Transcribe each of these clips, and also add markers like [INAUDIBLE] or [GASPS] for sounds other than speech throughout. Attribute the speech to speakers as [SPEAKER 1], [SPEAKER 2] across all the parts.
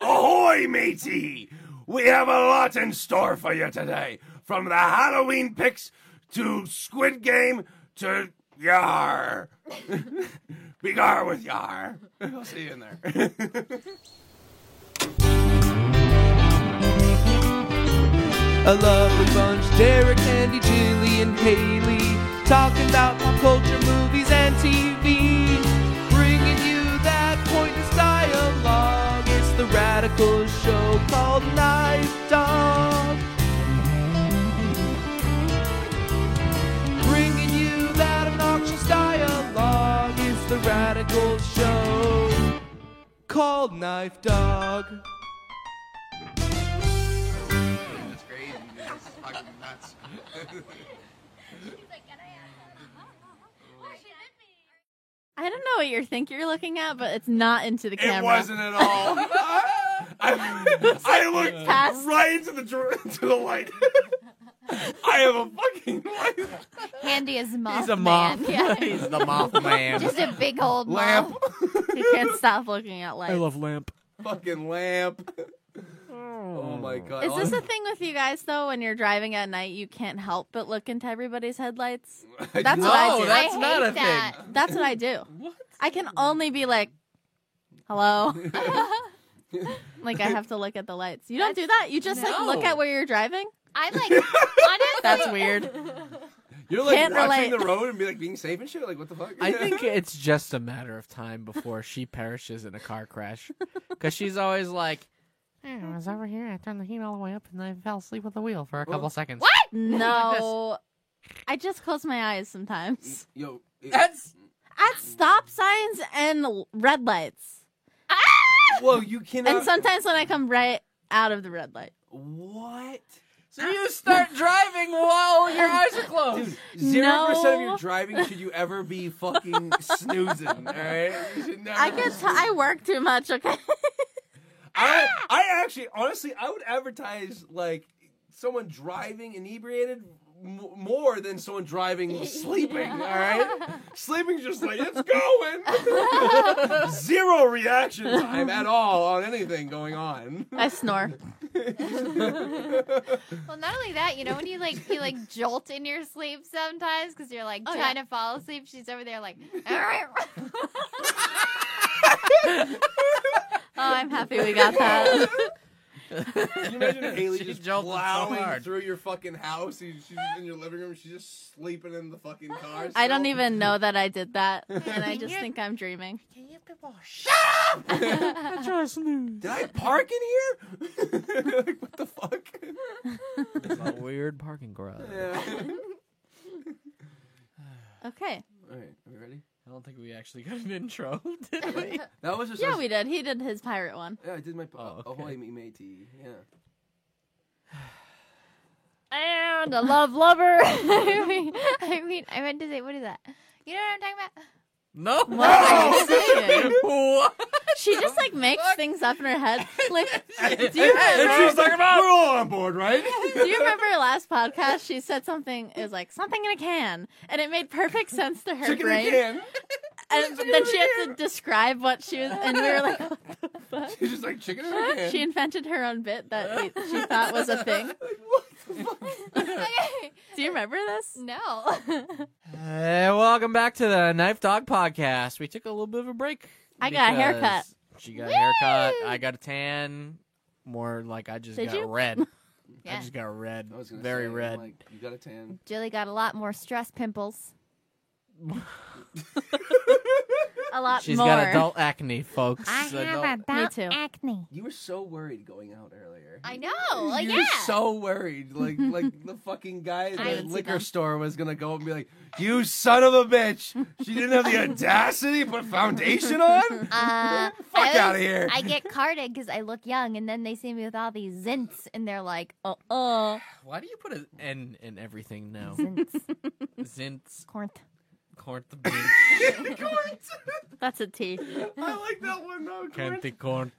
[SPEAKER 1] Ahoy, matey! We have a lot in store for you today. From the Halloween picks to Squid Game to Yar. [LAUGHS] Begar with Yar. I'll see you in [LAUGHS] there.
[SPEAKER 2] A lovely bunch, Derek, Andy, Jillian, Haley, talking about pop culture, movies, and TV. Bringing you that pointless dialogue. It's the radical show called Knife Dog. Bringing you that obnoxious dialogue. It's the radical show called Knife Dog.
[SPEAKER 3] That's great. and It's fucking nuts.
[SPEAKER 4] I don't know what you think you're looking at, but it's not into the camera.
[SPEAKER 1] It wasn't at
[SPEAKER 4] [LAUGHS]
[SPEAKER 1] all. I, I looked
[SPEAKER 4] Past.
[SPEAKER 1] right into the dr- to the light. [LAUGHS] I have a fucking light.
[SPEAKER 5] Handy as moth.
[SPEAKER 6] He's a moth.
[SPEAKER 5] Man. Yeah.
[SPEAKER 6] [LAUGHS] He's the Mothman.
[SPEAKER 5] Just a big old
[SPEAKER 3] Lamp.
[SPEAKER 5] moth.
[SPEAKER 4] You can't stop looking at lights.
[SPEAKER 6] lamp.
[SPEAKER 3] fucking lamp. [LAUGHS] Oh my
[SPEAKER 6] Hmm.
[SPEAKER 3] god.
[SPEAKER 4] Is this a thing with you guys though? When you're driving at night, you can't help but look into everybody's headlights. That's what I
[SPEAKER 6] No,
[SPEAKER 4] do.
[SPEAKER 6] that's
[SPEAKER 5] I
[SPEAKER 6] not
[SPEAKER 5] hate
[SPEAKER 6] a
[SPEAKER 5] that.
[SPEAKER 6] thing.
[SPEAKER 4] That's what I do. What? I can only be like,
[SPEAKER 6] [LAUGHS]
[SPEAKER 4] hello. [LAUGHS] like I have to look at the lights. You don't do that. You just like look
[SPEAKER 6] No.
[SPEAKER 4] at where you're driving.
[SPEAKER 5] I
[SPEAKER 6] [LAUGHS]
[SPEAKER 5] like honestly.
[SPEAKER 4] That's weird.
[SPEAKER 3] You're like
[SPEAKER 4] Can't
[SPEAKER 3] watching
[SPEAKER 4] relate.
[SPEAKER 3] the road and be like being safe and shit. Like what the fuck?
[SPEAKER 6] I
[SPEAKER 3] [LAUGHS]
[SPEAKER 6] think it's just a matter of time before she perishes in a car crash. Because she's always like, "Hey, I was over here, I turned the heat all the way up, and I fell asleep with the wheel for a couple seconds.
[SPEAKER 5] What?
[SPEAKER 4] No. I just close my eyes sometimes
[SPEAKER 3] Yo. It,
[SPEAKER 6] That's.
[SPEAKER 4] at stop signs and l- red lights,
[SPEAKER 3] whoa, you cannot.
[SPEAKER 4] and sometimes when I come right out of the red light.
[SPEAKER 3] what?
[SPEAKER 6] So you start driving while your eyes are closed.
[SPEAKER 3] Dude, zero percent of
[SPEAKER 4] No.
[SPEAKER 3] your driving should you ever be
[SPEAKER 4] [LAUGHS]
[SPEAKER 3] fucking snoozing. All right, you should never.
[SPEAKER 4] I
[SPEAKER 3] be
[SPEAKER 4] get t-
[SPEAKER 3] snoozing.
[SPEAKER 4] I work too much. Okay. [LAUGHS]
[SPEAKER 3] I,
[SPEAKER 4] Ah!
[SPEAKER 3] I actually, honestly, I would advertise like someone driving inebriated m- more than someone
[SPEAKER 4] [LAUGHS]
[SPEAKER 3] driving sleeping. All right, sleeping's just like it's
[SPEAKER 4] [LAUGHS]
[SPEAKER 3] going, [LAUGHS] zero reaction time at all on anything going on.
[SPEAKER 4] I snore. Oh,
[SPEAKER 5] Well, not only that, you know, when you like you [LAUGHS] like jolt in your sleep sometimes because you're like
[SPEAKER 4] Oh,
[SPEAKER 5] trying
[SPEAKER 4] yeah.
[SPEAKER 5] to fall asleep. She's over there [LAUGHS] like.
[SPEAKER 4] Oh, I'm happy we got that.
[SPEAKER 3] Can you
[SPEAKER 6] [LAUGHS]
[SPEAKER 3] imagine Haley
[SPEAKER 6] She
[SPEAKER 3] just
[SPEAKER 6] jolted so
[SPEAKER 3] plowing
[SPEAKER 6] hard.
[SPEAKER 3] through your fucking house? She- She's in your living room. She's just sleeping in the
[SPEAKER 4] [LAUGHS]
[SPEAKER 3] fucking car.
[SPEAKER 4] I don't
[SPEAKER 3] still.
[SPEAKER 4] even know that I did that, and I just think I'm dreaming.
[SPEAKER 6] [LAUGHS] Just snooze.
[SPEAKER 3] Did I park in here? [LAUGHS] like, what the fuck?
[SPEAKER 6] It's a weird parking garage.
[SPEAKER 4] Okay.
[SPEAKER 3] All right, are we ready?
[SPEAKER 6] I don't think we actually got an intro, [LAUGHS] did we?
[SPEAKER 3] That was just
[SPEAKER 4] Yeah,
[SPEAKER 3] us-
[SPEAKER 4] we did. He did his pirate one.
[SPEAKER 3] Yeah, I did my
[SPEAKER 6] Oh, okay.
[SPEAKER 3] ahoy me matey. Yeah.
[SPEAKER 5] and a love lover. I mean, I mean, I meant to say, what is that? You know what I'm talking about?
[SPEAKER 6] [LAUGHS] No.
[SPEAKER 4] What are you saying?
[SPEAKER 6] [LAUGHS] What?
[SPEAKER 4] [LAUGHS] She just like makes things up in her head. Like, do you
[SPEAKER 6] That's what
[SPEAKER 4] remember?
[SPEAKER 6] she's talking about.
[SPEAKER 3] We're all on board, right?
[SPEAKER 6] [LAUGHS]
[SPEAKER 4] Do you remember her last podcast? She said something. It was like something in a can, and it made perfect sense to her
[SPEAKER 3] Chicken
[SPEAKER 4] brain.
[SPEAKER 3] again.
[SPEAKER 4] [LAUGHS] And then she had to describe what she was, and we were like, what the fuck?
[SPEAKER 3] [LAUGHS] She's just like chicken in a can.
[SPEAKER 4] [LAUGHS] She invented her own bit that she thought was a thing.
[SPEAKER 3] Like, what the fuck?
[SPEAKER 5] [LAUGHS] Okay.
[SPEAKER 4] Do you remember this?
[SPEAKER 5] No. [LAUGHS]
[SPEAKER 6] Hey, welcome back to the Knife Dog Podcast. We took a little bit of a break.
[SPEAKER 4] I got a
[SPEAKER 6] because
[SPEAKER 4] haircut.
[SPEAKER 6] She got a haircut. I got a tan. More like I just
[SPEAKER 4] Did
[SPEAKER 6] got
[SPEAKER 4] you?
[SPEAKER 6] red. I
[SPEAKER 5] Yeah.
[SPEAKER 6] just got red.
[SPEAKER 3] I was gonna
[SPEAKER 6] Very
[SPEAKER 3] say,
[SPEAKER 6] red.
[SPEAKER 3] Like, you got a tan.
[SPEAKER 5] Jilly got a lot more stress pimples.
[SPEAKER 4] A lot
[SPEAKER 6] She's
[SPEAKER 4] more.
[SPEAKER 6] got adult acne, folks. Adult-
[SPEAKER 4] adult Me too.
[SPEAKER 5] acne.
[SPEAKER 3] You were so worried going out earlier.
[SPEAKER 5] I know.
[SPEAKER 3] [LAUGHS]
[SPEAKER 5] Like,
[SPEAKER 3] you
[SPEAKER 5] Oh, yeah.
[SPEAKER 3] were so worried, like
[SPEAKER 5] [LAUGHS]
[SPEAKER 3] like the fucking guy at
[SPEAKER 5] I
[SPEAKER 3] the
[SPEAKER 5] haven't seen
[SPEAKER 3] liquor
[SPEAKER 5] them.
[SPEAKER 3] store was gonna go and be like, "You son of a bitch! She didn't have the audacity to put foundation
[SPEAKER 5] [LAUGHS]
[SPEAKER 3] on. [LAUGHS] Fuck
[SPEAKER 5] Uh, I always-
[SPEAKER 3] outta here. [LAUGHS]
[SPEAKER 5] I get carded because I look young, and then they see me with all these zints, and they're [LAUGHS] like, "Oh,
[SPEAKER 4] Oh,
[SPEAKER 6] Why do you put an N in
[SPEAKER 3] [LAUGHS]
[SPEAKER 6] everything now?
[SPEAKER 5] zints,
[SPEAKER 6] Zintz,
[SPEAKER 5] cornth."
[SPEAKER 6] corn the bean,
[SPEAKER 4] that's a T.
[SPEAKER 3] I like that one though. Corn.
[SPEAKER 6] candy corn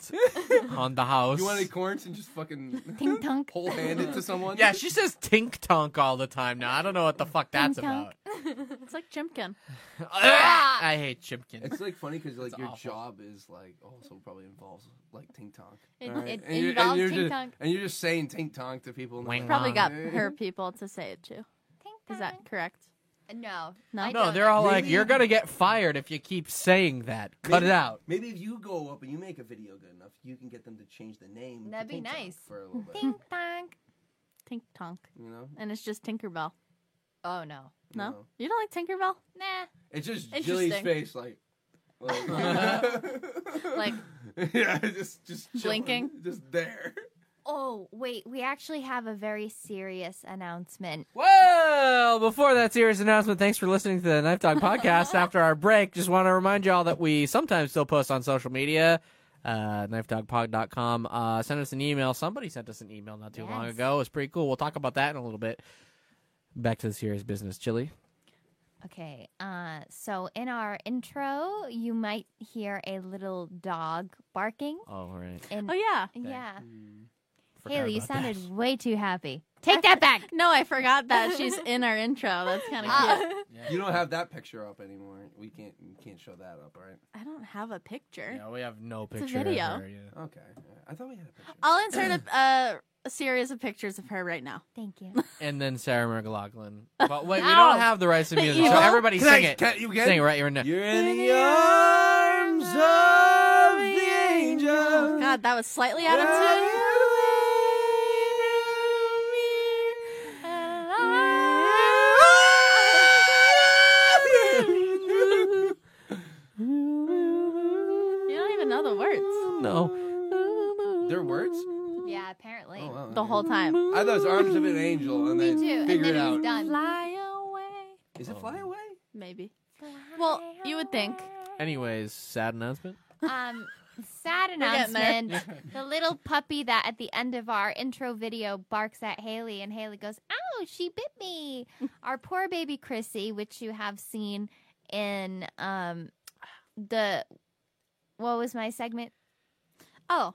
[SPEAKER 6] on the house.
[SPEAKER 3] You want any corns and just fucking [LAUGHS]
[SPEAKER 5] Ting tunk.
[SPEAKER 3] whole
[SPEAKER 5] [LAUGHS]
[SPEAKER 3] hand it to someone?
[SPEAKER 6] yeah, she says tink tonk all the time now. I don't know what the fuck that's about.
[SPEAKER 4] It's like Chimkin.
[SPEAKER 6] I hate Chipkin.
[SPEAKER 3] It's like funny because like
[SPEAKER 6] It's
[SPEAKER 3] your
[SPEAKER 6] awful.
[SPEAKER 3] job is like also probably involves like tink tonk.
[SPEAKER 5] It-
[SPEAKER 3] alright?
[SPEAKER 5] it
[SPEAKER 3] and you're- and
[SPEAKER 5] involves
[SPEAKER 3] you're
[SPEAKER 5] tink
[SPEAKER 3] just-
[SPEAKER 5] tonk.
[SPEAKER 3] And you're just saying tink tonk to people. and they're
[SPEAKER 6] Wang
[SPEAKER 3] like,
[SPEAKER 4] Probably got
[SPEAKER 3] "Eh."
[SPEAKER 4] her people to say it too. Is that
[SPEAKER 5] Uh-huh.
[SPEAKER 4] correct?
[SPEAKER 5] No.
[SPEAKER 4] No?
[SPEAKER 5] I
[SPEAKER 6] No,
[SPEAKER 5] don't
[SPEAKER 6] they're all like,
[SPEAKER 3] Maybe-
[SPEAKER 6] you're gonna get fired if you keep saying that. Cut
[SPEAKER 3] Maybe-
[SPEAKER 6] it out.
[SPEAKER 3] Maybe if you go up and you make a video good enough, you can get them to change the name. to
[SPEAKER 5] That'd be
[SPEAKER 3] Tink Tonk
[SPEAKER 5] nice.
[SPEAKER 3] For a little bit,
[SPEAKER 5] Tink tonk.
[SPEAKER 4] Tink Tonk.
[SPEAKER 3] you know.
[SPEAKER 4] And it's just Tinkerbell.
[SPEAKER 5] Oh no.
[SPEAKER 4] No?
[SPEAKER 3] No.
[SPEAKER 4] You don't like Tinkerbell?
[SPEAKER 5] Nah.
[SPEAKER 3] It's just
[SPEAKER 4] Interesting.
[SPEAKER 3] Jilly's face, like,
[SPEAKER 5] [LAUGHS]
[SPEAKER 3] like, [LAUGHS]
[SPEAKER 4] Like-
[SPEAKER 3] yeah, just just chilling,
[SPEAKER 4] Blinking?
[SPEAKER 3] just there.
[SPEAKER 5] Oh wait, we actually have a very serious announcement.
[SPEAKER 6] Well, before that serious announcement, thanks for listening to the Knife Dog [LAUGHS] podcast. After our break, just want to remind y'all that we sometimes still post on social media, uh, knifedogpod.com. Uh, send us an email. Somebody sent us an email not too long
[SPEAKER 5] Yes.
[SPEAKER 6] ago. It was pretty cool. We'll talk about that in a little bit. Back to the serious business, Chili.
[SPEAKER 5] Okay, uh, so in our intro, you might hear a little dog barking.
[SPEAKER 6] All right.
[SPEAKER 5] And
[SPEAKER 4] Oh, yeah.
[SPEAKER 5] yeah,
[SPEAKER 6] Forgot
[SPEAKER 5] Haley, you
[SPEAKER 6] about that.
[SPEAKER 5] sounded way too happy. Take that back.
[SPEAKER 4] No, I forgot that she's in our intro. That's kind of
[SPEAKER 5] Uh,
[SPEAKER 4] cute.
[SPEAKER 3] You don't have that picture up anymore. We can't we can't show that up, right?
[SPEAKER 4] I don't have a picture.
[SPEAKER 6] Yeah, we have no
[SPEAKER 4] a
[SPEAKER 6] picture.
[SPEAKER 4] video.
[SPEAKER 6] Of her, yeah.
[SPEAKER 3] Okay, alright. I thought we had a picture.
[SPEAKER 4] I'll insert a, uh, a series of pictures of her right now.
[SPEAKER 5] Thank
[SPEAKER 4] [LAUGHS]
[SPEAKER 5] you.
[SPEAKER 6] And then Sarah [LAUGHS] McLaughlin. But wait, we
[SPEAKER 4] No.
[SPEAKER 6] don't have the rights to
[SPEAKER 4] The
[SPEAKER 6] music, so
[SPEAKER 4] evil-
[SPEAKER 6] everybody
[SPEAKER 3] Can I-
[SPEAKER 6] sing it.
[SPEAKER 3] can you get-
[SPEAKER 6] Sing it right here and now.
[SPEAKER 3] You're in the arms of the
[SPEAKER 5] Oh.
[SPEAKER 3] angel.
[SPEAKER 4] God, that was slightly out of tune.
[SPEAKER 6] [LAUGHS]
[SPEAKER 4] You don't even know the words
[SPEAKER 6] No.
[SPEAKER 3] Their words?
[SPEAKER 5] yeah, apparently.
[SPEAKER 3] Oh, wow.
[SPEAKER 4] the whole time.
[SPEAKER 3] I thought it was arms of an angel, and
[SPEAKER 4] [LAUGHS]
[SPEAKER 3] then
[SPEAKER 5] Me too. And
[SPEAKER 3] figure
[SPEAKER 5] then
[SPEAKER 3] it
[SPEAKER 5] it
[SPEAKER 3] out.
[SPEAKER 5] was done.
[SPEAKER 4] Fly away.
[SPEAKER 3] Is it fly away?
[SPEAKER 4] Maybe. Well, you would think.
[SPEAKER 6] Anyways, sad announcement.
[SPEAKER 5] Um, sad
[SPEAKER 4] getting there.
[SPEAKER 5] announcement. the little puppy that at the end of our intro video barks at Haley, and Haley goes, "Ow, she bit
[SPEAKER 4] [LAUGHS]
[SPEAKER 5] me." our poor baby Chrissy, which you have seen in um the what was my segment?
[SPEAKER 4] Oh,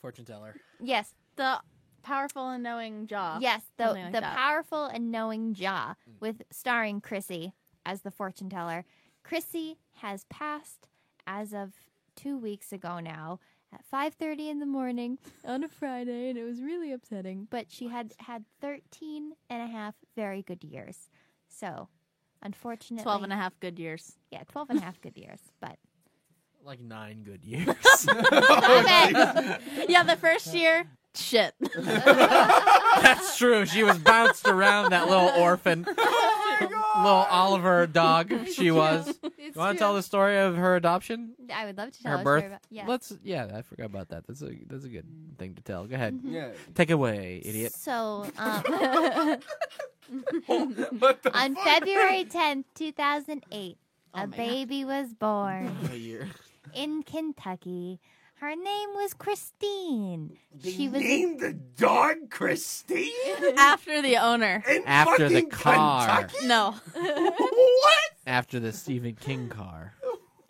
[SPEAKER 6] Fortune teller.
[SPEAKER 5] Yes,
[SPEAKER 4] the powerful and knowing jaw.
[SPEAKER 5] yes, the
[SPEAKER 4] something like
[SPEAKER 5] the
[SPEAKER 4] that. Mm.
[SPEAKER 5] powerful and knowing jaw with starring Chrissy as the fortune teller. Chrissy has passed as of two weeks ago now at 5.30 in the morning on a friday and it was really upsetting but she had had 13 and a half very good years so unfortunately
[SPEAKER 4] 12 and a half good years. [LAUGHS]
[SPEAKER 5] yeah 12 and a half good years but
[SPEAKER 6] Like nine [LAUGHS] good years.
[SPEAKER 5] Stop it.
[SPEAKER 4] Yeah, the first year, shit.
[SPEAKER 6] That's true. She was bounced around that little
[SPEAKER 5] [LAUGHS]
[SPEAKER 6] orphan.
[SPEAKER 5] Oh
[SPEAKER 6] little Oliver dog she was. You want to tell the story of her adoption?
[SPEAKER 5] i would love to tell
[SPEAKER 6] her
[SPEAKER 5] a
[SPEAKER 6] birth?
[SPEAKER 5] story about yeah Mm-hmm.
[SPEAKER 6] Let's yeah, I forgot about that. That's a that's a good thing to tell. Go ahead.
[SPEAKER 3] [LAUGHS] Yeah.
[SPEAKER 6] Take it away, idiot. [LAUGHS]
[SPEAKER 5] So, um, on February 10th, 2008,
[SPEAKER 4] Oh my
[SPEAKER 5] a
[SPEAKER 4] God.
[SPEAKER 5] baby was born
[SPEAKER 6] A year.
[SPEAKER 5] in Kentucky. Her name was Christine. She was a,
[SPEAKER 1] Name the dog
[SPEAKER 5] [LAUGHS]
[SPEAKER 1] Christine
[SPEAKER 4] After the owner.
[SPEAKER 1] in
[SPEAKER 6] After the
[SPEAKER 1] fucking
[SPEAKER 6] car.
[SPEAKER 1] Kentucky?
[SPEAKER 4] No.
[SPEAKER 5] [LAUGHS]
[SPEAKER 1] What?
[SPEAKER 6] After the Stephen King car.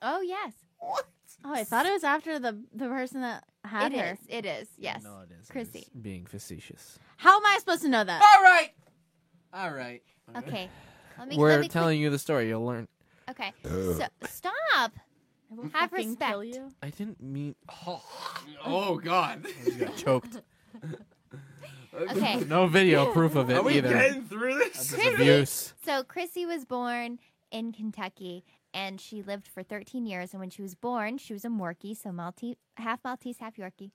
[SPEAKER 5] oh yes,
[SPEAKER 1] What?
[SPEAKER 4] Oh, I thought it was after the the person that had
[SPEAKER 5] it
[SPEAKER 4] her.
[SPEAKER 5] is. It is. Yes.
[SPEAKER 6] No, it is.
[SPEAKER 5] Chrissy.
[SPEAKER 6] It's being facetious.
[SPEAKER 4] How am I supposed to know that?
[SPEAKER 6] All right. All right.
[SPEAKER 5] Okay. Let me. let
[SPEAKER 6] We're
[SPEAKER 5] me
[SPEAKER 6] telling you the story. You'll learn.
[SPEAKER 5] quick- okay. So stop. Have
[SPEAKER 4] Fucking
[SPEAKER 5] respect.
[SPEAKER 4] kill you.
[SPEAKER 6] I didn't mean.
[SPEAKER 3] Oh God.
[SPEAKER 6] got
[SPEAKER 5] [LAUGHS]
[SPEAKER 6] choked.
[SPEAKER 5] Okay.
[SPEAKER 6] No video proof of
[SPEAKER 3] Are
[SPEAKER 6] it
[SPEAKER 3] we
[SPEAKER 6] either.
[SPEAKER 3] getting through this?
[SPEAKER 6] It's abuse.
[SPEAKER 5] So Chrissy was born in Kentucky, and she lived for 13 years. And when she was born, she was a Morkie, so Maltese, half Maltese, half Yorkie.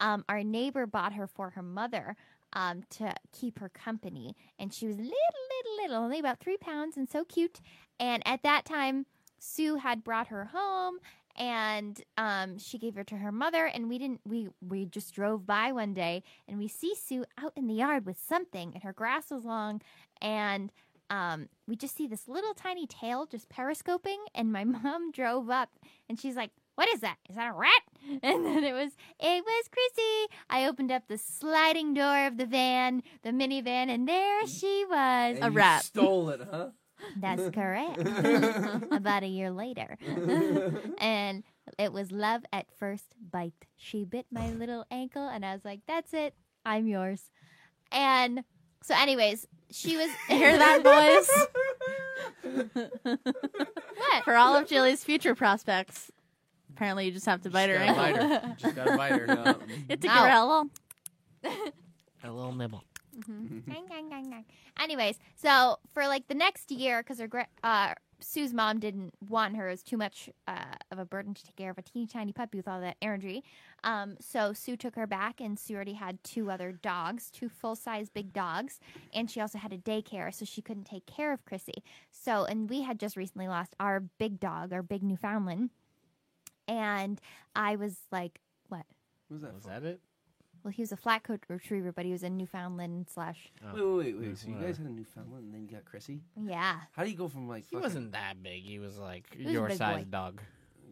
[SPEAKER 5] Um, our neighbor bought her for her mother um, to keep her company, and she was little, little, little, only about three pounds, and so cute. And at that time, Sue had brought her home. And um, she gave her to her mother, and we didn't. We we just drove by one day, and we see Sue out in the yard with something, and her grass was long, and um, we just see this little tiny tail just periscoping, and my [LAUGHS] mom drove up, and she's like, "What is that? Is that a rat?" [LAUGHS] And then it was, it was Chrissy. I opened up the sliding door of the van, the minivan, and there she was.
[SPEAKER 3] And
[SPEAKER 4] A
[SPEAKER 3] you
[SPEAKER 4] rat.
[SPEAKER 3] Stole it, huh?
[SPEAKER 5] That's correct. [LAUGHS] About a year later, [LAUGHS] and it was love at first bite. She bit my little ankle, and I was like, "That's it. I'm yours." And so, anyways, she was
[SPEAKER 4] [LAUGHS]
[SPEAKER 5] [LAUGHS]
[SPEAKER 4] Hear that voice?
[SPEAKER 5] What?
[SPEAKER 4] For all of Jilly's future prospects, apparently you just have to bite her
[SPEAKER 6] Just
[SPEAKER 4] [LAUGHS]
[SPEAKER 6] gotta
[SPEAKER 4] ankle.
[SPEAKER 6] bite
[SPEAKER 5] [LAUGHS]
[SPEAKER 6] her. Just gotta bite her.
[SPEAKER 4] You have to give her a little.
[SPEAKER 6] A little nibble.
[SPEAKER 5] Gang, gang, gang, gang. Anyways, so for like the next year, because her gra- uh, Sue's mom didn't want her as too much uh, of a burden to take care of a teeny tiny puppy with all that energy. Um, so Sue took her back, and Sue already had two other dogs, two full size big dogs, and she also had a daycare, so she couldn't take care of Chrissy. So, and we had just recently lost our big dog, our big Newfoundland, and I was like, what?
[SPEAKER 3] What was that?
[SPEAKER 6] Was
[SPEAKER 3] for?
[SPEAKER 6] that it?
[SPEAKER 5] Well, he was a flat coat retriever, but he was a Newfoundland slash.
[SPEAKER 3] Wait, wait, wait, wait. So you
[SPEAKER 6] Whatever.
[SPEAKER 3] guys had a Newfoundland and then you got Chrissy.
[SPEAKER 5] Yeah.
[SPEAKER 3] How do you go from like
[SPEAKER 6] He
[SPEAKER 3] fucking-
[SPEAKER 6] wasn't that big. He was like
[SPEAKER 5] was a
[SPEAKER 6] your
[SPEAKER 5] big
[SPEAKER 6] size
[SPEAKER 5] boy.
[SPEAKER 6] dog.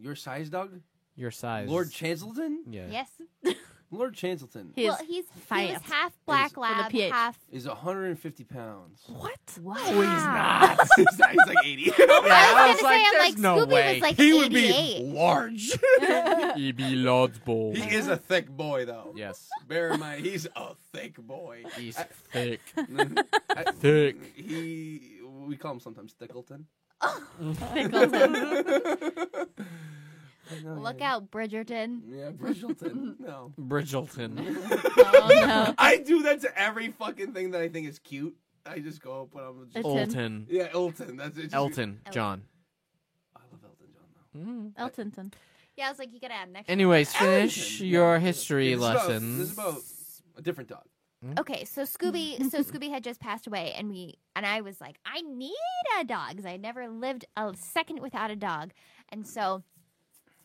[SPEAKER 3] your size dog?
[SPEAKER 6] Your size.
[SPEAKER 3] Lord Chancellton?
[SPEAKER 6] Yeah.
[SPEAKER 5] Yes.
[SPEAKER 3] Lord Chancellton
[SPEAKER 4] He's
[SPEAKER 5] well, he's he was
[SPEAKER 4] fast.
[SPEAKER 5] half black
[SPEAKER 4] a
[SPEAKER 5] lab,
[SPEAKER 4] PH.
[SPEAKER 5] half
[SPEAKER 3] is
[SPEAKER 1] [LAUGHS]
[SPEAKER 3] 150 pounds.
[SPEAKER 5] what? Wow.
[SPEAKER 1] he's like
[SPEAKER 3] [LAUGHS]
[SPEAKER 1] 80.
[SPEAKER 5] I was,
[SPEAKER 6] I was like,
[SPEAKER 5] gonna say, I'm
[SPEAKER 6] "There's
[SPEAKER 5] like,
[SPEAKER 6] no
[SPEAKER 5] Scooby
[SPEAKER 6] way."
[SPEAKER 5] was like
[SPEAKER 1] he would be
[SPEAKER 5] 88.
[SPEAKER 1] large.
[SPEAKER 6] E. B. Lodsbull.
[SPEAKER 1] he is a thick boy, though.
[SPEAKER 6] Yes.
[SPEAKER 1] Bear in mind, he's a thick
[SPEAKER 5] [LAUGHS]
[SPEAKER 1] boy. [LAUGHS]
[SPEAKER 6] He's thick.
[SPEAKER 3] I-
[SPEAKER 6] Thick.
[SPEAKER 3] He, we call him sometimes Thickleton.
[SPEAKER 5] [LAUGHS]
[SPEAKER 1] [LAUGHS]
[SPEAKER 5] Look out, Bridgerton.
[SPEAKER 3] Yeah,
[SPEAKER 5] [LAUGHS]
[SPEAKER 3] Bridgelton. [LAUGHS] No.
[SPEAKER 6] Bridgelton.
[SPEAKER 5] Oh,
[SPEAKER 4] [LAUGHS]
[SPEAKER 3] I do that to every fucking thing that I think is cute. I just go put on. Just,
[SPEAKER 4] It's-
[SPEAKER 6] Olton.
[SPEAKER 3] yeah, Elton. That's it. Just-
[SPEAKER 6] Elton. John.
[SPEAKER 3] I love Elton John though.
[SPEAKER 4] Eltonton.
[SPEAKER 5] Yeah, I was like, you gotta add next.
[SPEAKER 6] Anyways, finish
[SPEAKER 3] Mm-hmm. Elton.
[SPEAKER 6] your
[SPEAKER 3] Yeah.
[SPEAKER 6] history
[SPEAKER 3] This is about- This
[SPEAKER 6] lessons.
[SPEAKER 3] is about a different dog.
[SPEAKER 5] Okay, so Scooby,
[SPEAKER 3] [LAUGHS]
[SPEAKER 5] so Scooby had just passed away, and we, and I was like, I need a dog because I never lived a second without a dog, and so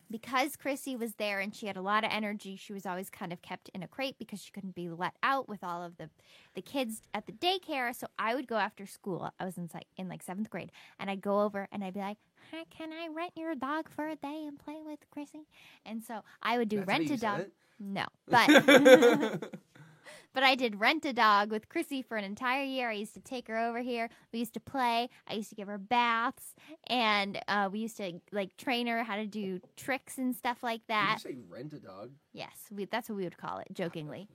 [SPEAKER 5] because Chrissy was there and she had a lot of energy, she was always kind of kept in a crate because she couldn't be let out with all of the the kids at the daycare. So I would go after school. I was in like in like seventh grade, and I'd go over and I'd be like, "Hi, can I rent your dog for a day and play with Chrissy?" And so I would do
[SPEAKER 3] That's how
[SPEAKER 5] rent
[SPEAKER 3] you
[SPEAKER 5] a
[SPEAKER 3] said
[SPEAKER 5] dog. [LAUGHS]
[SPEAKER 3] it? [LAUGHS]
[SPEAKER 5] No, but. But I did rent a dog with Chrissy for an entire year. I used to take her over here. We used to play. I used to give her baths, and uh, we used to like train her how to do tricks and stuff like that.
[SPEAKER 3] Did you say rent a dog?
[SPEAKER 5] Yes, we, that's what we would call it, jokingly,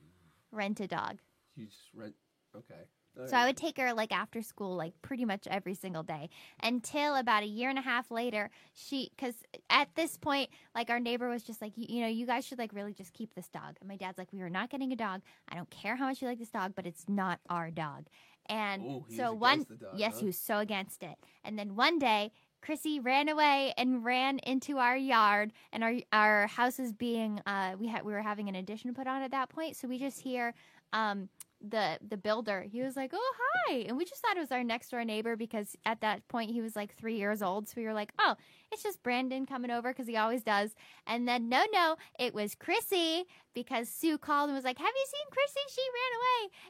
[SPEAKER 5] rent a dog.
[SPEAKER 3] You just rent. Okay.
[SPEAKER 5] So I would take her like after school, like pretty much every single day until about a year and a half later. She, because at this point, like our neighbor was just like, you, you know, you guys should like really just keep this dog. And my dad's like, we are not getting a dog. I don't care how much you like this dog, but it's not our dog. And
[SPEAKER 3] Ooh, he
[SPEAKER 5] so
[SPEAKER 3] was
[SPEAKER 5] one,
[SPEAKER 3] against the dog,
[SPEAKER 5] yes,
[SPEAKER 3] huh?
[SPEAKER 5] he was so against it. And then one day, Chrissy ran away and ran into our yard, and our our house is being uh, we had we were having an addition put on at that point, so we just hear um, the the builder. He was like, "Oh hi," and we just thought it was our next door neighbor because at that point he was like three years old, so we were like, "Oh, it's just Brandon coming over because he always does." And then no, no, it was Chrissy because Sue called and was like, "Have you seen Chrissy? She ran away."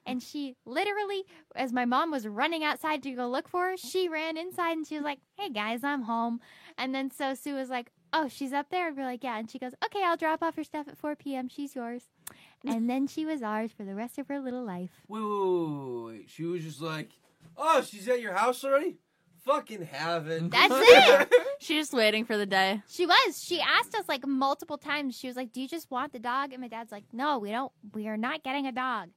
[SPEAKER 5] And she literally, as my mom was running outside to go look for her, she ran inside and she was like, "Hey guys, I'm home." And then so Sue was like, "Oh, she's up there." And we're like, "Yeah." And she goes, "Okay, I'll drop off her stuff at 4 p.m. She's yours." And then she was ours for the rest of her little life.
[SPEAKER 3] [LAUGHS] Wait, wait, wait, wait, wait. She was just like, "Oh, she's at your house already? Fucking have it."
[SPEAKER 5] That's it.
[SPEAKER 4] She's just waiting for the day.
[SPEAKER 5] She was. She asked us like multiple times. She was like, "Do you just want the dog?" And my dad's like, "No, we don't. We are not getting a dog."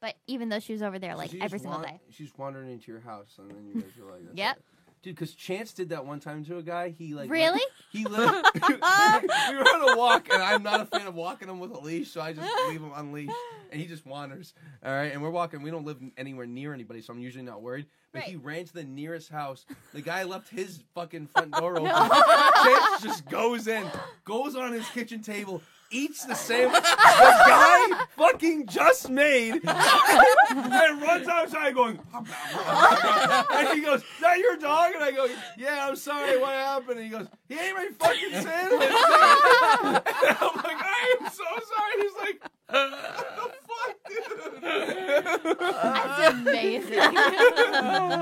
[SPEAKER 5] But even though she was over there like
[SPEAKER 3] She just
[SPEAKER 5] every single
[SPEAKER 3] wan-
[SPEAKER 5] day.
[SPEAKER 3] She's wandering into your house, and then you guys are like, That's
[SPEAKER 5] Yep.
[SPEAKER 3] it. Dude, because Chance did that one time to a guy. He like
[SPEAKER 5] Really?
[SPEAKER 3] [LAUGHS] he let we were on a walk, and I'm not a fan of walking him with a leash, so I just leave him unleashed, and he just wanders. All right, and we're walking. We don't live anywhere near anybody, so I'm usually not worried. But he ran to the nearest house. The guy left his fucking front door open. Chance just goes in, goes on his kitchen table. Eats the same the guy fucking just made [LAUGHS] and runs outside going, and he goes, "Is that your dog?" And I go, "Yeah, I'm sorry, what happened?" And he goes, "He ate my fucking sandwich." [LAUGHS] and I'm like, "I am so sorry." He's like, "What the fuck, dude?"
[SPEAKER 4] That's amazing. you [LAUGHS]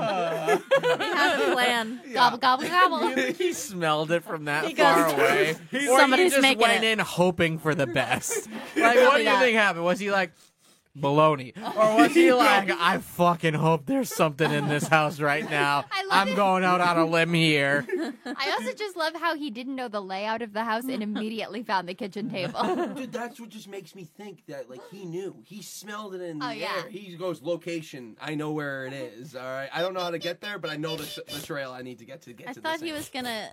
[SPEAKER 4] have a plan.
[SPEAKER 5] Gobble gobble gobble.
[SPEAKER 6] [LAUGHS] he smelled it from that
[SPEAKER 4] He
[SPEAKER 6] far
[SPEAKER 4] goes- [LAUGHS]
[SPEAKER 6] away.
[SPEAKER 4] He-
[SPEAKER 6] or
[SPEAKER 4] Somebody's
[SPEAKER 6] he just
[SPEAKER 4] making
[SPEAKER 6] went
[SPEAKER 4] it.
[SPEAKER 3] [LAUGHS]
[SPEAKER 6] in hoping for the best. Like, what do you
[SPEAKER 4] that.
[SPEAKER 6] think happened? Was he like, baloney. Or
[SPEAKER 4] [LAUGHS]
[SPEAKER 6] was he like, I fucking hope there's something in this house
[SPEAKER 4] [LAUGHS]
[SPEAKER 6] right now.
[SPEAKER 5] I love
[SPEAKER 6] I'm
[SPEAKER 5] it.
[SPEAKER 6] going out on a limb here.
[SPEAKER 5] I
[SPEAKER 4] [LAUGHS]
[SPEAKER 5] also just love how he didn't know the layout of the house and immediately found the kitchen table.
[SPEAKER 4] [LAUGHS]
[SPEAKER 5] [LAUGHS]
[SPEAKER 3] Dude, that's what just makes me think that like he knew. He smelled it in
[SPEAKER 5] Oh,
[SPEAKER 3] the
[SPEAKER 5] yeah.
[SPEAKER 3] air. He goes location. I know where it is. All right. I don't know how to get there, but I know the, sh- the trail I need to get to get
[SPEAKER 4] I
[SPEAKER 3] to.
[SPEAKER 4] thought
[SPEAKER 3] this
[SPEAKER 4] he was gonna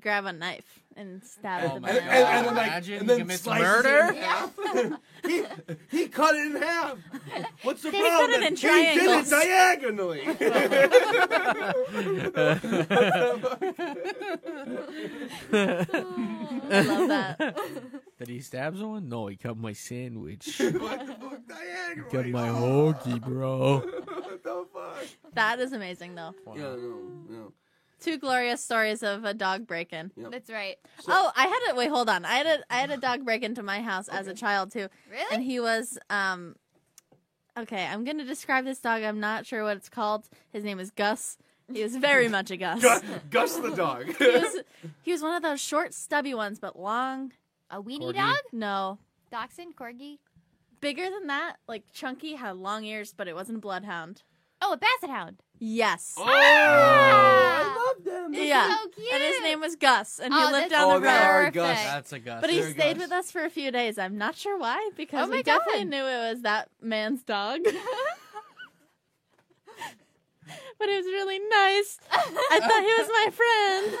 [SPEAKER 4] grab a knife and stab
[SPEAKER 6] Oh
[SPEAKER 4] the
[SPEAKER 6] my
[SPEAKER 3] And,
[SPEAKER 4] man.
[SPEAKER 3] and, and then,
[SPEAKER 6] God.
[SPEAKER 3] like,
[SPEAKER 6] Imagine
[SPEAKER 3] and then
[SPEAKER 6] commits
[SPEAKER 3] slices
[SPEAKER 6] murder?
[SPEAKER 3] It in half. [LAUGHS] he, he cut it in half. What's the
[SPEAKER 4] They cut
[SPEAKER 3] problem?
[SPEAKER 4] it in
[SPEAKER 3] he did it
[SPEAKER 4] triangles. [LAUGHS]
[SPEAKER 3] diagonally.
[SPEAKER 4] I love that.
[SPEAKER 6] Did he stab someone? No, he cut my [LAUGHS] sandwich.
[SPEAKER 3] what the fuck? Diagonally.
[SPEAKER 6] cut my [LAUGHS] hoagie, bro.
[SPEAKER 3] What the fuck?
[SPEAKER 4] That is amazing though.
[SPEAKER 3] Yeah, no, no.
[SPEAKER 4] Two glorious stories of a dog break-in.
[SPEAKER 5] That's right.
[SPEAKER 3] So-
[SPEAKER 4] oh, I had a wait. Hold on. I had a I had a dog break into my house as a child too,
[SPEAKER 5] Really?
[SPEAKER 4] and he was um. Okay, I'm gonna describe this dog. I'm not sure what it's called. His name is Gus. He was very much a Gus.
[SPEAKER 3] Gus, Gus the dog. [LAUGHS]
[SPEAKER 4] He was he was one of those short, stubby ones, but long.
[SPEAKER 5] A weenie
[SPEAKER 6] Corgi.
[SPEAKER 5] dog?
[SPEAKER 4] No,
[SPEAKER 5] Dachshund? Corgi?
[SPEAKER 4] bigger than that. Like chunky, had long ears, but it wasn't a bloodhound.
[SPEAKER 5] Oh, a basset hound.
[SPEAKER 4] Yes.
[SPEAKER 3] oh, I love them.
[SPEAKER 4] yeah.
[SPEAKER 5] so cute.
[SPEAKER 4] And his name was Gus, and
[SPEAKER 5] Oh,
[SPEAKER 4] he lived
[SPEAKER 5] that's
[SPEAKER 4] down
[SPEAKER 3] oh,
[SPEAKER 4] the
[SPEAKER 3] they
[SPEAKER 4] road.
[SPEAKER 3] are
[SPEAKER 5] Perfect.
[SPEAKER 3] Gus.
[SPEAKER 6] That's a gus.
[SPEAKER 4] But he
[SPEAKER 3] There it
[SPEAKER 4] stayed
[SPEAKER 3] goes.
[SPEAKER 4] with us for a few days. I'm not sure why because
[SPEAKER 5] Oh
[SPEAKER 4] we
[SPEAKER 5] my
[SPEAKER 4] definitely
[SPEAKER 5] God.
[SPEAKER 4] knew it was that man's
[SPEAKER 5] [LAUGHS]
[SPEAKER 4] dog. [LAUGHS] but he was really nice. I thought he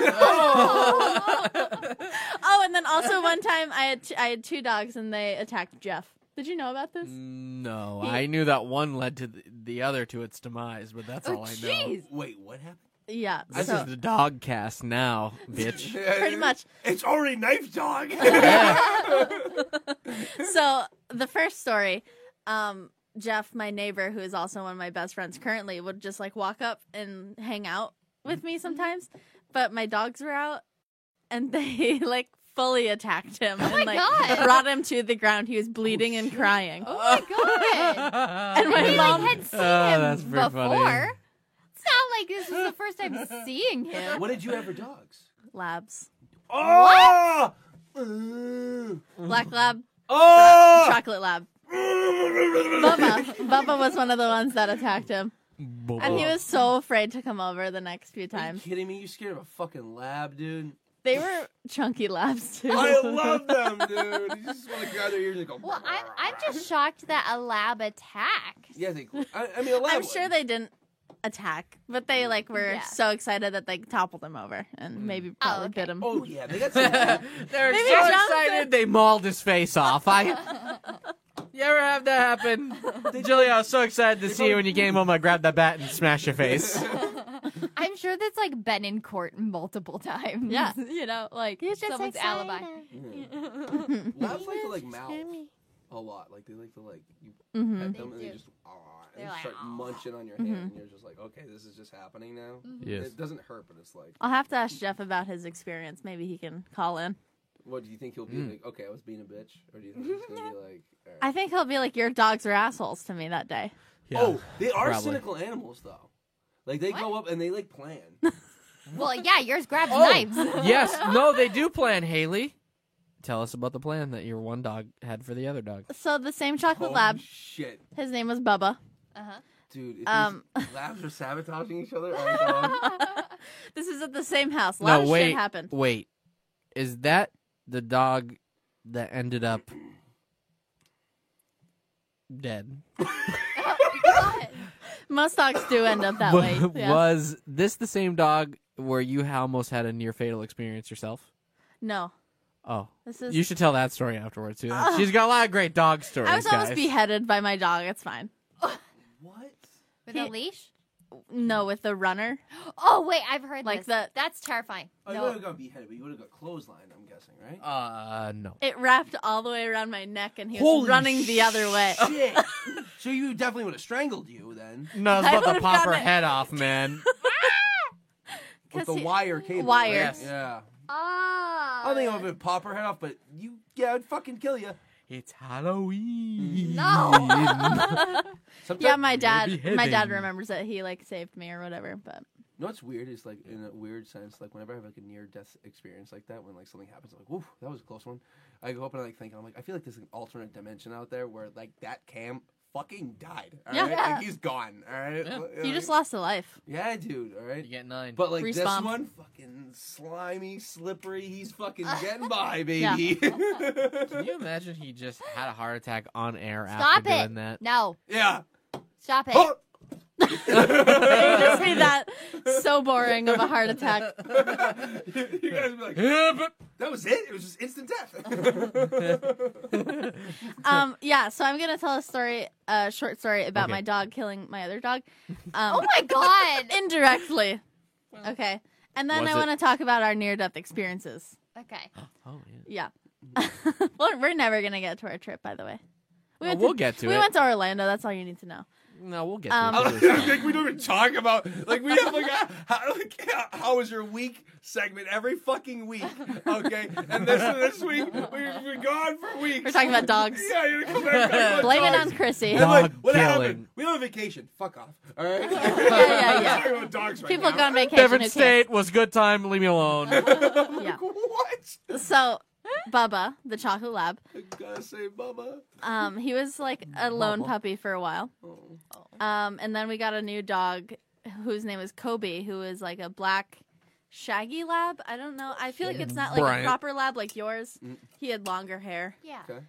[SPEAKER 4] was my friend.
[SPEAKER 6] [LAUGHS]
[SPEAKER 4] oh, and then also one time I had t- I had two dogs and they attacked Jeff. Did you know about this?
[SPEAKER 6] Mm. No,
[SPEAKER 4] He-
[SPEAKER 6] I knew that one led to the, the other to its demise, but that's all I know.
[SPEAKER 3] Wait, what happened?
[SPEAKER 4] Yeah.
[SPEAKER 6] This
[SPEAKER 4] so
[SPEAKER 6] is the dog cast now, [LAUGHS] bitch.
[SPEAKER 4] pretty much.
[SPEAKER 1] It's already knife
[SPEAKER 6] [LAUGHS]
[SPEAKER 1] dog.
[SPEAKER 4] [LAUGHS] So the first story, um, Jeff, my neighbor, who is also one of my best friends currently, would just like walk up and hang out with me sometimes. But my dogs were out, and [LAUGHS] they like fully attacked him and like
[SPEAKER 5] God.
[SPEAKER 4] brought him to the ground. He was bleeding and crying.
[SPEAKER 5] Oh my
[SPEAKER 4] [LAUGHS]
[SPEAKER 5] god.
[SPEAKER 6] and
[SPEAKER 4] my
[SPEAKER 5] we
[SPEAKER 4] mom-
[SPEAKER 5] like had seen
[SPEAKER 6] Oh,
[SPEAKER 5] him
[SPEAKER 6] Ah, that's pretty
[SPEAKER 5] before.
[SPEAKER 6] funny.
[SPEAKER 5] It's not like this was the first time seeing him.
[SPEAKER 3] What did you have for dogs?
[SPEAKER 4] Labs,
[SPEAKER 1] oh!
[SPEAKER 4] black lab,
[SPEAKER 1] Oh!
[SPEAKER 4] chocolate lab. Bubba, Bubba was one of the ones that attacked him, and he was so afraid to come over the next few
[SPEAKER 3] Are you
[SPEAKER 4] times.
[SPEAKER 3] kidding me? You scared of a fucking lab, dude?
[SPEAKER 4] They were chunky labs too.
[SPEAKER 3] [LAUGHS]
[SPEAKER 4] [LAUGHS]
[SPEAKER 3] I love them, dude. You just want to grab their ears and go.
[SPEAKER 5] Well, I'm, I'm just shocked that a lab attacked.
[SPEAKER 3] Yeah, they, I, I mean, a lab.
[SPEAKER 4] I'm sure they didn't attack, but they like were
[SPEAKER 5] Yeah.
[SPEAKER 4] so excited that they toppled him over
[SPEAKER 6] Mm.
[SPEAKER 4] and maybe probably
[SPEAKER 5] okay.
[SPEAKER 4] bit him.
[SPEAKER 5] [LAUGHS]
[SPEAKER 3] Oh yeah, they got [LAUGHS] some.
[SPEAKER 6] They're
[SPEAKER 4] Maybe
[SPEAKER 6] so
[SPEAKER 4] John
[SPEAKER 6] excited
[SPEAKER 4] said-
[SPEAKER 6] they mauled his face off. I. [LAUGHS] You ever have that happen? [LAUGHS] Julia, I was so excited to see you when you came home. I grabbed that bat and smashed your
[SPEAKER 5] [LAUGHS]
[SPEAKER 6] face.
[SPEAKER 5] I'm sure that's like been in court multiple [LAUGHS]
[SPEAKER 4] [LAUGHS]
[SPEAKER 5] times.
[SPEAKER 4] Yeah.
[SPEAKER 5] you know, like someone's alibi.
[SPEAKER 3] Labs like to like mouth a lot. Like they like to like you
[SPEAKER 4] hmm
[SPEAKER 3] pet them and they
[SPEAKER 5] Mm-hmm. do.
[SPEAKER 3] just ah, and
[SPEAKER 5] They're
[SPEAKER 3] they
[SPEAKER 5] like,
[SPEAKER 3] start
[SPEAKER 5] "Ah."
[SPEAKER 3] munching on your hand, and you're just like, okay, this is just happening now.
[SPEAKER 5] Mm-hmm.
[SPEAKER 6] Yes.
[SPEAKER 3] It doesn't hurt, but it's like,
[SPEAKER 4] I'll have to ask Jeff about his experience. Maybe he can call in.
[SPEAKER 3] what do you think he'll be like? Okay, I was being a bitch, or do you think he's
[SPEAKER 5] [LAUGHS]
[SPEAKER 3] gonna be like? all right.
[SPEAKER 4] I think he'll be like, "Your dogs are assholes to me that day."
[SPEAKER 6] [LAUGHS] Yeah.
[SPEAKER 3] Oh, they are
[SPEAKER 6] probably.
[SPEAKER 3] cynical animals though. Like they go up and they like
[SPEAKER 4] [LAUGHS]
[SPEAKER 3] plan.
[SPEAKER 5] Well, yeah, yours grabs
[SPEAKER 6] Oh,
[SPEAKER 5] knives. [LAUGHS]
[SPEAKER 6] yes. No, they do plan, Haley. Tell us about the plan that your one dog had for the other dog.
[SPEAKER 4] So the same chocolate
[SPEAKER 3] Holy
[SPEAKER 4] lab.
[SPEAKER 3] shit,
[SPEAKER 4] His name was Bubba.
[SPEAKER 5] Uh-huh.
[SPEAKER 3] dude! If
[SPEAKER 4] Um.
[SPEAKER 3] these [LAUGHS] labs are sabotaging each other. oh,
[SPEAKER 4] [LAUGHS]
[SPEAKER 3] I'm done.
[SPEAKER 4] This is at the same house. A lot
[SPEAKER 6] no,
[SPEAKER 4] of
[SPEAKER 6] wait.
[SPEAKER 4] shit happened.
[SPEAKER 6] Wait. Is that the dog that ended up dead?
[SPEAKER 4] Most dogs do end up that
[SPEAKER 6] [LAUGHS] Wa-
[SPEAKER 4] way. Yeah.
[SPEAKER 6] Was this the same dog where you almost had a near fatal experience yourself?
[SPEAKER 4] No,
[SPEAKER 6] Oh.
[SPEAKER 4] this is.
[SPEAKER 6] You should tell that story afterwards too. She's got a lot of great dog stories.
[SPEAKER 4] I was almost
[SPEAKER 6] guys.
[SPEAKER 4] beheaded by my dog. It's fine.
[SPEAKER 3] what?
[SPEAKER 5] With a leash?
[SPEAKER 4] No, with the runner.
[SPEAKER 5] Oh wait, I've heard
[SPEAKER 4] Like
[SPEAKER 5] this.
[SPEAKER 4] the-
[SPEAKER 5] That's terrifying.
[SPEAKER 3] Oh, you
[SPEAKER 5] No.
[SPEAKER 3] would have got beheaded, but you would have got clotheslined. I'm guessing, right?
[SPEAKER 6] Uh, no.
[SPEAKER 4] It wrapped all the way around my neck, and he was
[SPEAKER 6] Holy
[SPEAKER 4] running the other
[SPEAKER 6] [LAUGHS]
[SPEAKER 4] way.
[SPEAKER 3] Shit. so you definitely would have strangled you then
[SPEAKER 6] No,
[SPEAKER 4] [LAUGHS]
[SPEAKER 6] it's
[SPEAKER 4] I
[SPEAKER 6] about to
[SPEAKER 4] would've
[SPEAKER 6] pop her
[SPEAKER 4] gotten it.
[SPEAKER 6] head off,
[SPEAKER 4] [LAUGHS]
[SPEAKER 6] man.
[SPEAKER 3] with
[SPEAKER 4] 'Cause
[SPEAKER 3] the
[SPEAKER 4] he-
[SPEAKER 3] wire cable.
[SPEAKER 4] wire.
[SPEAKER 3] right?
[SPEAKER 4] Yes.
[SPEAKER 3] Yeah.
[SPEAKER 5] Ah.
[SPEAKER 3] I don't think I'm gonna pop her head off, but you, yeah, I'd fucking kill you.
[SPEAKER 6] it's Halloween.
[SPEAKER 5] No.
[SPEAKER 4] Yeah, my dad.
[SPEAKER 6] Maybe
[SPEAKER 4] My dad
[SPEAKER 6] heading.
[SPEAKER 4] remembers that he like saved me or whatever. But
[SPEAKER 3] You know what's weird is like in a weird sense, like whenever I have like a near death experience like that, when like something happens, I'm like, woof, that was a close one. I go up and I like think I'm like, I feel like there's an alternate dimension out there where like that cam fucking died. All right,
[SPEAKER 4] Yeah.
[SPEAKER 3] Like, he's gone. All right,
[SPEAKER 6] Yeah.
[SPEAKER 3] Like-
[SPEAKER 4] You just lost a life. [LAUGHS]
[SPEAKER 3] Yeah, dude. All right.
[SPEAKER 6] You get nine.
[SPEAKER 3] But like this
[SPEAKER 4] Respawn.
[SPEAKER 3] one, fucking slimy, slippery. He's fucking getting by,
[SPEAKER 4] [LAUGHS]
[SPEAKER 3] baby.
[SPEAKER 6] Can you imagine he just had a heart attack on air
[SPEAKER 5] Stop
[SPEAKER 6] after
[SPEAKER 5] it.
[SPEAKER 6] doing [LAUGHS] that?
[SPEAKER 5] No,
[SPEAKER 3] yeah.
[SPEAKER 5] stop it.
[SPEAKER 3] Oh!
[SPEAKER 4] It would just be that so boring of a heart
[SPEAKER 6] [LAUGHS]
[SPEAKER 4] attack.
[SPEAKER 3] [LAUGHS] you guys would be like, that was it. It was just instant
[SPEAKER 4] [LAUGHS]
[SPEAKER 3] death.
[SPEAKER 4] Um, yeah, so I'm gonna tell a story, a short story about my dog killing my other
[SPEAKER 6] [LAUGHS]
[SPEAKER 4] dog. Um,
[SPEAKER 5] Oh my
[SPEAKER 3] [LAUGHS]
[SPEAKER 5] god.
[SPEAKER 4] indirectly. Okay, and then
[SPEAKER 6] Was
[SPEAKER 4] I
[SPEAKER 6] it-
[SPEAKER 4] want to talk about our near-death experiences.
[SPEAKER 5] okay.
[SPEAKER 6] [LAUGHS] Oh yeah.
[SPEAKER 4] Yeah, [LAUGHS] well, we're never gonna get to our trip, by the way.
[SPEAKER 6] We will get to
[SPEAKER 4] we
[SPEAKER 6] it.
[SPEAKER 4] went to Orlando. That's all you need to know.
[SPEAKER 6] no, we'll get
[SPEAKER 4] Um,
[SPEAKER 6] [LAUGHS] to it. It's
[SPEAKER 3] like we don't even talk about like we have like a how, like, how- how was your week segment every fucking week, okay? And this this week we, we're gone for weeks.
[SPEAKER 4] We're talking about dogs.
[SPEAKER 3] Yeah, you're gonna come back. talk about
[SPEAKER 4] Blame it on
[SPEAKER 3] dogs.
[SPEAKER 4] Chrissy.
[SPEAKER 3] I'm like,
[SPEAKER 6] Dog
[SPEAKER 3] what
[SPEAKER 6] killing.
[SPEAKER 3] happened? We on vacation. Fuck off. All right.
[SPEAKER 4] [LAUGHS] yeah, yeah.
[SPEAKER 3] We're talking about dogs right
[SPEAKER 4] People
[SPEAKER 3] now.
[SPEAKER 4] go
[SPEAKER 3] [LAUGHS]
[SPEAKER 4] on vacation.
[SPEAKER 6] Different
[SPEAKER 4] who
[SPEAKER 6] state was good time. Leave me alone.
[SPEAKER 4] cares? Yeah.
[SPEAKER 3] What?
[SPEAKER 4] So, Bubba, the chocolate lab,
[SPEAKER 3] I gotta say, Bubba.
[SPEAKER 4] um, he was like a lone puppy for a while.
[SPEAKER 3] Oh.
[SPEAKER 4] Um, and then we got a new dog whose name is Kobe, who is like a black shaggy lab. I don't know. I feel like it's not like
[SPEAKER 6] Bryant.
[SPEAKER 4] a proper lab like yours.
[SPEAKER 3] Mm.
[SPEAKER 4] He had longer hair.
[SPEAKER 5] Yeah.
[SPEAKER 3] Okay.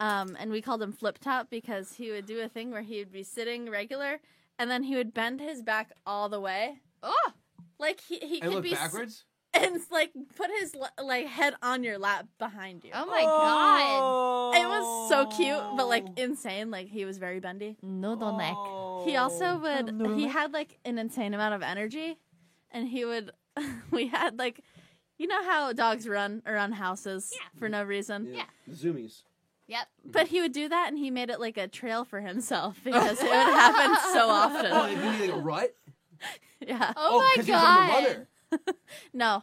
[SPEAKER 4] Um, and we called him Flip Top because he would do a thing where he would be sitting regular and then he would bend his back all the way.
[SPEAKER 5] Oh,
[SPEAKER 4] Like he, he
[SPEAKER 3] And
[SPEAKER 4] could
[SPEAKER 3] look
[SPEAKER 4] be s-
[SPEAKER 3] backwards.
[SPEAKER 4] [LAUGHS] and like put his le- like head on your lap behind you.
[SPEAKER 5] oh my god.
[SPEAKER 4] It was so cute, but
[SPEAKER 2] Oh.
[SPEAKER 4] like insane. Like he was very bendy.
[SPEAKER 3] Oh.
[SPEAKER 5] Noodle neck.
[SPEAKER 4] He
[SPEAKER 2] Oh,
[SPEAKER 4] also would. He had like an insane amount of energy, and he would. [LAUGHS] we had like, you know how dogs run around houses for no reason.
[SPEAKER 3] Yeah. Zoomies.
[SPEAKER 5] Yep.
[SPEAKER 4] But he would do that, and he made it like a trail for himself because it would happen so
[SPEAKER 3] Oh,
[SPEAKER 4] often.
[SPEAKER 3] it would be like a rut.
[SPEAKER 4] [LAUGHS] Yeah.
[SPEAKER 5] Oh, my
[SPEAKER 3] 'cause he was on the
[SPEAKER 5] god.
[SPEAKER 3] runner.
[SPEAKER 4] No,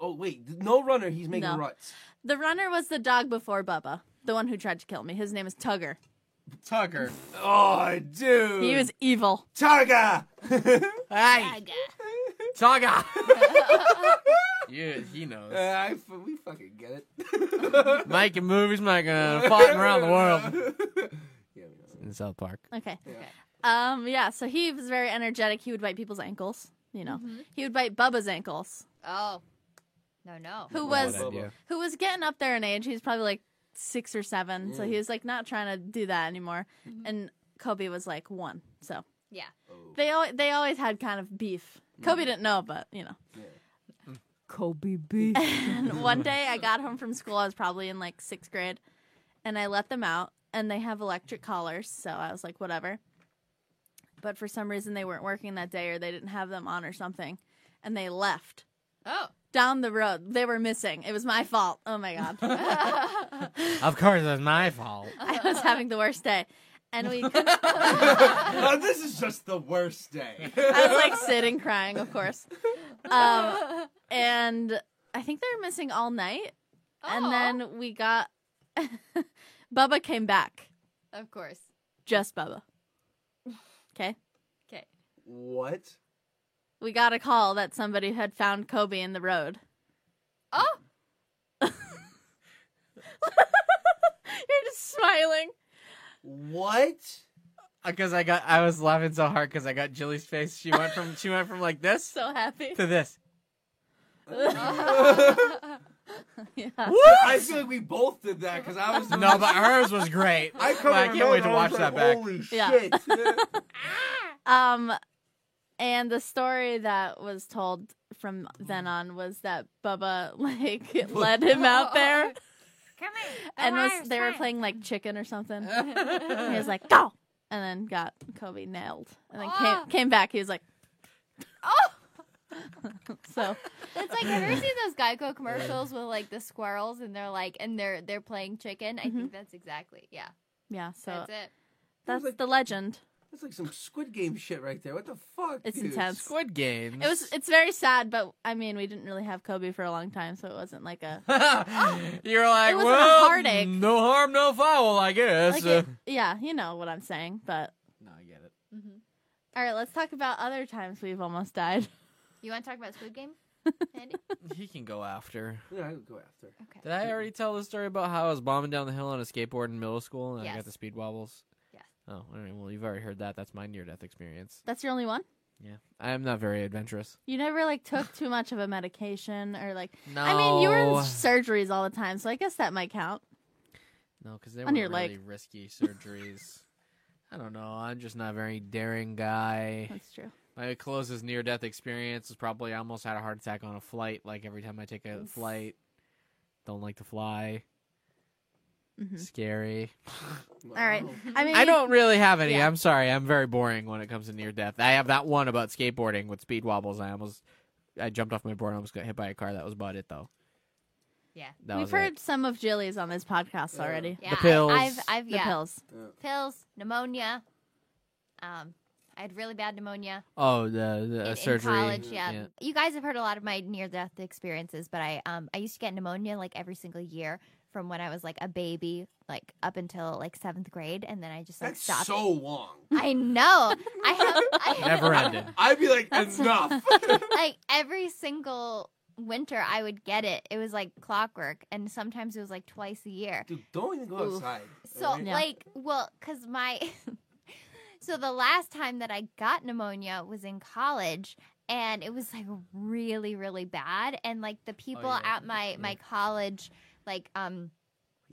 [SPEAKER 3] Oh wait, th- no runner. He's making
[SPEAKER 4] No.
[SPEAKER 3] ruts.
[SPEAKER 4] the runner was the dog before Bubba, the one who tried to kill me. His name is Tugger.
[SPEAKER 6] Tucker.
[SPEAKER 3] Oh, dude.
[SPEAKER 4] He was evil.
[SPEAKER 6] [LAUGHS]
[SPEAKER 3] Targa.
[SPEAKER 6] Hey,
[SPEAKER 5] Gaga.
[SPEAKER 6] Tucker. [LAUGHS] yeah, he knows.
[SPEAKER 3] Uh, I f- we fucking get it.
[SPEAKER 6] [LAUGHS] Making
[SPEAKER 3] [LAUGHS]
[SPEAKER 6] movies, making fighting uh, around the world
[SPEAKER 3] yeah, we know. [LAUGHS]
[SPEAKER 6] in South Park.
[SPEAKER 4] Okay.
[SPEAKER 3] Yeah.
[SPEAKER 4] Um. Yeah. So he was very energetic. He would bite people's ankles. You know, he would bite Bubba's ankles.
[SPEAKER 5] Oh.
[SPEAKER 4] [LAUGHS]
[SPEAKER 5] No, no.
[SPEAKER 4] Who
[SPEAKER 6] What
[SPEAKER 4] was
[SPEAKER 3] Bubba.
[SPEAKER 6] idea.
[SPEAKER 4] who was getting up there in age. He was probably like six or seven, so he was like not trying to do that anymore. And Kobe was like one, so
[SPEAKER 5] Yeah.
[SPEAKER 4] they al- they always had kind of beef. Kobe didn't know, but you know.
[SPEAKER 5] Kobe
[SPEAKER 4] [LAUGHS]
[SPEAKER 5] B.
[SPEAKER 4] And one day I got home from school. I was probably in like sixth grade, and I let them out, and they have electric collars, so I was like, whatever. But for some reason, they weren't working that day, or they didn't have them on, or something, and they left
[SPEAKER 5] Oh.
[SPEAKER 4] down the road. They were missing. It was my fault. Oh my god. [LAUGHS]
[SPEAKER 6] Of course, that's my fault.
[SPEAKER 4] I was having the worst day. And we couldn't,
[SPEAKER 3] Oh, this is just the worst day.
[SPEAKER 4] [LAUGHS] I was like sitting crying, of course.
[SPEAKER 5] [LAUGHS]
[SPEAKER 4] Um, and I think they were missing all night.
[SPEAKER 5] Aw.
[SPEAKER 4] And then we got [LAUGHS] Bubba came back.
[SPEAKER 5] Of course.
[SPEAKER 4] Just Bubba. Okay.
[SPEAKER 5] Okay.
[SPEAKER 3] what?
[SPEAKER 4] We got a call that somebody had found Kobe in the road. [LAUGHS]
[SPEAKER 5] Oh.
[SPEAKER 4] You're just smiling.
[SPEAKER 3] What?
[SPEAKER 6] Because Uh, I got, I was laughing so hard because I got Jilly's face. She went from, she went from like this
[SPEAKER 4] So
[SPEAKER 6] [LAUGHS]
[SPEAKER 4] happy.
[SPEAKER 3] [LAUGHS]
[SPEAKER 6] to this.
[SPEAKER 4] Yeah.
[SPEAKER 3] I feel like we both did that because I was.
[SPEAKER 6] No, but hers was great.
[SPEAKER 3] I, couldn't
[SPEAKER 6] I can't
[SPEAKER 3] remember.
[SPEAKER 6] wait to
[SPEAKER 3] I
[SPEAKER 6] watch
[SPEAKER 3] was
[SPEAKER 6] that
[SPEAKER 3] like,
[SPEAKER 6] back.
[SPEAKER 3] Holy
[SPEAKER 4] Yeah.
[SPEAKER 6] [LAUGHS]
[SPEAKER 3] shit!
[SPEAKER 4] Um, and the story that was told from then on was that Bubba [LAUGHS] like led
[SPEAKER 5] Oh,
[SPEAKER 4] him out there
[SPEAKER 5] Come here.
[SPEAKER 4] and was they were playing like chicken or something. And he was like go, and then got Kobe nailed, and then
[SPEAKER 5] Ah.
[SPEAKER 4] came came back. He was like, oh. [LAUGHS] so
[SPEAKER 5] It's like have you ever seen those
[SPEAKER 4] [LAUGHS]
[SPEAKER 5] Geico commercials with like the squirrels and they're like and they're they're playing chicken? I think that's exactly yeah.
[SPEAKER 4] yeah, Mm-hmm. so
[SPEAKER 5] That's it.
[SPEAKER 4] that's the legend.
[SPEAKER 3] That's like some Squid Game shit right there. What the fuck?
[SPEAKER 4] It's
[SPEAKER 3] dude?
[SPEAKER 4] intense.
[SPEAKER 6] Squid Games.
[SPEAKER 4] It was it's very sad, but I mean we didn't really have Kobe for a long time, so it wasn't like a
[SPEAKER 6] [LAUGHS] You're like,
[SPEAKER 4] wasn't a
[SPEAKER 6] well,
[SPEAKER 4] heartache."
[SPEAKER 6] no harm, no foul, I guess.
[SPEAKER 4] like
[SPEAKER 6] Uh,
[SPEAKER 4] it, yeah, you know what I'm saying, but.
[SPEAKER 6] no, I get it.
[SPEAKER 5] Mm-hmm.
[SPEAKER 4] All right, let's talk about other times we've almost died. [LAUGHS]
[SPEAKER 5] You want to talk about Squid Game? Andy?
[SPEAKER 6] He can go after.
[SPEAKER 3] Yeah, I would go after.
[SPEAKER 5] Okay.
[SPEAKER 6] Did I already tell the story about how I was bombing down the hill on a skateboard in middle school and I
[SPEAKER 5] Yes.
[SPEAKER 6] got the speed wobbles?
[SPEAKER 5] Yes.
[SPEAKER 6] Oh, all right. Well, you've already heard that. That's my near death experience.
[SPEAKER 4] That's your only one?
[SPEAKER 6] Yeah. I am not very adventurous.
[SPEAKER 4] You never like
[SPEAKER 6] [SIGHS]
[SPEAKER 4] took too much of a medication or like I mean you were in
[SPEAKER 6] No.
[SPEAKER 4] surgeries all the time, so I guess that might count.
[SPEAKER 6] No, because they
[SPEAKER 4] On
[SPEAKER 6] were
[SPEAKER 4] your leg.
[SPEAKER 6] really risky surgeries. [LAUGHS] I don't know. I'm just not a very daring guy.
[SPEAKER 4] That's true.
[SPEAKER 6] My closest near death experience is probably I almost had a heart attack on a flight. Like every time I take a flight, don't like to fly.
[SPEAKER 5] Mm-hmm.
[SPEAKER 4] Mhm.
[SPEAKER 6] Scary.
[SPEAKER 4] All right. I mean
[SPEAKER 6] I don't really have any.
[SPEAKER 4] Yeah.
[SPEAKER 6] I'm sorry. I'm very boring when it comes to near death. I have that one about skateboarding with speed wobbles. I almost, I jumped off my board. and almost got hit by a car. That was about it, though.
[SPEAKER 5] Yeah.
[SPEAKER 6] That
[SPEAKER 4] we've
[SPEAKER 6] was it.
[SPEAKER 4] heard some of Jilly's on this podcast already.
[SPEAKER 5] Yeah.
[SPEAKER 6] pills.
[SPEAKER 5] I, have I've
[SPEAKER 4] The
[SPEAKER 5] yeah.
[SPEAKER 4] pills.
[SPEAKER 5] Pills, Pneumonia. Um, I had really bad pneumonia
[SPEAKER 6] Oh, the, the
[SPEAKER 5] in, in
[SPEAKER 6] surgery.
[SPEAKER 5] college. Yeah. You guys have heard a lot of my near death experiences, but I um I used to get pneumonia like every single year from when I was like a baby, like up until like seventh grade, and then I just like
[SPEAKER 3] That's
[SPEAKER 5] stopped.
[SPEAKER 3] so long.
[SPEAKER 5] I know. I have
[SPEAKER 3] [LAUGHS]
[SPEAKER 5] I
[SPEAKER 6] Never
[SPEAKER 5] [LAUGHS]
[SPEAKER 6] ended.
[SPEAKER 3] I'd be like, enough. [LAUGHS]
[SPEAKER 5] like every single winter I would get it. It was like clockwork and sometimes it was like twice a year.
[SPEAKER 3] Dude, don't even go
[SPEAKER 4] Oof.
[SPEAKER 3] outside.
[SPEAKER 5] So
[SPEAKER 3] alright?
[SPEAKER 4] Yeah.
[SPEAKER 5] like, well, cause my, [LAUGHS] so the last time that I got pneumonia was in college, and it was like really, really bad, and like
[SPEAKER 3] Oh,
[SPEAKER 5] the people
[SPEAKER 6] yeah.
[SPEAKER 5] at my my college, like, um,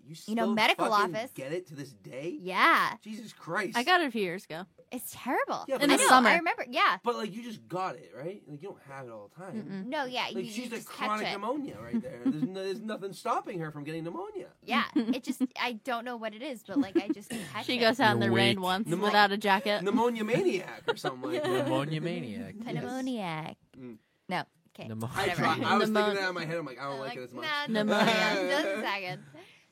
[SPEAKER 3] you,
[SPEAKER 5] you know,
[SPEAKER 3] still
[SPEAKER 5] medical
[SPEAKER 3] fucking
[SPEAKER 5] office.
[SPEAKER 3] Get it to this day?
[SPEAKER 5] yeah,
[SPEAKER 3] Jesus Christ.
[SPEAKER 4] I got it a few years ago.
[SPEAKER 5] it's terrible.
[SPEAKER 3] Yeah,
[SPEAKER 5] I
[SPEAKER 3] but
[SPEAKER 5] know.
[SPEAKER 4] in the summer.
[SPEAKER 5] I remember. Yeah.
[SPEAKER 3] But like, you just got it, right? Like, you don't have it all the time.
[SPEAKER 4] Mm-mm.
[SPEAKER 5] No. Yeah. you,
[SPEAKER 3] Like,
[SPEAKER 5] you
[SPEAKER 3] she's like
[SPEAKER 5] just catch
[SPEAKER 3] chronic
[SPEAKER 5] it.
[SPEAKER 3] pneumonia right there. There's, no, there's nothing stopping her from getting pneumonia. [LAUGHS]
[SPEAKER 5] Yeah. It just. I don't know what it is, but like, I just
[SPEAKER 4] [LAUGHS]
[SPEAKER 5] catch
[SPEAKER 4] She
[SPEAKER 5] it.
[SPEAKER 4] goes out in the
[SPEAKER 6] You're
[SPEAKER 4] rain
[SPEAKER 6] weak.
[SPEAKER 4] once
[SPEAKER 3] Pneumo-
[SPEAKER 4] without a jacket.
[SPEAKER 3] Pneumonia maniac or something like that.
[SPEAKER 6] Pneumonia maniac.
[SPEAKER 3] Yes.
[SPEAKER 5] Pneumoniac.
[SPEAKER 3] Mm.
[SPEAKER 5] No. [LAUGHS] Okay.
[SPEAKER 6] Pneumonia.
[SPEAKER 3] I,
[SPEAKER 5] Whatever.
[SPEAKER 3] try, I was thinking
[SPEAKER 4] Pneumonia.
[SPEAKER 3] that in my head. I'm like, I don't like, it as much. [LAUGHS]
[SPEAKER 5] Nah,
[SPEAKER 4] Pneumonia.
[SPEAKER 5] just a second.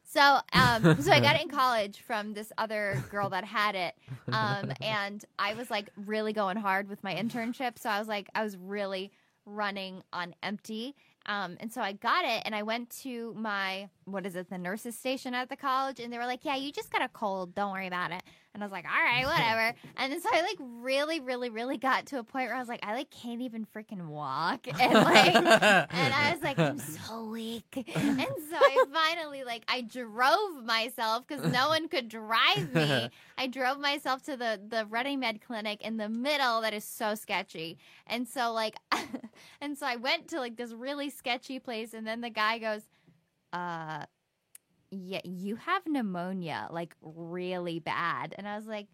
[SPEAKER 5] So, um, so I got it in college from this other girl that had it, um, and I was like really going hard with my internship. So I was like, I was really running on empty. Um, and so I got it, and I went to my what is it, the nurses' station at the college, and they were like, "Yeah, you just got a cold. Don't worry about it." And I was like, "All right, whatever." and then so I like really, really, really got to a point where I was like, "I like can't even freaking walk," [LAUGHS]
[SPEAKER 6] [LAUGHS]
[SPEAKER 5] and like and I was like, I'm so weak. And so I finally, like, I drove myself because no one could drive me. I drove myself to the the Reading Med Clinic in the middle that is so sketchy. And so like, [LAUGHS] and so I went to like this really sketchy place, and then the guy goes, uh. Yeah, you have pneumonia, like really bad. And I was like,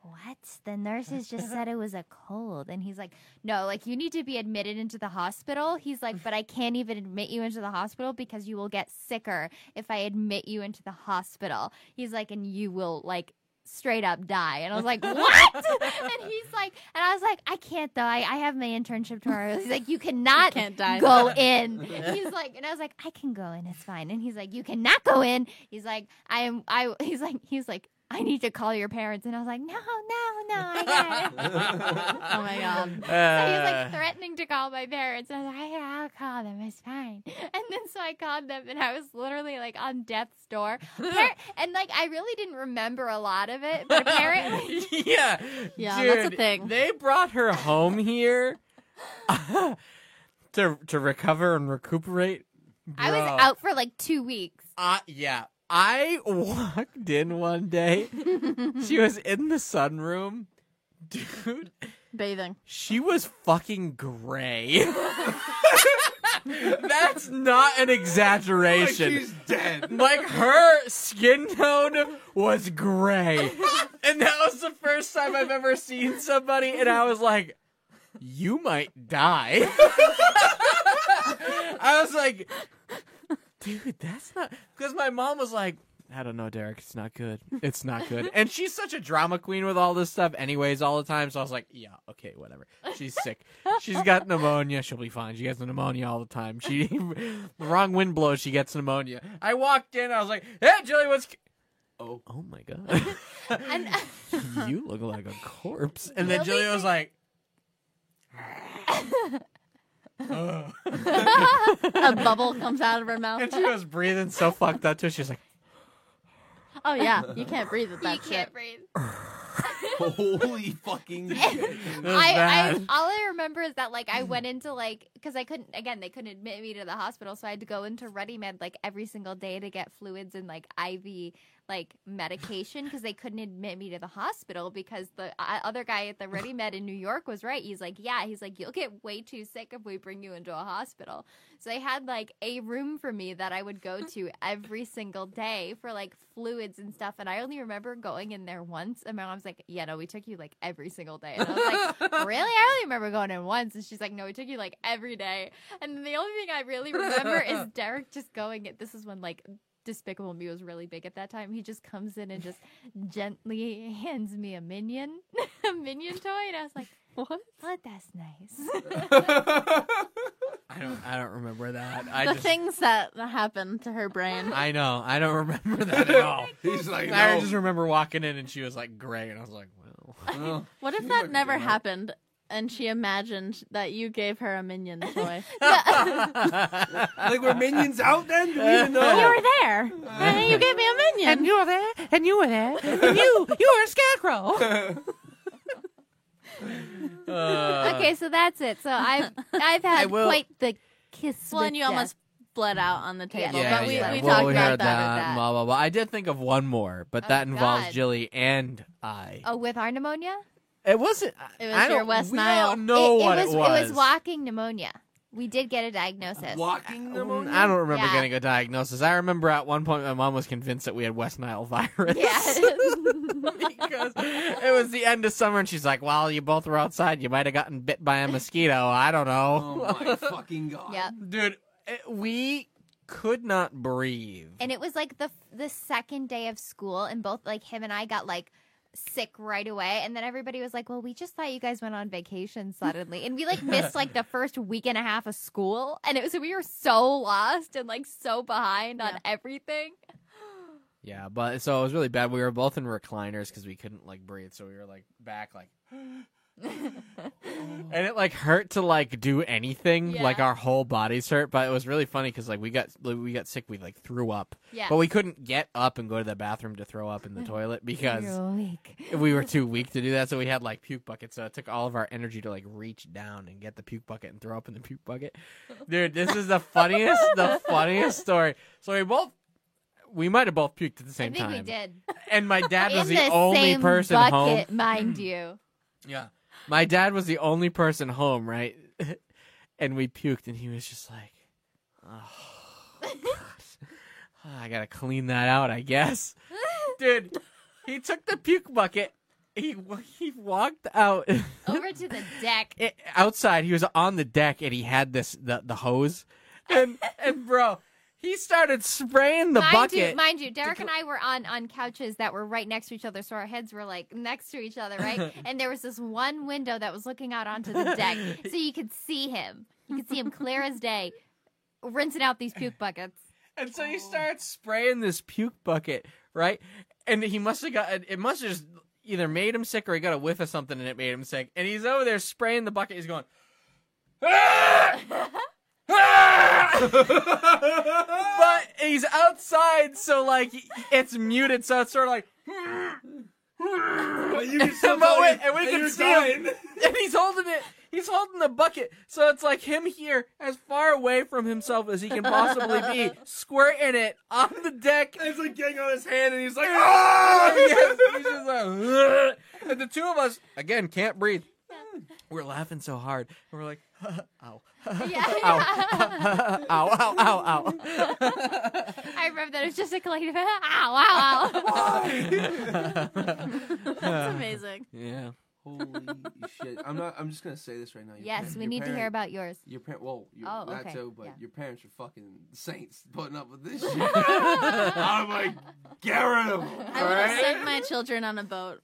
[SPEAKER 5] What? The nurses
[SPEAKER 4] [LAUGHS]
[SPEAKER 5] just said it was a cold. And he's like, no, like you need to be admitted into the hospital. He's like, but I can't even admit you into the hospital because you will get sicker if I admit you into the hospital. He's like, and you will like straight up die. And
[SPEAKER 4] [LAUGHS]
[SPEAKER 5] I was like, what? [LAUGHS] and he's like, and I was like, I can't die. I have my internship tomorrow. He's like, you cannot
[SPEAKER 4] can't die.
[SPEAKER 5] go in. He's like, and I was like, I can go in. It's fine. And he's like, you cannot go in. He's like, I am. I. [LAUGHS] He's like, he's like. I need to call your parents, and I was like, "No, no, no, I got it."
[SPEAKER 3] [LAUGHS]
[SPEAKER 4] Oh my
[SPEAKER 6] [LAUGHS]
[SPEAKER 4] god.
[SPEAKER 5] [LAUGHS] So he was
[SPEAKER 6] Uh.
[SPEAKER 5] like threatening to call my parents. I was like, "Yeah, I'll call them. It's fine. [LAUGHS] And then so I called them, and I was literally like on death's door. Appar- and like I really didn't remember a lot of it, but
[SPEAKER 6] [LAUGHS]
[SPEAKER 5] apparently,
[SPEAKER 6] yeah.
[SPEAKER 4] Yeah,
[SPEAKER 6] dude,
[SPEAKER 4] that's a thing.
[SPEAKER 6] They brought her home here [LAUGHS] to to recover and recuperate.
[SPEAKER 5] I was
[SPEAKER 6] Bro.
[SPEAKER 5] out for like two weeks.
[SPEAKER 6] Uh, yeah. I walked in one
[SPEAKER 4] [LAUGHS]
[SPEAKER 6] day. she was in the sunroom. Dude, [LAUGHS]
[SPEAKER 4] Bathing.
[SPEAKER 6] she was
[SPEAKER 4] [LAUGHS]
[SPEAKER 6] fucking gray. [LAUGHS] That's not an
[SPEAKER 3] Like,
[SPEAKER 6] exaggeration.
[SPEAKER 3] Oh, she's dead.
[SPEAKER 6] Like her skin tone was gray. and that was the first time I've ever seen somebody and I was like you might die. I was like dude, that's not cuz my mom was like I don't know, Derek. It's not good. It's not good. And she's such a drama queen with all this stuff, anyways, all the time. So I was like, yeah, okay, whatever. She's sick. She's got pneumonia. She'll be fine. She gets pneumonia all the time. She, the wrong wind blows, she gets pneumonia. I walked in. I was like, hey, Jilly, what's.
[SPEAKER 3] Oh.
[SPEAKER 6] oh my god.
[SPEAKER 5] [LAUGHS]
[SPEAKER 6] [LAUGHS]
[SPEAKER 5] And
[SPEAKER 6] you look like a corpse. And then
[SPEAKER 5] Really?
[SPEAKER 6] Jilly was like,
[SPEAKER 4] A bubble comes out of her mouth.
[SPEAKER 6] and she was breathing so fucked up too. She was like,
[SPEAKER 4] Oh yeah, you can't breathe with that
[SPEAKER 5] you
[SPEAKER 4] shit.
[SPEAKER 5] can't breathe.
[SPEAKER 3] Holy
[SPEAKER 5] [LAUGHS]
[SPEAKER 3] fucking shit.
[SPEAKER 6] "This is
[SPEAKER 5] I, I
[SPEAKER 6] bad."
[SPEAKER 5] all I remember is that like I went into like because I couldn't again they couldn't admit me to the hospital so I had to go into Ready Med like every single day to get fluids and like IV like medication because they couldn't admit me to the hospital because the uh, other guy at the Ready Med in New York was right. He's like, yeah, he's like, you'll get way too sick if we bring you into a hospital. So they had like a room for me that I would go to every single day for like fluids and stuff. And I only remember going in there once. And my mom's like, yeah, no, we took you like every single day. And I was like, really? I only remember going in once. And she's like, no, we took you like every day. And the only thing I really remember is Derek just going, this is when like Despicable Me was really big at that time. He just comes in and just gently hands me a minion, [LAUGHS] a minion toy, and I was like, "What? But that's nice."
[SPEAKER 6] I don't. I don't remember that. I
[SPEAKER 4] the
[SPEAKER 6] just.
[SPEAKER 4] things that happened to her brain.
[SPEAKER 6] I know. I don't remember that [LAUGHS] at all.
[SPEAKER 3] [LAUGHS] He's like,
[SPEAKER 6] I
[SPEAKER 3] no.
[SPEAKER 6] just remember walking in and she was like gray, and I was like, well.
[SPEAKER 3] Well,
[SPEAKER 4] What if
[SPEAKER 3] you might
[SPEAKER 4] that
[SPEAKER 3] be
[SPEAKER 4] never
[SPEAKER 3] right.
[SPEAKER 4] happened and she imagined that you gave her a
[SPEAKER 6] [LAUGHS]
[SPEAKER 4] minion toy?
[SPEAKER 3] Like, were minions out then? Do we even know? [LAUGHS]
[SPEAKER 4] you were there. [LAUGHS] and you gave me a minion.
[SPEAKER 2] you were there, and you were there, and you you were a scarecrow.
[SPEAKER 6] Uh,
[SPEAKER 5] okay, so that's it.
[SPEAKER 6] [LAUGHS]
[SPEAKER 5] So I've I've
[SPEAKER 6] I
[SPEAKER 5] had
[SPEAKER 6] will-
[SPEAKER 5] quite the kiss.
[SPEAKER 4] well, and
[SPEAKER 5] with
[SPEAKER 4] you
[SPEAKER 5] death.
[SPEAKER 4] almost bled out on the table.
[SPEAKER 6] Yeah,
[SPEAKER 4] but we,
[SPEAKER 6] yeah.
[SPEAKER 4] we
[SPEAKER 6] well,
[SPEAKER 4] talked
[SPEAKER 6] we
[SPEAKER 4] about
[SPEAKER 6] heard
[SPEAKER 4] that.
[SPEAKER 5] that.
[SPEAKER 6] Blah, blah, blah. I did think of one more, but
[SPEAKER 5] Oh,
[SPEAKER 6] that involves
[SPEAKER 5] God.
[SPEAKER 6] Jilly and I.
[SPEAKER 5] Oh, with our pneumonia.
[SPEAKER 6] It wasn't.
[SPEAKER 4] It was
[SPEAKER 6] I
[SPEAKER 4] your
[SPEAKER 6] don't-
[SPEAKER 4] West
[SPEAKER 6] we
[SPEAKER 4] Nile.
[SPEAKER 6] don't know
[SPEAKER 5] it,
[SPEAKER 6] what
[SPEAKER 5] it was.
[SPEAKER 6] it was.
[SPEAKER 5] walking pneumonia. We did get a diagnosis.
[SPEAKER 3] Walking
[SPEAKER 6] Mm,
[SPEAKER 3] pneumonia?
[SPEAKER 6] I don't remember
[SPEAKER 5] Yeah.
[SPEAKER 6] getting a diagnosis. I remember at one point my mom was convinced that we had West Nile
[SPEAKER 5] [LAUGHS]
[SPEAKER 6] virus.
[SPEAKER 5] [LAUGHS] Yeah.
[SPEAKER 6] because it was the end of summer and she's like, "Well, you both were outside. You might have gotten bit by a mosquito. I don't
[SPEAKER 3] Oh,
[SPEAKER 6] know."
[SPEAKER 5] [LAUGHS]
[SPEAKER 3] my fucking God.
[SPEAKER 5] yeah.
[SPEAKER 6] Dude, it- we could not breathe.
[SPEAKER 5] and it was like the the second day of school and both like him and i got like sick right away and then everybody was like well we just thought you guys went on vacation suddenly and we
[SPEAKER 6] [LAUGHS]
[SPEAKER 5] like missed like the first week and a half of school and it was we were so lost and like so behind on
[SPEAKER 4] Yeah.
[SPEAKER 5] everything
[SPEAKER 6] Yeah, but so it was really bad. We were both in recliners because we couldn't like breathe, so we were like back like. [GASPS] and it like hurt to like do anything.
[SPEAKER 5] Yeah.
[SPEAKER 6] Like our whole bodies hurt, but it was really funny because like we got we got sick. We like threw up,
[SPEAKER 5] yeah
[SPEAKER 6] but we couldn't get up and go to the bathroom to throw up in the toilet because
[SPEAKER 5] You're weak.
[SPEAKER 6] we were too weak to do that. So we had like puke buckets. So it took all of our energy to like reach down and get the puke bucket and throw up in the puke bucket. Dude, this
[SPEAKER 5] [LAUGHS]
[SPEAKER 6] is the funniest, the funniest story. So we both, we might have both puked at the
[SPEAKER 5] i
[SPEAKER 6] same
[SPEAKER 5] think
[SPEAKER 6] time.
[SPEAKER 5] we did
[SPEAKER 6] And my dad
[SPEAKER 5] in
[SPEAKER 6] was the,
[SPEAKER 5] the
[SPEAKER 6] only
[SPEAKER 5] same
[SPEAKER 6] person home.
[SPEAKER 5] bucket mind you
[SPEAKER 6] Yeah. My dad was the only person home, right? [LAUGHS] and we puked, and he was just like,
[SPEAKER 5] [LAUGHS]
[SPEAKER 6] oh, God. Oh, I gotta clean that out, I guess. Dude, he took the puke bucket. He wa- he walked out [LAUGHS]
[SPEAKER 5] over to the deck
[SPEAKER 6] it, outside. He was on the deck, and he had this the, the hose, and and bro, he started spraying the
[SPEAKER 5] mind
[SPEAKER 6] bucket.
[SPEAKER 5] You, mind you, Derek and I were on on couches that were right next to each other, so our heads were like next to each other, right? and there was this one window that was looking out onto the deck, so you could see him. You could see him clear as day, rinsing out these puke buckets.
[SPEAKER 6] And so he starts spraying this puke bucket, right? And he must have got it must have just either made him sick or he got a whiff of something and it made him sick. And he's over there spraying the bucket. He's going, "Ah!" [LAUGHS] but he's outside, so like it's muted, so it's sort of like.
[SPEAKER 3] But you [LAUGHS]
[SPEAKER 2] [LAUGHS]
[SPEAKER 3] can still
[SPEAKER 6] But
[SPEAKER 3] tell
[SPEAKER 6] wait,
[SPEAKER 3] you-
[SPEAKER 6] and we
[SPEAKER 3] that
[SPEAKER 6] can
[SPEAKER 3] you're
[SPEAKER 6] see him.
[SPEAKER 3] [LAUGHS] dying.
[SPEAKER 6] [LAUGHS] and he's holding it. He's holding the bucket, so it's like him here, as far away from himself as he can possibly
[SPEAKER 3] [LAUGHS]
[SPEAKER 6] be, squirting it on the deck.
[SPEAKER 3] It's like getting on his hand, and he's [LAUGHS] like, "Ah!"
[SPEAKER 6] Yes, he's just like, [LAUGHS] "Ugh." and the two of us again can't breathe. We're laughing so hard. We're like, [LAUGHS] ow,
[SPEAKER 5] Yeah,
[SPEAKER 6] [LAUGHS] ow, [LAUGHS] ow, ow, ow,
[SPEAKER 5] I remember that it was just a collective. [LAUGHS] ow, ow, ow.
[SPEAKER 6] [LAUGHS]
[SPEAKER 4] [LAUGHS] That's amazing.
[SPEAKER 6] yeah. [LAUGHS]
[SPEAKER 3] Holy shit! I'm not. I'm just gonna say this right now. Your
[SPEAKER 5] yes,
[SPEAKER 3] par-
[SPEAKER 5] we
[SPEAKER 3] your
[SPEAKER 5] need to hear
[SPEAKER 3] parent-
[SPEAKER 5] about yours.
[SPEAKER 3] your parent. Well, your,
[SPEAKER 5] Oh,
[SPEAKER 3] that
[SPEAKER 5] okay,
[SPEAKER 3] too, but
[SPEAKER 5] yeah.
[SPEAKER 3] your parents are fucking saints putting up with [LAUGHS] this shit. I'm like, get rid of 'em,
[SPEAKER 4] I would have
[SPEAKER 3] alright?
[SPEAKER 4] sent my children on a boat.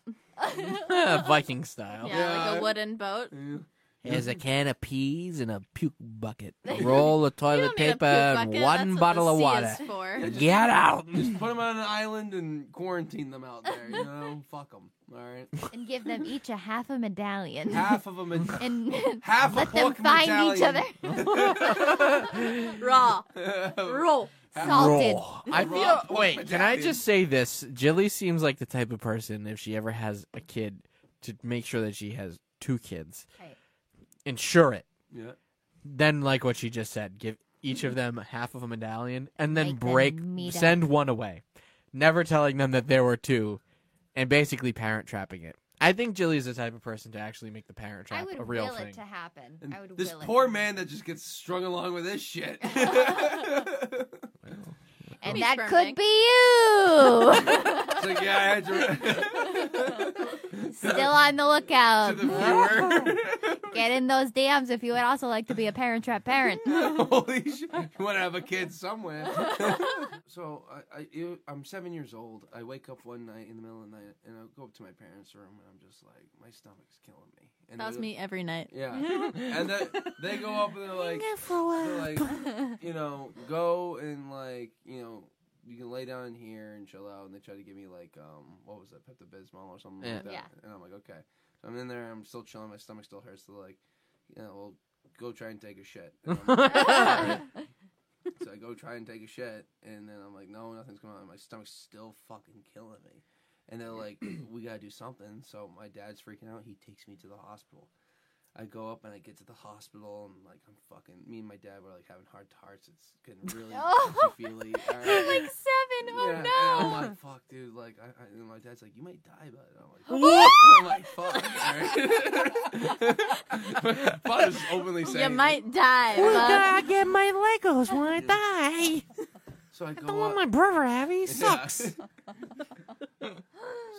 [SPEAKER 6] Viking style.
[SPEAKER 4] Yeah, like
[SPEAKER 3] Yeah.
[SPEAKER 4] a wooden boat.
[SPEAKER 3] Yeah.
[SPEAKER 6] Here's a can of peas and a puke
[SPEAKER 4] [LAUGHS]
[SPEAKER 6] bucket, roll of
[SPEAKER 4] You
[SPEAKER 6] toilet
[SPEAKER 4] don't need a
[SPEAKER 6] paper,
[SPEAKER 4] poop
[SPEAKER 6] and
[SPEAKER 4] bucket.
[SPEAKER 6] one
[SPEAKER 4] That's
[SPEAKER 6] bottle of
[SPEAKER 4] what the
[SPEAKER 6] water.
[SPEAKER 4] sea is for.
[SPEAKER 6] Get out.
[SPEAKER 3] Just put them on an island and quarantine them out there. You know, fuck them. All
[SPEAKER 5] [LAUGHS]
[SPEAKER 3] right,
[SPEAKER 5] And give them each a half a medallion.
[SPEAKER 3] half of them. In-
[SPEAKER 5] and
[SPEAKER 3] Half
[SPEAKER 5] let
[SPEAKER 3] a
[SPEAKER 5] them
[SPEAKER 3] pork
[SPEAKER 5] find each
[SPEAKER 3] medallion.
[SPEAKER 6] [LAUGHS]
[SPEAKER 5] other.
[SPEAKER 4] [LAUGHS] Raw.
[SPEAKER 3] [LAUGHS]
[SPEAKER 4] Raw.
[SPEAKER 5] Salted.
[SPEAKER 6] Roll. I
[SPEAKER 3] Raw
[SPEAKER 6] feel. Wait, can I
[SPEAKER 3] medallion.
[SPEAKER 6] just say this? Jilly seems like the type of person if she ever has a kid to make sure that she has two kids,
[SPEAKER 5] Right.
[SPEAKER 6] insure it.
[SPEAKER 3] Yeah.
[SPEAKER 6] Then, like what she just said, give each of them half of a medallion, and then
[SPEAKER 5] Make them
[SPEAKER 6] break,
[SPEAKER 5] meet up.
[SPEAKER 6] send one away. never telling them that there were two, and basically parent trapping it. I think Jilly is the type of person to actually make the parent trap
[SPEAKER 5] I would
[SPEAKER 6] a real
[SPEAKER 5] will
[SPEAKER 6] thing.
[SPEAKER 5] it to happen.
[SPEAKER 3] And
[SPEAKER 5] I would
[SPEAKER 3] this
[SPEAKER 5] will
[SPEAKER 3] poor
[SPEAKER 5] it.
[SPEAKER 3] man that just gets strung along with this
[SPEAKER 5] [LAUGHS]
[SPEAKER 3] shit.
[SPEAKER 5] And
[SPEAKER 4] He's
[SPEAKER 5] that
[SPEAKER 4] squirming.
[SPEAKER 5] could
[SPEAKER 2] [LAUGHS]
[SPEAKER 5] be you.
[SPEAKER 3] It's like, yeah, I had to.
[SPEAKER 5] Still on the
[SPEAKER 3] to [LAUGHS]
[SPEAKER 5] lookout.
[SPEAKER 3] the viewer. [LAUGHS]
[SPEAKER 5] Get in those dams if you would also like to be a parent
[SPEAKER 2] [LAUGHS]
[SPEAKER 5] trap parent.
[SPEAKER 3] Holy shit! You want to have a kid somewhere. [LAUGHS] so I, I, you- I'm seven years old. I wake up one night in the middle of the night, and I go up to my parents' room, and I'm just like, my stomach's killing me. And
[SPEAKER 4] That was
[SPEAKER 3] they-
[SPEAKER 4] me every night.
[SPEAKER 3] Yeah, and then they go up
[SPEAKER 5] [LAUGHS]
[SPEAKER 3] and they're like, they're like, you know, go and like, you know, you can lay down here and chill out. And they try to give me like, um, what was it, Pepto Bismol or something
[SPEAKER 6] Yeah.
[SPEAKER 3] like that.
[SPEAKER 5] Yeah.
[SPEAKER 3] And I'm like, okay. So I'm in there. I'm still chilling. My stomach still hurts. They're like, you know, well, go try and take a shit. And I'm like,
[SPEAKER 6] [LAUGHS]
[SPEAKER 3] "Alright." so I go try and take a shit, and then I'm like, no, nothing's going on. My stomach's still fucking killing me. And they're like, we gotta do something. So my dad's freaking out. He takes me to the hospital. I go up and I get to the hospital and like I'm fucking. Me and my dad were like having heart to hearts. It's getting really
[SPEAKER 5] [LAUGHS] Oh.
[SPEAKER 3] feely.
[SPEAKER 5] like seven. Oh
[SPEAKER 3] yeah,
[SPEAKER 5] no.
[SPEAKER 3] And I'm like, fuck, dude. Like, I, I, and my dad's like, you might die, but
[SPEAKER 5] [LAUGHS]
[SPEAKER 3] I'm like, what? I'm like, fuck. all right. [LAUGHS] My Father's openly saying,
[SPEAKER 4] You
[SPEAKER 3] it.
[SPEAKER 4] might die. love.
[SPEAKER 2] I get my Legos when I die.
[SPEAKER 3] So I go
[SPEAKER 2] The one
[SPEAKER 3] up-
[SPEAKER 2] my brother have,
[SPEAKER 3] [LAUGHS]
[SPEAKER 2] he
[SPEAKER 3] Yeah.
[SPEAKER 2] sucks.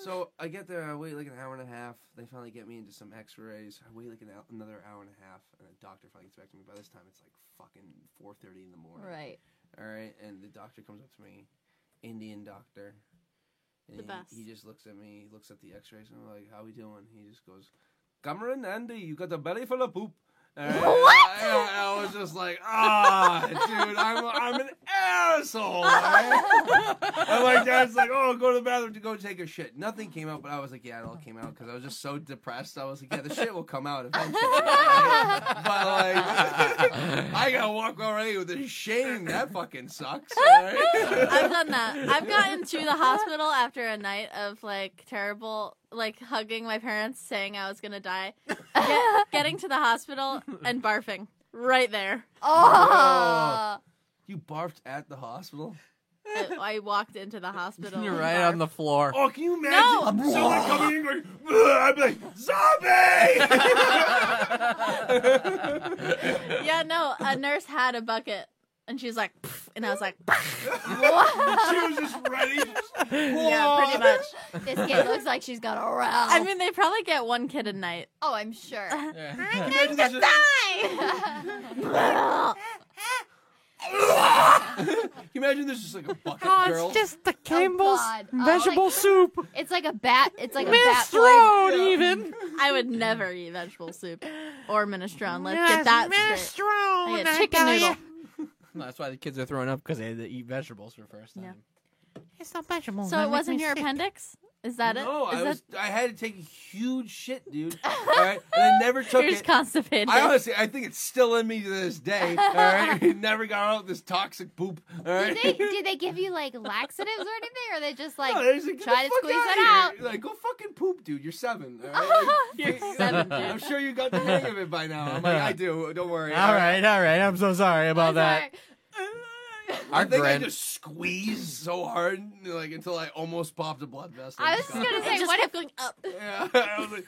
[SPEAKER 3] so I get there, I wait like an hour and a half. They finally get me into some X-rays. I wait like an hou- another hour and a half, and the doctor finally gets back to me. By this time, it's like fucking four thirty in the morning.
[SPEAKER 5] Right.
[SPEAKER 3] All right, and the doctor comes up to me, Indian doctor. And
[SPEAKER 4] The
[SPEAKER 3] he,
[SPEAKER 4] best.
[SPEAKER 3] he just looks at me, he looks at the x rays, and I'm like, How we doing? He just goes, Cameron, Andy, you got a belly full of poop. What? I, I was just like, ah, dude, I'm, I'm an asshole. right? I'm like, Dad's like, oh, go to the bathroom to go take a shit. Nothing came out, but I was like, yeah, it all came out because I was just so depressed. I was like, yeah, the shit will come out eventually. right? But like, [LAUGHS] I gotta walk already with a shame. That fucking sucks. Right?
[SPEAKER 4] I've done that. I've gotten to the hospital after a night of like terrible, like hugging my parents, saying I was gonna die, Get- getting to the hospital and barfing right there.
[SPEAKER 5] Oh.
[SPEAKER 3] you barfed at the hospital.
[SPEAKER 4] I, I walked into the hospital.
[SPEAKER 6] You're
[SPEAKER 4] and
[SPEAKER 6] right
[SPEAKER 4] barfed.
[SPEAKER 6] on the floor.
[SPEAKER 1] Oh, can you imagine? No. Someone coming in going, "Ugh," I'd be like, zombie!
[SPEAKER 4] [LAUGHS]
[SPEAKER 1] [LAUGHS]
[SPEAKER 4] Yeah, no, a nurse had a bucket, and she was like, "Pff," and I was like,
[SPEAKER 1] she was just ready.
[SPEAKER 4] yeah, pretty much.
[SPEAKER 2] Oh.
[SPEAKER 5] This kid looks like
[SPEAKER 2] [LAUGHS]
[SPEAKER 5] she's got a row.
[SPEAKER 4] I mean, they probably get one kid a night.
[SPEAKER 5] oh,
[SPEAKER 2] [LAUGHS]
[SPEAKER 5] I'm
[SPEAKER 6] [LAUGHS]
[SPEAKER 5] sure.
[SPEAKER 3] Imagine there's a- Can you imagine there's just like a bucket girl.
[SPEAKER 2] it's just the Campbell's
[SPEAKER 5] God. Oh, [LAUGHS]
[SPEAKER 2] vegetable
[SPEAKER 5] like-
[SPEAKER 2] soup.
[SPEAKER 5] It's like a bat. It's like a bat. boy.
[SPEAKER 2] Minestrone, even.
[SPEAKER 4] I would never eat vegetable soup or minestrone. Let's
[SPEAKER 2] Yes,
[SPEAKER 4] get that straight.
[SPEAKER 2] minestrone.
[SPEAKER 4] I get
[SPEAKER 2] I
[SPEAKER 4] chicken
[SPEAKER 2] tell
[SPEAKER 4] noodle.
[SPEAKER 2] ya.
[SPEAKER 6] That's why the kids are throwing up because they had to eat vegetables for the first time.
[SPEAKER 4] Yeah.
[SPEAKER 2] It's not
[SPEAKER 5] Oh,
[SPEAKER 2] vegetable.
[SPEAKER 4] So it wasn't your appendix? Is that it?
[SPEAKER 3] no,
[SPEAKER 4] Is
[SPEAKER 3] I
[SPEAKER 4] that-
[SPEAKER 3] was. I had to take a huge shit,
[SPEAKER 5] [LAUGHS]
[SPEAKER 3] dude. All right, and I never took
[SPEAKER 4] You're
[SPEAKER 3] it.
[SPEAKER 4] just constipated.
[SPEAKER 3] I
[SPEAKER 4] [LAUGHS]
[SPEAKER 3] honestly, I think it's still in me to this day. All right, [LAUGHS] It never got out of this toxic poop. All right.
[SPEAKER 2] [LAUGHS]
[SPEAKER 5] Did they, did they give you like laxatives or anything, or they just
[SPEAKER 3] [LAUGHS]
[SPEAKER 5] like
[SPEAKER 3] No, they're just like, "Get
[SPEAKER 5] try
[SPEAKER 3] the
[SPEAKER 5] to
[SPEAKER 3] fuck
[SPEAKER 5] squeeze
[SPEAKER 3] outta
[SPEAKER 5] it out?
[SPEAKER 3] here." Like, go fucking poop, dude. You're seven. All
[SPEAKER 5] [LAUGHS]
[SPEAKER 3] right?
[SPEAKER 4] You're seven, dude.
[SPEAKER 3] I'm sure you got the hang of it by now. I'm like, I do. Don't worry.
[SPEAKER 6] All right, all right. I'm so sorry about
[SPEAKER 5] I'm
[SPEAKER 6] that.
[SPEAKER 5] sorry.
[SPEAKER 3] I think
[SPEAKER 6] Gran-
[SPEAKER 3] I just squeezed so hard, like until I almost popped a blood vessel.
[SPEAKER 5] I was just gonna
[SPEAKER 4] It
[SPEAKER 5] say,
[SPEAKER 4] just
[SPEAKER 5] what if
[SPEAKER 4] kept going up?
[SPEAKER 3] Yeah, I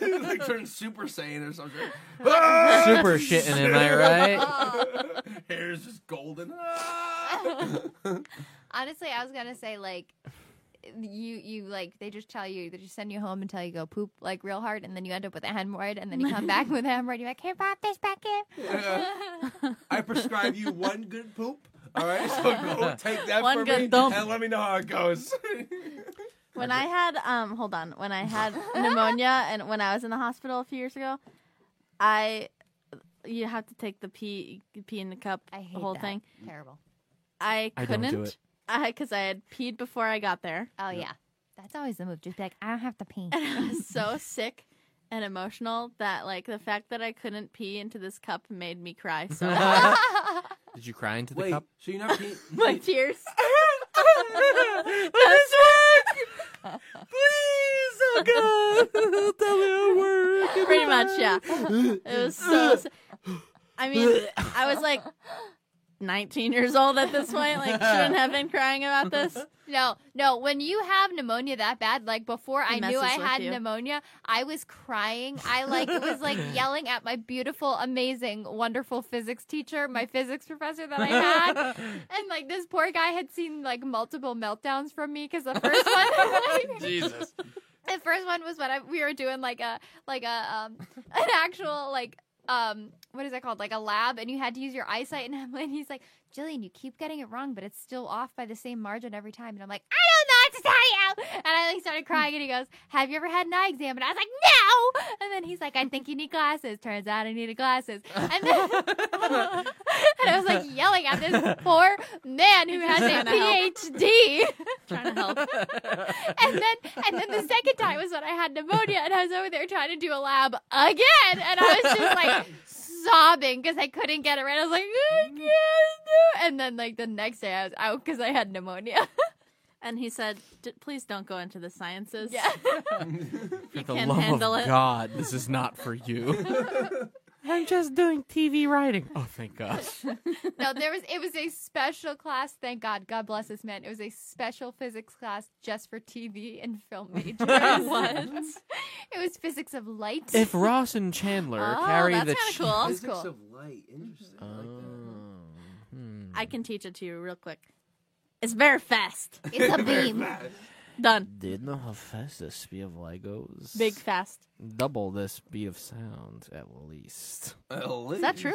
[SPEAKER 3] was like, [LAUGHS] like turned Super Saiyan or something.
[SPEAKER 6] [LAUGHS]
[SPEAKER 3] [LAUGHS]
[SPEAKER 6] Super shitting, am I right?
[SPEAKER 3] Hair's just golden. [LAUGHS]
[SPEAKER 5] Honestly, I was gonna say like you you like they just tell you they just send you home until you go poop like real hard and then you end up with a hemorrhoid and then you come [LAUGHS] back with a hemorrhoid you're like hey pop this back in
[SPEAKER 3] I prescribe you one good poop. All right, so
[SPEAKER 6] [LAUGHS]
[SPEAKER 3] go take that
[SPEAKER 4] One
[SPEAKER 3] for
[SPEAKER 4] good
[SPEAKER 3] me
[SPEAKER 4] dump.
[SPEAKER 3] and let me know how it goes.
[SPEAKER 4] When I had um hold on, when I
[SPEAKER 5] [LAUGHS]
[SPEAKER 4] had pneumonia and when I was in the hospital a few years ago, I you have to take the pee pee in the cup
[SPEAKER 5] I hate
[SPEAKER 4] the whole
[SPEAKER 5] that.
[SPEAKER 4] thing.
[SPEAKER 5] terrible
[SPEAKER 4] I
[SPEAKER 6] I don't
[SPEAKER 4] couldn't.
[SPEAKER 6] do
[SPEAKER 4] I
[SPEAKER 6] it.
[SPEAKER 4] because I had peed before I got there. [LAUGHS]
[SPEAKER 5] oh yeah that's always the move just be like I don't have to [LAUGHS] pee
[SPEAKER 4] I was so sick and emotional that like the fact that I couldn't pee into this cup made me cry. So [LAUGHS]
[SPEAKER 6] Did you cry into the
[SPEAKER 3] Wait,
[SPEAKER 6] cup?
[SPEAKER 3] so you're
[SPEAKER 6] [LAUGHS]
[SPEAKER 3] not peeing?
[SPEAKER 4] my tears.
[SPEAKER 6] Please, oh God, [LAUGHS] tell me how it works.
[SPEAKER 4] Pretty much, yeah. It was so. s- I mean, I was like, 19 years old at this point. Like,
[SPEAKER 6] [LAUGHS]
[SPEAKER 4] shouldn't have been crying about this.
[SPEAKER 5] No, no. When you have pneumonia that bad, like before I knew
[SPEAKER 4] messes
[SPEAKER 5] I
[SPEAKER 4] with
[SPEAKER 5] had
[SPEAKER 4] you.
[SPEAKER 5] pneumonia, I was crying. I like
[SPEAKER 4] [LAUGHS]
[SPEAKER 5] was like yelling at my beautiful, amazing, wonderful physics teacher, my physics professor that I
[SPEAKER 4] [LAUGHS]
[SPEAKER 5] had, and like this poor guy had seen like multiple meltdowns from me because
[SPEAKER 4] [LAUGHS]
[SPEAKER 5] the first one, like,
[SPEAKER 6] Jesus.
[SPEAKER 5] [LAUGHS] the first one was when I, we were doing like a like a um [LAUGHS] an actual like um what is that called like a lab and you had to use your eyesight and, [LAUGHS] I'm- and he's like Jillian you keep getting it wrong but it's still off by the same margin every time and I'm like I don't know what to tell you and I like started crying and he goes have you ever had an eye exam and I was like no and then he's like I think you need glasses turns out I needed glasses and then [LAUGHS] and I was like yelling at this poor
[SPEAKER 4] [LAUGHS]
[SPEAKER 5] man who has
[SPEAKER 4] Trying
[SPEAKER 5] a
[SPEAKER 4] to help.
[SPEAKER 5] PhD
[SPEAKER 4] Trying to [LAUGHS]
[SPEAKER 6] [LAUGHS]
[SPEAKER 4] help.
[SPEAKER 5] and then and then the second time was when I had pneumonia and I was over there trying to do a lab again and I was just like sobbing because I couldn't get it right. I was like, I can't do it. And then like the next day I was out because I had pneumonia. [LAUGHS]
[SPEAKER 4] And he said, D- please don't go into the sciences. [LAUGHS]
[SPEAKER 5] yeah.
[SPEAKER 6] For the
[SPEAKER 4] can
[SPEAKER 6] love
[SPEAKER 4] handle
[SPEAKER 6] of
[SPEAKER 4] it.
[SPEAKER 6] God, this is not
[SPEAKER 4] [LAUGHS]
[SPEAKER 6] for you. I'm just doing TV writing. Oh, thank God.
[SPEAKER 5] No, there was it was a special class, thank God. God bless this man. It was a special physics class just for TV and [LAUGHS] film majors.
[SPEAKER 4] What?
[SPEAKER 5] It was physics of light.
[SPEAKER 6] If Ross and Chandler
[SPEAKER 4] Oh,
[SPEAKER 6] carry
[SPEAKER 4] that's
[SPEAKER 6] the
[SPEAKER 4] kinda
[SPEAKER 6] ch-
[SPEAKER 4] cool.
[SPEAKER 3] [LAUGHS]
[SPEAKER 5] That's
[SPEAKER 3] Physics
[SPEAKER 5] cool.
[SPEAKER 3] of light. Interesting. I like that.
[SPEAKER 6] Oh, hmm.
[SPEAKER 4] I can teach it to you real quick. It's very fast.
[SPEAKER 5] It's
[SPEAKER 6] [LAUGHS]
[SPEAKER 3] [LAUGHS]
[SPEAKER 5] a beam.
[SPEAKER 4] Done.
[SPEAKER 6] Did know how fast the speed of light goes?
[SPEAKER 4] Big fast.
[SPEAKER 6] double the speed of sound at least.
[SPEAKER 3] Is
[SPEAKER 4] that true?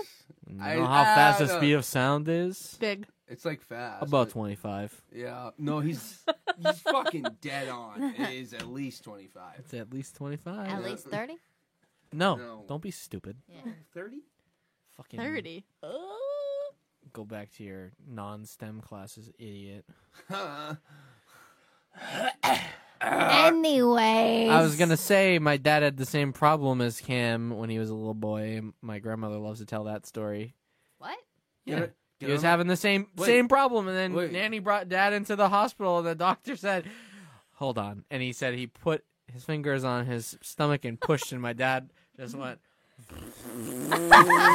[SPEAKER 6] You
[SPEAKER 3] I-
[SPEAKER 6] know how fast
[SPEAKER 3] I
[SPEAKER 6] the
[SPEAKER 3] don't-
[SPEAKER 6] speed of sound is?
[SPEAKER 4] Big.
[SPEAKER 3] It's like fast.
[SPEAKER 6] About
[SPEAKER 3] but-
[SPEAKER 6] 25.
[SPEAKER 3] Yeah. No, he's he's fucking dead on.
[SPEAKER 4] [LAUGHS]
[SPEAKER 3] It is at least twenty five.
[SPEAKER 6] It's at least 25.
[SPEAKER 5] At least thirty.
[SPEAKER 6] no,
[SPEAKER 3] No.
[SPEAKER 6] don't be stupid.
[SPEAKER 3] [LAUGHS] Thirty?
[SPEAKER 6] Fucking
[SPEAKER 4] 30.
[SPEAKER 5] Oh.
[SPEAKER 6] Go back to your non-STEM classes, idiot.
[SPEAKER 5] Anyway.
[SPEAKER 6] Uh, I was gonna say my dad had the same problem as Cam when he was a little boy. My grandmother loves to tell that story.
[SPEAKER 5] What?
[SPEAKER 6] Yeah. He was having the same
[SPEAKER 3] Wait.
[SPEAKER 6] same problem, and then
[SPEAKER 3] Wait.
[SPEAKER 6] nanny brought dad into the hospital, and the doctor said, "Hold on," and he said he put his fingers on his stomach and pushed, and my dad
[SPEAKER 3] [LAUGHS]
[SPEAKER 6] just went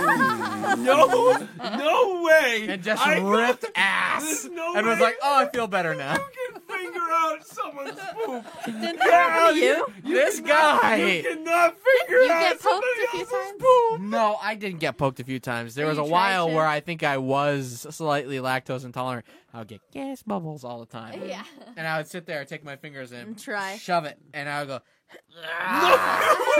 [SPEAKER 3] no, no way.
[SPEAKER 6] and just
[SPEAKER 3] I
[SPEAKER 6] ripped
[SPEAKER 3] got
[SPEAKER 6] ass,
[SPEAKER 3] There's no
[SPEAKER 6] and was
[SPEAKER 3] way.
[SPEAKER 6] like, "Oh, I feel better now."
[SPEAKER 3] the fucking finger out [LAUGHS] someone's poop.
[SPEAKER 4] Didn't
[SPEAKER 3] Yeah,
[SPEAKER 4] happen to you?
[SPEAKER 6] this guy.
[SPEAKER 3] You cannot figure
[SPEAKER 4] You
[SPEAKER 3] out
[SPEAKER 4] get poked
[SPEAKER 3] somebody
[SPEAKER 4] a few
[SPEAKER 3] else's
[SPEAKER 4] times? [LAUGHS]
[SPEAKER 3] poop.
[SPEAKER 6] No, I didn't get poked a few times. There
[SPEAKER 4] Or
[SPEAKER 6] was
[SPEAKER 4] you
[SPEAKER 6] a
[SPEAKER 4] tried
[SPEAKER 6] while
[SPEAKER 4] to?
[SPEAKER 6] where I think I was slightly lactose intolerant. I would get gas bubbles all the time.
[SPEAKER 5] Yeah.
[SPEAKER 6] And I would sit there, take my fingers and,
[SPEAKER 4] And try.
[SPEAKER 6] shove it, and I
[SPEAKER 4] [LAUGHS]
[SPEAKER 6] would go
[SPEAKER 3] Oh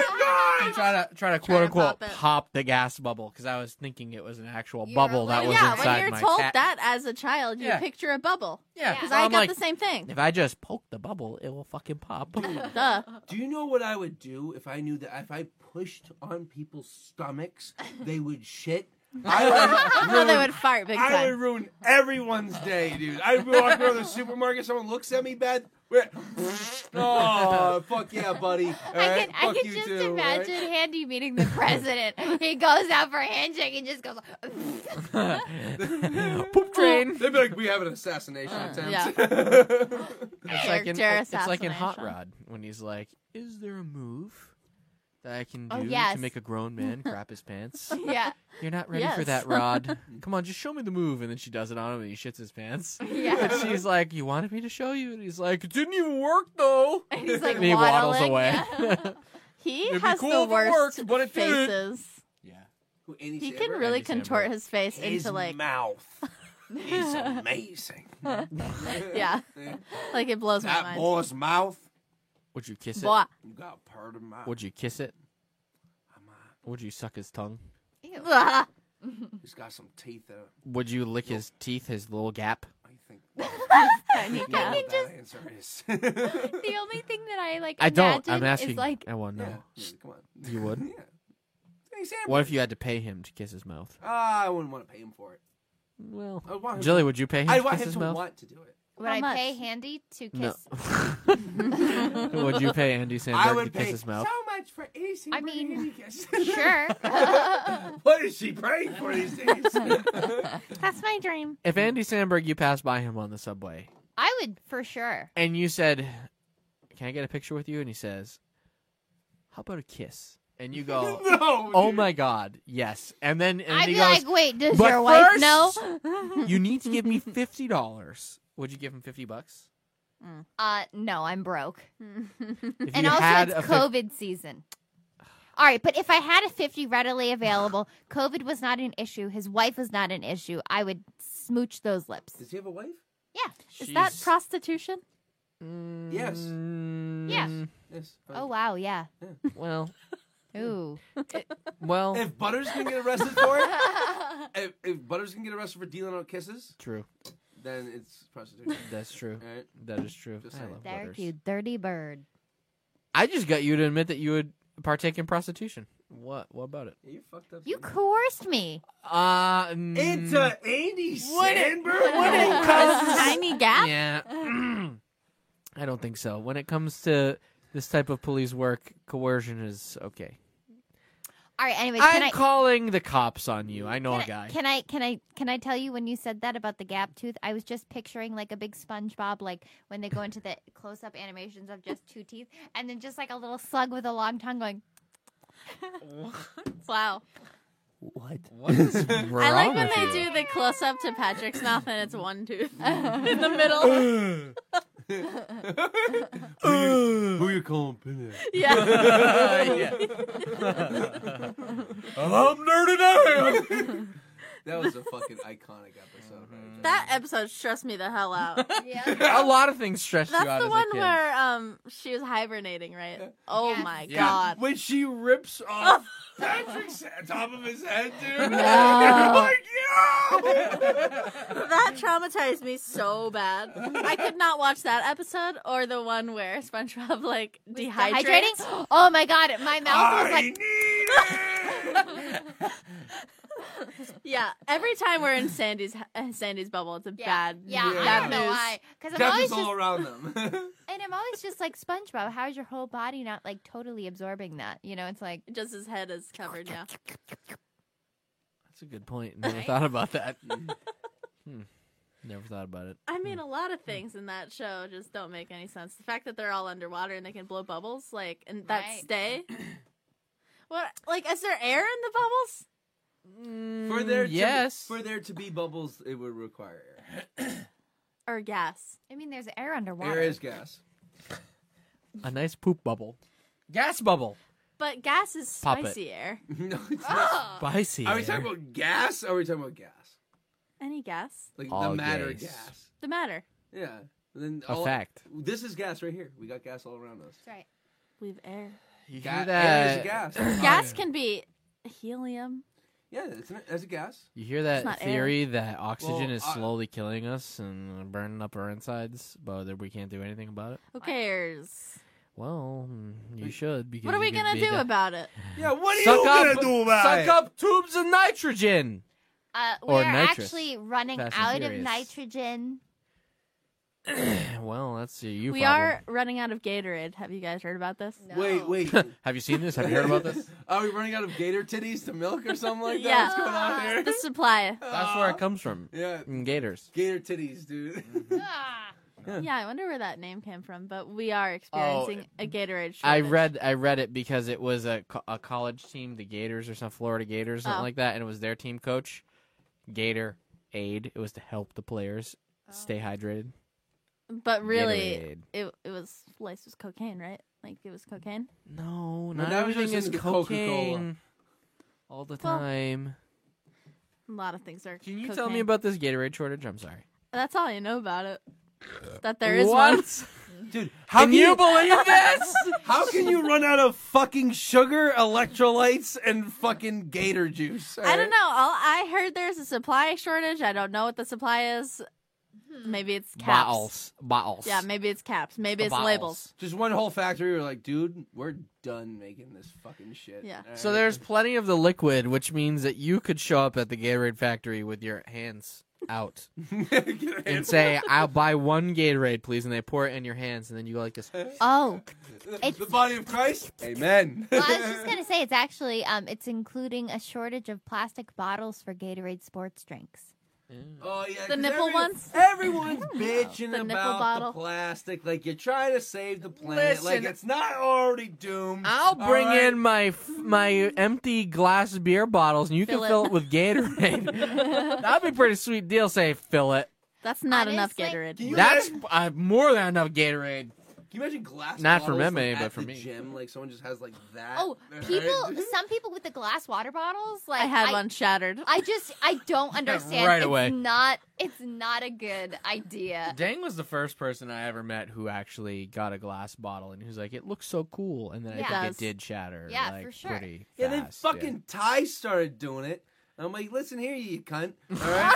[SPEAKER 3] my God.
[SPEAKER 6] and try to try
[SPEAKER 4] Try
[SPEAKER 6] to quote
[SPEAKER 4] to
[SPEAKER 6] unquote
[SPEAKER 4] pop it.
[SPEAKER 6] pop, the gas bubble because I was thinking it was an actual
[SPEAKER 5] You
[SPEAKER 6] bubble
[SPEAKER 5] were
[SPEAKER 6] that
[SPEAKER 5] like-
[SPEAKER 6] was
[SPEAKER 4] yeah,
[SPEAKER 6] inside
[SPEAKER 4] when you're
[SPEAKER 6] my
[SPEAKER 4] told
[SPEAKER 6] cat.
[SPEAKER 4] that as a child, you
[SPEAKER 6] Yeah.
[SPEAKER 4] picture a bubble.
[SPEAKER 6] yeah,
[SPEAKER 5] Yeah.
[SPEAKER 4] Because
[SPEAKER 6] because
[SPEAKER 4] I
[SPEAKER 6] I'm
[SPEAKER 4] got
[SPEAKER 6] like,
[SPEAKER 4] the same thing.
[SPEAKER 6] if I just poke the bubble, it will
[SPEAKER 4] [LAUGHS]
[SPEAKER 6] fucking pop. [LAUGHS]
[SPEAKER 4] Duh.
[SPEAKER 3] Do you know what I would do if I knew that if I pushed on people's stomachs, they would
[SPEAKER 4] [LAUGHS]
[SPEAKER 3] shit? I would
[SPEAKER 4] No, they
[SPEAKER 3] ruin-
[SPEAKER 4] would fart big
[SPEAKER 3] I
[SPEAKER 6] [LAUGHS]
[SPEAKER 3] would
[SPEAKER 4] time.
[SPEAKER 3] ruin everyone's day, dude. I'd be walking around the supermarket, someone looks at me bad. we're- [LAUGHS] Oh, fuck yeah, buddy.
[SPEAKER 5] I
[SPEAKER 3] Alright,
[SPEAKER 5] can, I
[SPEAKER 3] fuck
[SPEAKER 5] can
[SPEAKER 3] you
[SPEAKER 5] just
[SPEAKER 3] too, alright?
[SPEAKER 5] imagine Handy meeting
[SPEAKER 6] [LAUGHS]
[SPEAKER 5] the president. he goes out for a handshake and just goes, [LAUGHS]
[SPEAKER 6] Poop train.
[SPEAKER 3] They'd be like, we have an assassination attempt.
[SPEAKER 4] Uh, yeah.
[SPEAKER 6] It's like, in,
[SPEAKER 4] Character
[SPEAKER 6] it's like in Hot
[SPEAKER 4] assassination.
[SPEAKER 6] Rod when he's like, "Is there a move that I can do
[SPEAKER 5] Oh, yes.
[SPEAKER 6] to make a grown
[SPEAKER 5] [LAUGHS]
[SPEAKER 6] man crap his pants?"
[SPEAKER 5] yeah,
[SPEAKER 6] You're not ready for
[SPEAKER 4] Yes.
[SPEAKER 5] [LAUGHS]
[SPEAKER 6] that, Rod. Come on, just show me the move, and then she does it on him, and he shits his
[SPEAKER 5] [LAUGHS]
[SPEAKER 6] pants. And
[SPEAKER 5] yeah.
[SPEAKER 6] she's like, "You wanted me to show you," and he's like, "It didn't even work though."
[SPEAKER 5] And he's [LAUGHS] like,
[SPEAKER 6] and [LAUGHS] he waddles
[SPEAKER 5] waddling,
[SPEAKER 6] away.
[SPEAKER 5] yeah.
[SPEAKER 6] Yeah,
[SPEAKER 5] [LAUGHS]
[SPEAKER 4] He
[SPEAKER 6] It'd be
[SPEAKER 4] has
[SPEAKER 6] cool
[SPEAKER 4] the
[SPEAKER 6] if it
[SPEAKER 4] worst
[SPEAKER 6] worked, but it didn't.
[SPEAKER 4] faces.
[SPEAKER 3] [LAUGHS] Who, Andy
[SPEAKER 4] He can
[SPEAKER 3] Samberg?
[SPEAKER 4] really
[SPEAKER 6] Andy Samberg.
[SPEAKER 4] contort his face
[SPEAKER 3] His
[SPEAKER 4] into like,
[SPEAKER 3] mouth is amazing.
[SPEAKER 4] [LAUGHS]
[SPEAKER 6] [LAUGHS]
[SPEAKER 4] yeah, like it blows my
[SPEAKER 3] That
[SPEAKER 4] mind.
[SPEAKER 3] boy's mouth,
[SPEAKER 6] Would you kiss it?
[SPEAKER 4] Boy.
[SPEAKER 3] you got part of my.
[SPEAKER 6] Would you kiss it? Would you suck his tongue?
[SPEAKER 5] Ew.
[SPEAKER 4] [LAUGHS] Ugh.
[SPEAKER 3] He's got some teeth that
[SPEAKER 6] Would you lick his teeth, his little gap?
[SPEAKER 3] I
[SPEAKER 4] [LAUGHS]
[SPEAKER 3] think. I
[SPEAKER 4] Tiny
[SPEAKER 3] know
[SPEAKER 4] cat.
[SPEAKER 3] what that answer is. [LAUGHS] yeah,
[SPEAKER 5] The only thing that I like,
[SPEAKER 6] I don't.
[SPEAKER 5] imagine
[SPEAKER 6] I'm asking.
[SPEAKER 5] Is like,
[SPEAKER 6] I want to know.
[SPEAKER 3] yeah, come on.
[SPEAKER 6] You would?
[SPEAKER 3] [LAUGHS] Yeah. Andy Samberg.
[SPEAKER 6] What if you had to pay him to kiss his mouth?
[SPEAKER 3] Ah, I wouldn't want to pay him for it.
[SPEAKER 6] Well,
[SPEAKER 3] I want him
[SPEAKER 6] Jilly,
[SPEAKER 3] to-
[SPEAKER 6] would you pay him
[SPEAKER 3] I
[SPEAKER 6] to
[SPEAKER 3] want
[SPEAKER 6] kiss
[SPEAKER 3] him
[SPEAKER 6] his
[SPEAKER 3] to
[SPEAKER 6] mouth?
[SPEAKER 3] want to do it.
[SPEAKER 5] would
[SPEAKER 4] How
[SPEAKER 5] I
[SPEAKER 4] much?
[SPEAKER 5] pay Handy to kiss?
[SPEAKER 6] No. [LAUGHS] would you pay
[SPEAKER 3] [LAUGHS]
[SPEAKER 6] Andy
[SPEAKER 3] I
[SPEAKER 6] Sandberg to
[SPEAKER 3] would
[SPEAKER 6] kiss
[SPEAKER 3] pay
[SPEAKER 6] his mouth?
[SPEAKER 3] so much for Andy Samberg.
[SPEAKER 5] I mean,
[SPEAKER 3] and Andy kiss.
[SPEAKER 6] [LAUGHS]
[SPEAKER 5] [LAUGHS] Sure,
[SPEAKER 3] [LAUGHS] what is she praying for these
[SPEAKER 6] [LAUGHS]
[SPEAKER 3] days?
[SPEAKER 4] That's my dream.
[SPEAKER 6] If Andy Sandberg, you passed by him on the subway
[SPEAKER 5] I would for sure.
[SPEAKER 6] and you said, "Can I get a picture with you?" and he says, "How about a kiss?" and you go,
[SPEAKER 3] [LAUGHS] [LAUGHS] no.
[SPEAKER 6] "Oh
[SPEAKER 3] dude.
[SPEAKER 6] my god, yes!" And then and
[SPEAKER 5] I'd
[SPEAKER 6] he
[SPEAKER 5] be
[SPEAKER 6] goes,
[SPEAKER 5] like, wait, does
[SPEAKER 6] "But
[SPEAKER 5] your wife
[SPEAKER 6] first,
[SPEAKER 5] know?
[SPEAKER 6] [LAUGHS] you need to give me fifty dollars." Would you give him fifty bucks?
[SPEAKER 5] Uh, no, I'm broke.
[SPEAKER 6] If
[SPEAKER 5] and
[SPEAKER 6] you
[SPEAKER 5] also,
[SPEAKER 6] had
[SPEAKER 5] it's
[SPEAKER 6] a fif-
[SPEAKER 5] COVID season. All right, but if I had a 50 readily available, COVID was not an issue. His wife was not an issue. I would smooch those lips.
[SPEAKER 3] Does he have a wife?
[SPEAKER 5] Yeah.
[SPEAKER 4] Is that
[SPEAKER 6] She's-
[SPEAKER 4] prostitution?
[SPEAKER 3] Yes.
[SPEAKER 6] Mm,
[SPEAKER 3] Yes.
[SPEAKER 5] Oh, wow. Yeah.
[SPEAKER 6] Well,
[SPEAKER 5] Ooh.
[SPEAKER 6] well,
[SPEAKER 3] If Butters can get arrested for
[SPEAKER 5] [LAUGHS]
[SPEAKER 3] it, if, if Butters can get arrested for dealing out kisses,
[SPEAKER 6] true.
[SPEAKER 3] then it's prostitution.
[SPEAKER 6] [LAUGHS] That's true.
[SPEAKER 3] All right.
[SPEAKER 6] That is true.
[SPEAKER 3] Just
[SPEAKER 6] I
[SPEAKER 3] saying.
[SPEAKER 6] love
[SPEAKER 5] Derek,
[SPEAKER 6] letters.
[SPEAKER 5] you dirty bird.
[SPEAKER 6] I just got you to admit that you would partake in prostitution. What? What about it?
[SPEAKER 3] Yeah, you fucked up.
[SPEAKER 5] You
[SPEAKER 3] dude.
[SPEAKER 5] coerced me.
[SPEAKER 6] Uh,
[SPEAKER 3] Into Andy Sandberg.
[SPEAKER 5] [LAUGHS]
[SPEAKER 3] What
[SPEAKER 6] it
[SPEAKER 3] a-
[SPEAKER 6] comes-
[SPEAKER 4] Tiny gap. [LAUGHS]
[SPEAKER 6] yeah. [CLEARS THROAT] I don't think so. When it comes to this type of police work, coercion is okay.
[SPEAKER 5] All right, anyways,
[SPEAKER 6] I'm
[SPEAKER 5] can I
[SPEAKER 6] calling the cops on you. I know
[SPEAKER 5] can
[SPEAKER 6] a
[SPEAKER 5] I-
[SPEAKER 6] guy.
[SPEAKER 5] Can I can I can I tell you when you said that about the gap tooth? I was just picturing like a big SpongeBob, like when they go into the close up animations of just two teeth, and then just like a little slug with a long tongue going.
[SPEAKER 4] Wow.
[SPEAKER 6] what is wrong
[SPEAKER 4] I like when
[SPEAKER 6] with
[SPEAKER 4] they
[SPEAKER 6] you?
[SPEAKER 4] do the close up to Patrick's mouth and it's one
[SPEAKER 3] [LAUGHS]
[SPEAKER 4] tooth [LAUGHS] in the
[SPEAKER 6] [LAUGHS]
[SPEAKER 4] middle.
[SPEAKER 3] Who you calling? Pinhead? [LAUGHS]
[SPEAKER 4] Yeah.
[SPEAKER 6] I'm nerdy now.
[SPEAKER 3] That was a fucking iconic episode. Right
[SPEAKER 4] That episode stressed me the hell out.
[SPEAKER 6] [LAUGHS]
[SPEAKER 5] Yeah. [LAUGHS]
[SPEAKER 6] a lot of things stressed you out
[SPEAKER 4] That's the
[SPEAKER 6] as
[SPEAKER 4] one
[SPEAKER 6] a kid.
[SPEAKER 4] where um she was hibernating, right? Oh
[SPEAKER 5] Yes.
[SPEAKER 4] my
[SPEAKER 6] Yeah.
[SPEAKER 4] god. Oh.
[SPEAKER 3] when she rips
[SPEAKER 4] [LAUGHS]
[SPEAKER 3] off Patrick's head- top of his head, dude. [LAUGHS]
[SPEAKER 2] [LAUGHS]
[SPEAKER 4] That traumatized me so bad. I could not watch that episode or the one where SpongeBob like dehydrates.
[SPEAKER 5] Hydrating? Oh my god! My mouth was
[SPEAKER 1] I
[SPEAKER 5] like
[SPEAKER 1] need it.
[SPEAKER 4] Yeah, every time we're in Sandy's uh, Sandy's bubble, it's a
[SPEAKER 5] [LAUGHS] yeah,
[SPEAKER 4] bad
[SPEAKER 5] Yeah, I
[SPEAKER 4] bad
[SPEAKER 5] don't know
[SPEAKER 4] news.
[SPEAKER 5] why. Because I'm
[SPEAKER 3] Death
[SPEAKER 5] always
[SPEAKER 3] is
[SPEAKER 5] just
[SPEAKER 3] all around them. [LAUGHS]
[SPEAKER 5] and I'm always just like SpongeBob. How is your whole body not like totally absorbing that? You know, it's like
[SPEAKER 4] Just his head is
[SPEAKER 6] oh,
[SPEAKER 4] covered now.
[SPEAKER 6] That's a good point.
[SPEAKER 4] [LAUGHS]
[SPEAKER 6] Never thought about that. Hmm. Never thought about it.
[SPEAKER 4] I mean, a lot
[SPEAKER 6] Mm.
[SPEAKER 4] of things in that show just don't make any sense. The fact that they're all underwater and they can blow bubbles, like, and that
[SPEAKER 5] Right.
[SPEAKER 4] stay.
[SPEAKER 6] [CLEARS THROAT]
[SPEAKER 4] What? Like, is there air in the bubbles?
[SPEAKER 3] for there, to,
[SPEAKER 6] yes.
[SPEAKER 3] For there to be bubbles, it would require air.
[SPEAKER 4] Or gas?
[SPEAKER 5] I mean, there's air underwater.
[SPEAKER 3] Air is gas. [LAUGHS]
[SPEAKER 6] a nice poop bubble, gas bubble.
[SPEAKER 4] But gas is
[SPEAKER 6] Pop it.
[SPEAKER 4] spicy air.
[SPEAKER 3] no, it's not.
[SPEAKER 6] Spicy.
[SPEAKER 3] Are we
[SPEAKER 6] air.
[SPEAKER 3] talking about gas? Or are we talking about gas?
[SPEAKER 4] Any gas?
[SPEAKER 3] Like
[SPEAKER 6] All
[SPEAKER 3] the matter
[SPEAKER 6] gas.
[SPEAKER 3] gas.
[SPEAKER 4] The matter.
[SPEAKER 3] Yeah. And then
[SPEAKER 6] a
[SPEAKER 3] all-
[SPEAKER 6] fact?
[SPEAKER 3] This is gas right here. We got gas all around us.
[SPEAKER 5] That's right.
[SPEAKER 4] We've air.
[SPEAKER 6] You
[SPEAKER 3] Ga-
[SPEAKER 6] hear that?
[SPEAKER 3] Air is a gas.
[SPEAKER 4] Gas can be helium.
[SPEAKER 3] yeah, that's, an, that's a gas.
[SPEAKER 6] You hear
[SPEAKER 4] not
[SPEAKER 6] that
[SPEAKER 4] air.
[SPEAKER 6] theory that oxygen
[SPEAKER 3] Well,
[SPEAKER 6] is
[SPEAKER 3] I-
[SPEAKER 6] slowly killing us and burning up our insides, but that we can't do anything about it?
[SPEAKER 4] Who cares?
[SPEAKER 6] Well, mm, you should. Because
[SPEAKER 4] What are we
[SPEAKER 6] you could
[SPEAKER 4] gonna
[SPEAKER 6] be
[SPEAKER 4] do
[SPEAKER 6] the-
[SPEAKER 4] about it?
[SPEAKER 3] Yeah, what are
[SPEAKER 6] Suck
[SPEAKER 3] you
[SPEAKER 6] up,
[SPEAKER 3] gonna do about
[SPEAKER 6] suck
[SPEAKER 3] it?
[SPEAKER 6] up tubes of nitrogen. [CLEARS THROAT]
[SPEAKER 5] Uh,
[SPEAKER 6] Or
[SPEAKER 5] we're
[SPEAKER 6] nitrous.
[SPEAKER 5] actually running
[SPEAKER 6] Fast and
[SPEAKER 5] out of
[SPEAKER 6] Furious.
[SPEAKER 5] nitrogen.
[SPEAKER 6] Well, that's a you.
[SPEAKER 4] We
[SPEAKER 6] problem.
[SPEAKER 4] are running out of Gatorade. Have you guys heard about this?
[SPEAKER 5] [LAUGHS]
[SPEAKER 3] Wait, wait.
[SPEAKER 6] [LAUGHS] Have you seen this? Have you heard about
[SPEAKER 3] [LAUGHS]
[SPEAKER 6] this?
[SPEAKER 3] Are we running out of gator titties to milk or something like that?
[SPEAKER 4] Yeah.
[SPEAKER 3] What's going on here? [LAUGHS]
[SPEAKER 4] The supply.
[SPEAKER 6] That's where it comes from.
[SPEAKER 3] Yeah,
[SPEAKER 6] From Gators.
[SPEAKER 3] gator titties, dude.
[SPEAKER 6] Mm-hmm.
[SPEAKER 5] Ah.
[SPEAKER 6] [LAUGHS]
[SPEAKER 4] Yeah, I wonder where that name came from, but we are experiencing a Gatorade shortage.
[SPEAKER 6] Oh, mm, I read I read it because it was a, co- a college team, the Gators or some Florida Gators, something
[SPEAKER 4] Oh.
[SPEAKER 6] like that, and it was their team coach, Gator Aid. It was to help the players stay hydrated.
[SPEAKER 4] But Oh. really,
[SPEAKER 6] Gatorade.
[SPEAKER 4] it it was laced with cocaine, right? Like it was cocaine.
[SPEAKER 6] No,
[SPEAKER 3] Well,
[SPEAKER 6] not
[SPEAKER 3] that was
[SPEAKER 6] everything
[SPEAKER 3] just
[SPEAKER 6] is
[SPEAKER 3] into Coca-Cola.
[SPEAKER 6] cocaine. All the
[SPEAKER 4] Well,
[SPEAKER 6] time.
[SPEAKER 4] A lot of things are.
[SPEAKER 6] Can you tell me about this Gatorade shortage? I'm sorry.
[SPEAKER 4] That's all I know about it. That there is
[SPEAKER 6] what?
[SPEAKER 4] one.
[SPEAKER 3] Dude, how
[SPEAKER 6] Can you [LAUGHS] believe this?
[SPEAKER 3] how [LAUGHS] can you run out of fucking sugar, electrolytes, and fucking gator juice?
[SPEAKER 4] I don't know. All I heard there's a supply shortage. I don't know what the supply is.
[SPEAKER 5] Hmm.
[SPEAKER 4] Maybe it's caps.
[SPEAKER 6] Bottles. Bottles.
[SPEAKER 4] Yeah, maybe it's caps. Maybe it's
[SPEAKER 6] Bottles.
[SPEAKER 4] labels.
[SPEAKER 3] Just one whole factory. We're like, dude, we're done making this fucking shit.
[SPEAKER 4] Yeah.
[SPEAKER 3] All
[SPEAKER 6] So
[SPEAKER 3] right?
[SPEAKER 6] there's plenty of the liquid, which means that you could show up at the Gatorade factory with your hands out
[SPEAKER 3] [LAUGHS] Get
[SPEAKER 6] and say,
[SPEAKER 3] [LAUGHS]
[SPEAKER 6] "I'll buy one Gatorade, please," and they pour it in your hands, and then you go
[SPEAKER 3] [LAUGHS]
[SPEAKER 6] like this.
[SPEAKER 5] Oh,
[SPEAKER 3] it. the body of Christ. Amen.
[SPEAKER 5] well, I
[SPEAKER 3] [LAUGHS]
[SPEAKER 5] was just gonna say it's actually um, it's including a shortage of plastic bottles for Gatorade sports drinks.
[SPEAKER 3] Oh yeah,
[SPEAKER 4] The
[SPEAKER 3] 'cause
[SPEAKER 4] nipple ones? [LAUGHS]
[SPEAKER 3] Everyone's bitching
[SPEAKER 4] The nipple
[SPEAKER 3] about
[SPEAKER 4] bottle.
[SPEAKER 3] the plastic. Like you're trying to save the planet. like
[SPEAKER 6] Listen.
[SPEAKER 3] it's not already doomed.
[SPEAKER 6] I'll bring
[SPEAKER 3] All right.
[SPEAKER 6] in my f- my empty glass beer bottles, and you
[SPEAKER 4] Fill
[SPEAKER 6] can
[SPEAKER 4] it.
[SPEAKER 6] fill it with Gatorade. That'd be a pretty sweet deal. Say fill it.
[SPEAKER 4] That's not enough
[SPEAKER 5] Honestly-
[SPEAKER 4] Gatorade.
[SPEAKER 3] Can you
[SPEAKER 6] That's
[SPEAKER 3] imagine,
[SPEAKER 6] uh, more than enough Gatorade.
[SPEAKER 3] can you imagine glass?
[SPEAKER 6] Not for
[SPEAKER 3] bottles, like,
[SPEAKER 6] Meme,
[SPEAKER 3] at
[SPEAKER 6] but for
[SPEAKER 3] the
[SPEAKER 6] me.
[SPEAKER 3] Gym, like someone just has like that.
[SPEAKER 5] Oh,
[SPEAKER 3] All right.
[SPEAKER 5] people.
[SPEAKER 3] [LAUGHS]
[SPEAKER 5] Some people with the glass water bottles. Like
[SPEAKER 4] I had one shattered.
[SPEAKER 5] I just I don't understand.
[SPEAKER 6] Right
[SPEAKER 5] it's
[SPEAKER 6] away.
[SPEAKER 5] Not it's not a good idea.
[SPEAKER 6] Dang was the first person I ever met who actually got a glass bottle, and he was like, "It looks so cool," and then
[SPEAKER 5] Yeah.
[SPEAKER 6] I think
[SPEAKER 4] Does.
[SPEAKER 6] it did shatter.
[SPEAKER 5] Yeah,
[SPEAKER 6] like,
[SPEAKER 5] for sure.
[SPEAKER 6] Pretty
[SPEAKER 3] Yeah, then
[SPEAKER 6] fast, yeah.
[SPEAKER 3] fucking Ty started doing it. I'm like, listen here, you
[SPEAKER 6] [LAUGHS]
[SPEAKER 3] cunt. All
[SPEAKER 4] [LAUGHS]
[SPEAKER 3] right.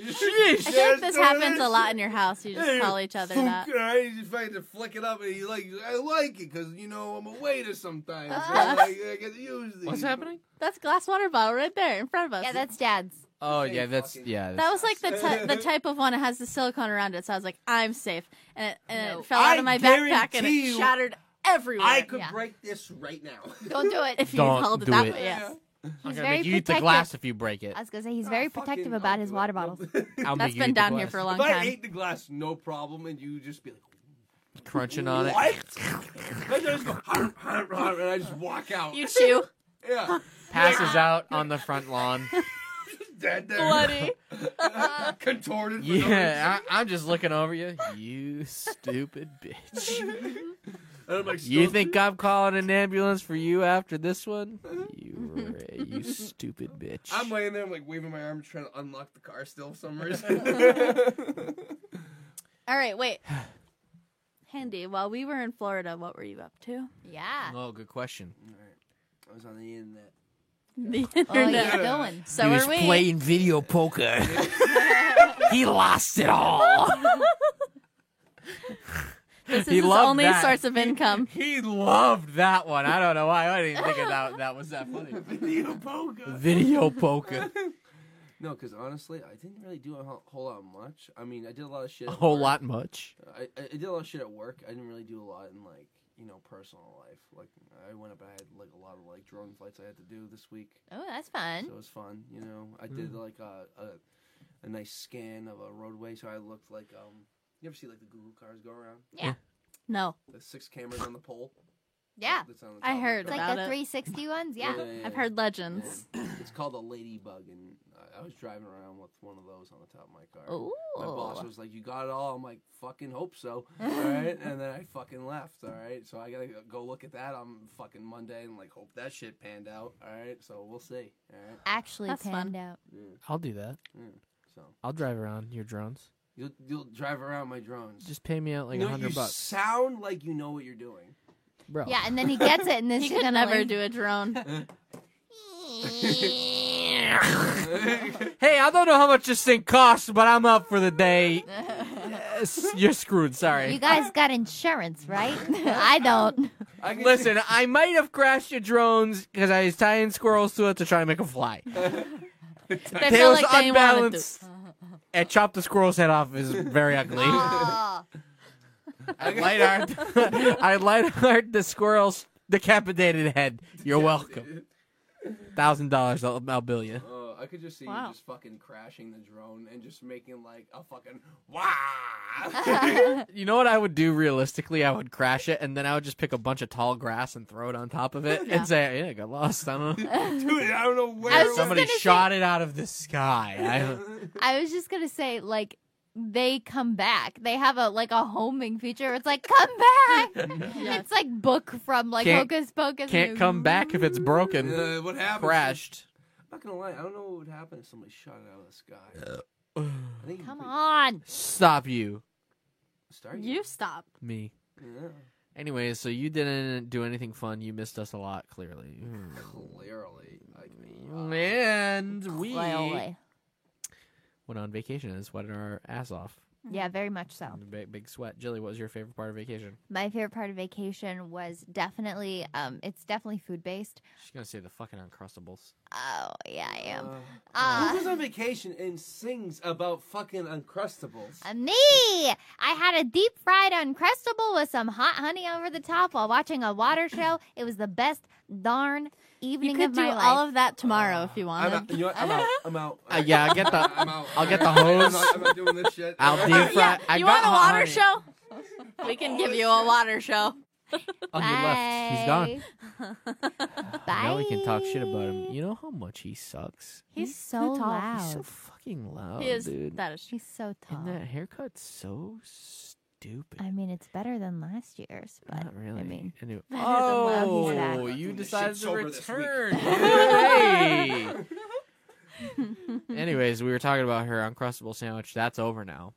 [SPEAKER 3] Sheesh.
[SPEAKER 4] I feel like this happens a lot in your house. You just call each other that.
[SPEAKER 3] All right, you just fucking flick it up, and you like, I like it because you know I'm a waiter sometimes. so,
[SPEAKER 4] [LAUGHS] Uh-huh.
[SPEAKER 3] like, I get to use these.
[SPEAKER 6] What's happening?
[SPEAKER 4] That's a glass water bottle right there in front of us.
[SPEAKER 5] Yeah, that's dad's.
[SPEAKER 6] Oh
[SPEAKER 3] Okay,
[SPEAKER 6] yeah, that's
[SPEAKER 3] fucking-
[SPEAKER 6] yeah.
[SPEAKER 4] that
[SPEAKER 6] That's,
[SPEAKER 4] was like the ty-
[SPEAKER 3] [LAUGHS]
[SPEAKER 4] the type of one that has the silicone around it. So I was like, I'm safe, and it, and
[SPEAKER 5] No.
[SPEAKER 4] it fell out
[SPEAKER 3] I
[SPEAKER 4] of my backpack and
[SPEAKER 3] guarantee
[SPEAKER 4] it
[SPEAKER 3] you
[SPEAKER 4] shattered everywhere.
[SPEAKER 3] I could
[SPEAKER 5] Yeah.
[SPEAKER 3] break this right now.
[SPEAKER 5] Don't do it.
[SPEAKER 4] if you
[SPEAKER 6] Don't
[SPEAKER 4] held it
[SPEAKER 6] do
[SPEAKER 3] [LAUGHS]
[SPEAKER 4] that
[SPEAKER 6] it.
[SPEAKER 4] way, yes.
[SPEAKER 6] I'm
[SPEAKER 5] He's
[SPEAKER 6] gonna
[SPEAKER 5] very
[SPEAKER 6] make you eat the
[SPEAKER 5] protective.
[SPEAKER 6] glass if you break it.
[SPEAKER 5] I was gonna say he's very
[SPEAKER 3] Fucking-
[SPEAKER 5] protective
[SPEAKER 3] I'll
[SPEAKER 5] about
[SPEAKER 3] do
[SPEAKER 5] his
[SPEAKER 3] it.
[SPEAKER 5] water
[SPEAKER 3] [LAUGHS]
[SPEAKER 5] bottles.
[SPEAKER 6] I'll make
[SPEAKER 4] That's
[SPEAKER 6] you
[SPEAKER 4] been
[SPEAKER 6] eat the
[SPEAKER 4] down here
[SPEAKER 6] glass.
[SPEAKER 4] for a long
[SPEAKER 3] If I
[SPEAKER 4] time.
[SPEAKER 3] ate the glass, no problem, and you just be like,
[SPEAKER 6] crunching on it.
[SPEAKER 3] What? [LAUGHS] I just go, "Harp, harp, harp," and I just walk out.
[SPEAKER 4] You chew
[SPEAKER 3] [LAUGHS]
[SPEAKER 4] [LAUGHS]
[SPEAKER 3] yeah.
[SPEAKER 6] Passes out on the front lawn.
[SPEAKER 3] Dead there.
[SPEAKER 4] bloody.
[SPEAKER 3] [LAUGHS] Contorted. for no
[SPEAKER 6] Yeah, I, I'm just looking over you. You stupid [LAUGHS] bitch.
[SPEAKER 3] reason. And I'm like,
[SPEAKER 6] You
[SPEAKER 3] still-
[SPEAKER 6] think I'm calling an ambulance for you after this one? You, ra- you stupid bitch.
[SPEAKER 3] I'm laying there, I'm like waving my arm, trying to unlock the car still for some
[SPEAKER 6] [LAUGHS]
[SPEAKER 3] reason.
[SPEAKER 4] All right, wait. Handy, while we were in Florida, what were you up to? [LAUGHS]
[SPEAKER 5] Yeah.
[SPEAKER 6] Oh, good question.
[SPEAKER 3] I was on the internet.
[SPEAKER 4] The
[SPEAKER 5] Oh,
[SPEAKER 4] internet.
[SPEAKER 5] yeah, going.
[SPEAKER 4] So are we.
[SPEAKER 6] video poker. he lost it all.
[SPEAKER 4] [LAUGHS] This is
[SPEAKER 6] He
[SPEAKER 4] his
[SPEAKER 6] loved
[SPEAKER 4] only
[SPEAKER 6] that.
[SPEAKER 4] source of
[SPEAKER 6] [LAUGHS]
[SPEAKER 4] income.
[SPEAKER 6] He loved that one. I don't know why. I didn't think of that that was that funny.
[SPEAKER 3] [LAUGHS] Video poker.
[SPEAKER 6] Video poker.
[SPEAKER 3] No, because honestly, I didn't really do a whole whole lot much. I mean, I did a lot of shit.
[SPEAKER 6] A
[SPEAKER 3] at
[SPEAKER 6] whole
[SPEAKER 3] work.
[SPEAKER 6] lot much.
[SPEAKER 3] I, I I did a lot of shit at work. I didn't really do a lot in like you know personal life. Like I went up, I had like a lot of like drone flights I had to do this week,
[SPEAKER 5] Oh, that's fun.
[SPEAKER 3] so it was fun. You know, I
[SPEAKER 6] Hmm.
[SPEAKER 3] did like a, a a nice scan of a roadway, so I looked like um. You ever see like the Google cars go around?
[SPEAKER 4] No,
[SPEAKER 3] The six cameras on the pole.
[SPEAKER 5] Yeah.
[SPEAKER 3] That's on the
[SPEAKER 4] I
[SPEAKER 3] top of the
[SPEAKER 4] heard
[SPEAKER 5] It's
[SPEAKER 3] car.
[SPEAKER 5] like
[SPEAKER 4] About
[SPEAKER 5] the
[SPEAKER 4] it.
[SPEAKER 5] 360 ones. Yeah.
[SPEAKER 4] I've heard legends.
[SPEAKER 3] Yeah. It's called a ladybug, and I- I was driving around with one of those on the top of my car.
[SPEAKER 5] Ooh.
[SPEAKER 3] My
[SPEAKER 4] Oh.
[SPEAKER 3] boss was like, "You got it all." I'm like, "Fucking hope so." All right, and then I fucking left. All right, so I gotta go look at that on fucking Monday and like hope that shit panned out. All right, so we'll see. All right,
[SPEAKER 5] Actually
[SPEAKER 4] That's
[SPEAKER 5] panned
[SPEAKER 4] fun.
[SPEAKER 5] out.
[SPEAKER 6] I'll do that.
[SPEAKER 3] so
[SPEAKER 6] I'll drive around your drones.
[SPEAKER 3] you'll you'll drive around my drones.
[SPEAKER 6] Just pay me out like a
[SPEAKER 3] you, know,
[SPEAKER 6] hundred
[SPEAKER 3] you
[SPEAKER 6] bucks,
[SPEAKER 3] sound like you know what you're doing.
[SPEAKER 6] bro.
[SPEAKER 5] Yeah, and then he gets it,
[SPEAKER 4] [LAUGHS]
[SPEAKER 5] and then
[SPEAKER 4] he
[SPEAKER 5] she
[SPEAKER 4] could never
[SPEAKER 5] [LAUGHS]
[SPEAKER 4] do a
[SPEAKER 6] [LAUGHS]
[SPEAKER 4] drone.
[SPEAKER 6] Hey, I don't know how much this thing costs, but I'm up for the
[SPEAKER 5] [LAUGHS]
[SPEAKER 6] day. Yes, You're screwed.
[SPEAKER 5] You
[SPEAKER 6] Sorry.
[SPEAKER 5] guys got insurance, right? [LAUGHS]
[SPEAKER 4] [LAUGHS]
[SPEAKER 5] I don't.
[SPEAKER 3] I can
[SPEAKER 6] Listen, I might have crashed your drones because I was tying squirrels to it to try to make them fly.
[SPEAKER 4] They
[SPEAKER 6] They
[SPEAKER 4] felt like
[SPEAKER 6] was
[SPEAKER 4] they wanted to.
[SPEAKER 6] unbalanced. I chopped the squirrel's head off. Is
[SPEAKER 5] [LAUGHS]
[SPEAKER 6] very ugly.
[SPEAKER 5] Oh,
[SPEAKER 6] I light art. [LAUGHS] I light art the squirrel's decapitated head.
[SPEAKER 3] [LAUGHS]
[SPEAKER 6] You're welcome. Thousand dollars. I'll, I'll bill you.
[SPEAKER 3] Uh, I could just see
[SPEAKER 4] Wow.
[SPEAKER 3] you just fucking crashing the drone and just making like a [LAUGHS] fucking wow.
[SPEAKER 6] You know what I would do realistically? I would crash it, and then I would just pick a bunch of tall grass and throw it on top of it,
[SPEAKER 4] Yeah.
[SPEAKER 6] and say, "Yeah, I got lost. I
[SPEAKER 5] [LAUGHS]
[SPEAKER 6] don't know.
[SPEAKER 3] Dude, I don't know where.
[SPEAKER 5] I
[SPEAKER 3] it went.
[SPEAKER 5] was just
[SPEAKER 6] Somebody
[SPEAKER 5] gonna say-
[SPEAKER 6] shot it out of the sky." I don't-
[SPEAKER 3] [LAUGHS]
[SPEAKER 5] I was just gonna say, like, they come back. They have a like a homing feature. where It's like come
[SPEAKER 6] [LAUGHS]
[SPEAKER 5] [LAUGHS] back.
[SPEAKER 4] Yes.
[SPEAKER 5] It's like book from like
[SPEAKER 6] Can't-
[SPEAKER 5] Hocus [LAUGHS]
[SPEAKER 6] [LAUGHS]
[SPEAKER 5] Pocus.
[SPEAKER 6] Can't come back if it's broken.
[SPEAKER 3] Uh, what happened?
[SPEAKER 6] Crashed.
[SPEAKER 3] I'm not gonna lie, I don't know what would happen if somebody shot it out of the sky. I think
[SPEAKER 5] Come
[SPEAKER 3] it'd
[SPEAKER 5] on.
[SPEAKER 6] Stop you,
[SPEAKER 3] be- Start
[SPEAKER 4] You stop.
[SPEAKER 6] me.
[SPEAKER 3] Yeah,
[SPEAKER 6] Anyways, so you didn't do anything fun. You missed us a lot, clearly. Hmm.
[SPEAKER 3] clearly. Like, yeah.
[SPEAKER 6] And we
[SPEAKER 5] Clearly.
[SPEAKER 6] went on vacation and sweated our ass off.
[SPEAKER 4] Hmm.
[SPEAKER 5] Yeah, very much so.
[SPEAKER 6] Big, big sweat. Jilly, what was your favorite part of vacation?
[SPEAKER 5] My favorite part of vacation was definitely um it's definitely food based.
[SPEAKER 6] She's gonna say the fucking uncrustables.
[SPEAKER 5] Oh yeah, I am.
[SPEAKER 3] Uh,
[SPEAKER 5] Uh,
[SPEAKER 3] Who goes on vacation and sings about fucking Uncrustables?
[SPEAKER 5] uh, me! I had a deep
[SPEAKER 6] [CLEARS THROAT]
[SPEAKER 5] fried Uncrustable with some hot honey over the top while watching a water show. It was the best darn evening
[SPEAKER 4] You could
[SPEAKER 5] of
[SPEAKER 4] do
[SPEAKER 5] my life.
[SPEAKER 4] all of that tomorrow if you
[SPEAKER 3] I'm
[SPEAKER 4] wanted.
[SPEAKER 3] out. You know what? I'm out. I'm out.
[SPEAKER 6] Uh, yeah, I'll get the
[SPEAKER 3] [LAUGHS] I'm out.
[SPEAKER 6] I'll get the
[SPEAKER 3] I'm
[SPEAKER 6] hose.
[SPEAKER 3] not, I'm not doing this shit.
[SPEAKER 6] I'll deep fry.
[SPEAKER 4] [LAUGHS] yeah,
[SPEAKER 6] I
[SPEAKER 4] you want
[SPEAKER 6] got
[SPEAKER 4] a
[SPEAKER 6] hot
[SPEAKER 4] water
[SPEAKER 6] honey.
[SPEAKER 4] show? [LAUGHS] We can give you a water
[SPEAKER 5] [LAUGHS]
[SPEAKER 4] show.
[SPEAKER 6] Oh, he left. He's gone.
[SPEAKER 5] Bye.
[SPEAKER 6] [LAUGHS] Now we can talk shit about him. You know how much he sucks.
[SPEAKER 5] He's so loud.
[SPEAKER 6] He's so fucking
[SPEAKER 5] Oh,
[SPEAKER 6] loud,
[SPEAKER 4] He is
[SPEAKER 6] dude.
[SPEAKER 4] that is true.
[SPEAKER 5] He's so tall.
[SPEAKER 6] and that haircut's so stupid.
[SPEAKER 5] I mean, it's better than last year's, but
[SPEAKER 6] Not really.
[SPEAKER 5] I mean,
[SPEAKER 6] Anyway-
[SPEAKER 4] [LAUGHS] Better than what
[SPEAKER 5] he's at.
[SPEAKER 6] oh,
[SPEAKER 5] Not
[SPEAKER 6] you
[SPEAKER 3] doing this shit
[SPEAKER 6] decided to
[SPEAKER 3] sober this week.
[SPEAKER 6] [LAUGHS] return. hey. [LAUGHS] Anyways, we were talking about her uncrustable sandwich. That's over now.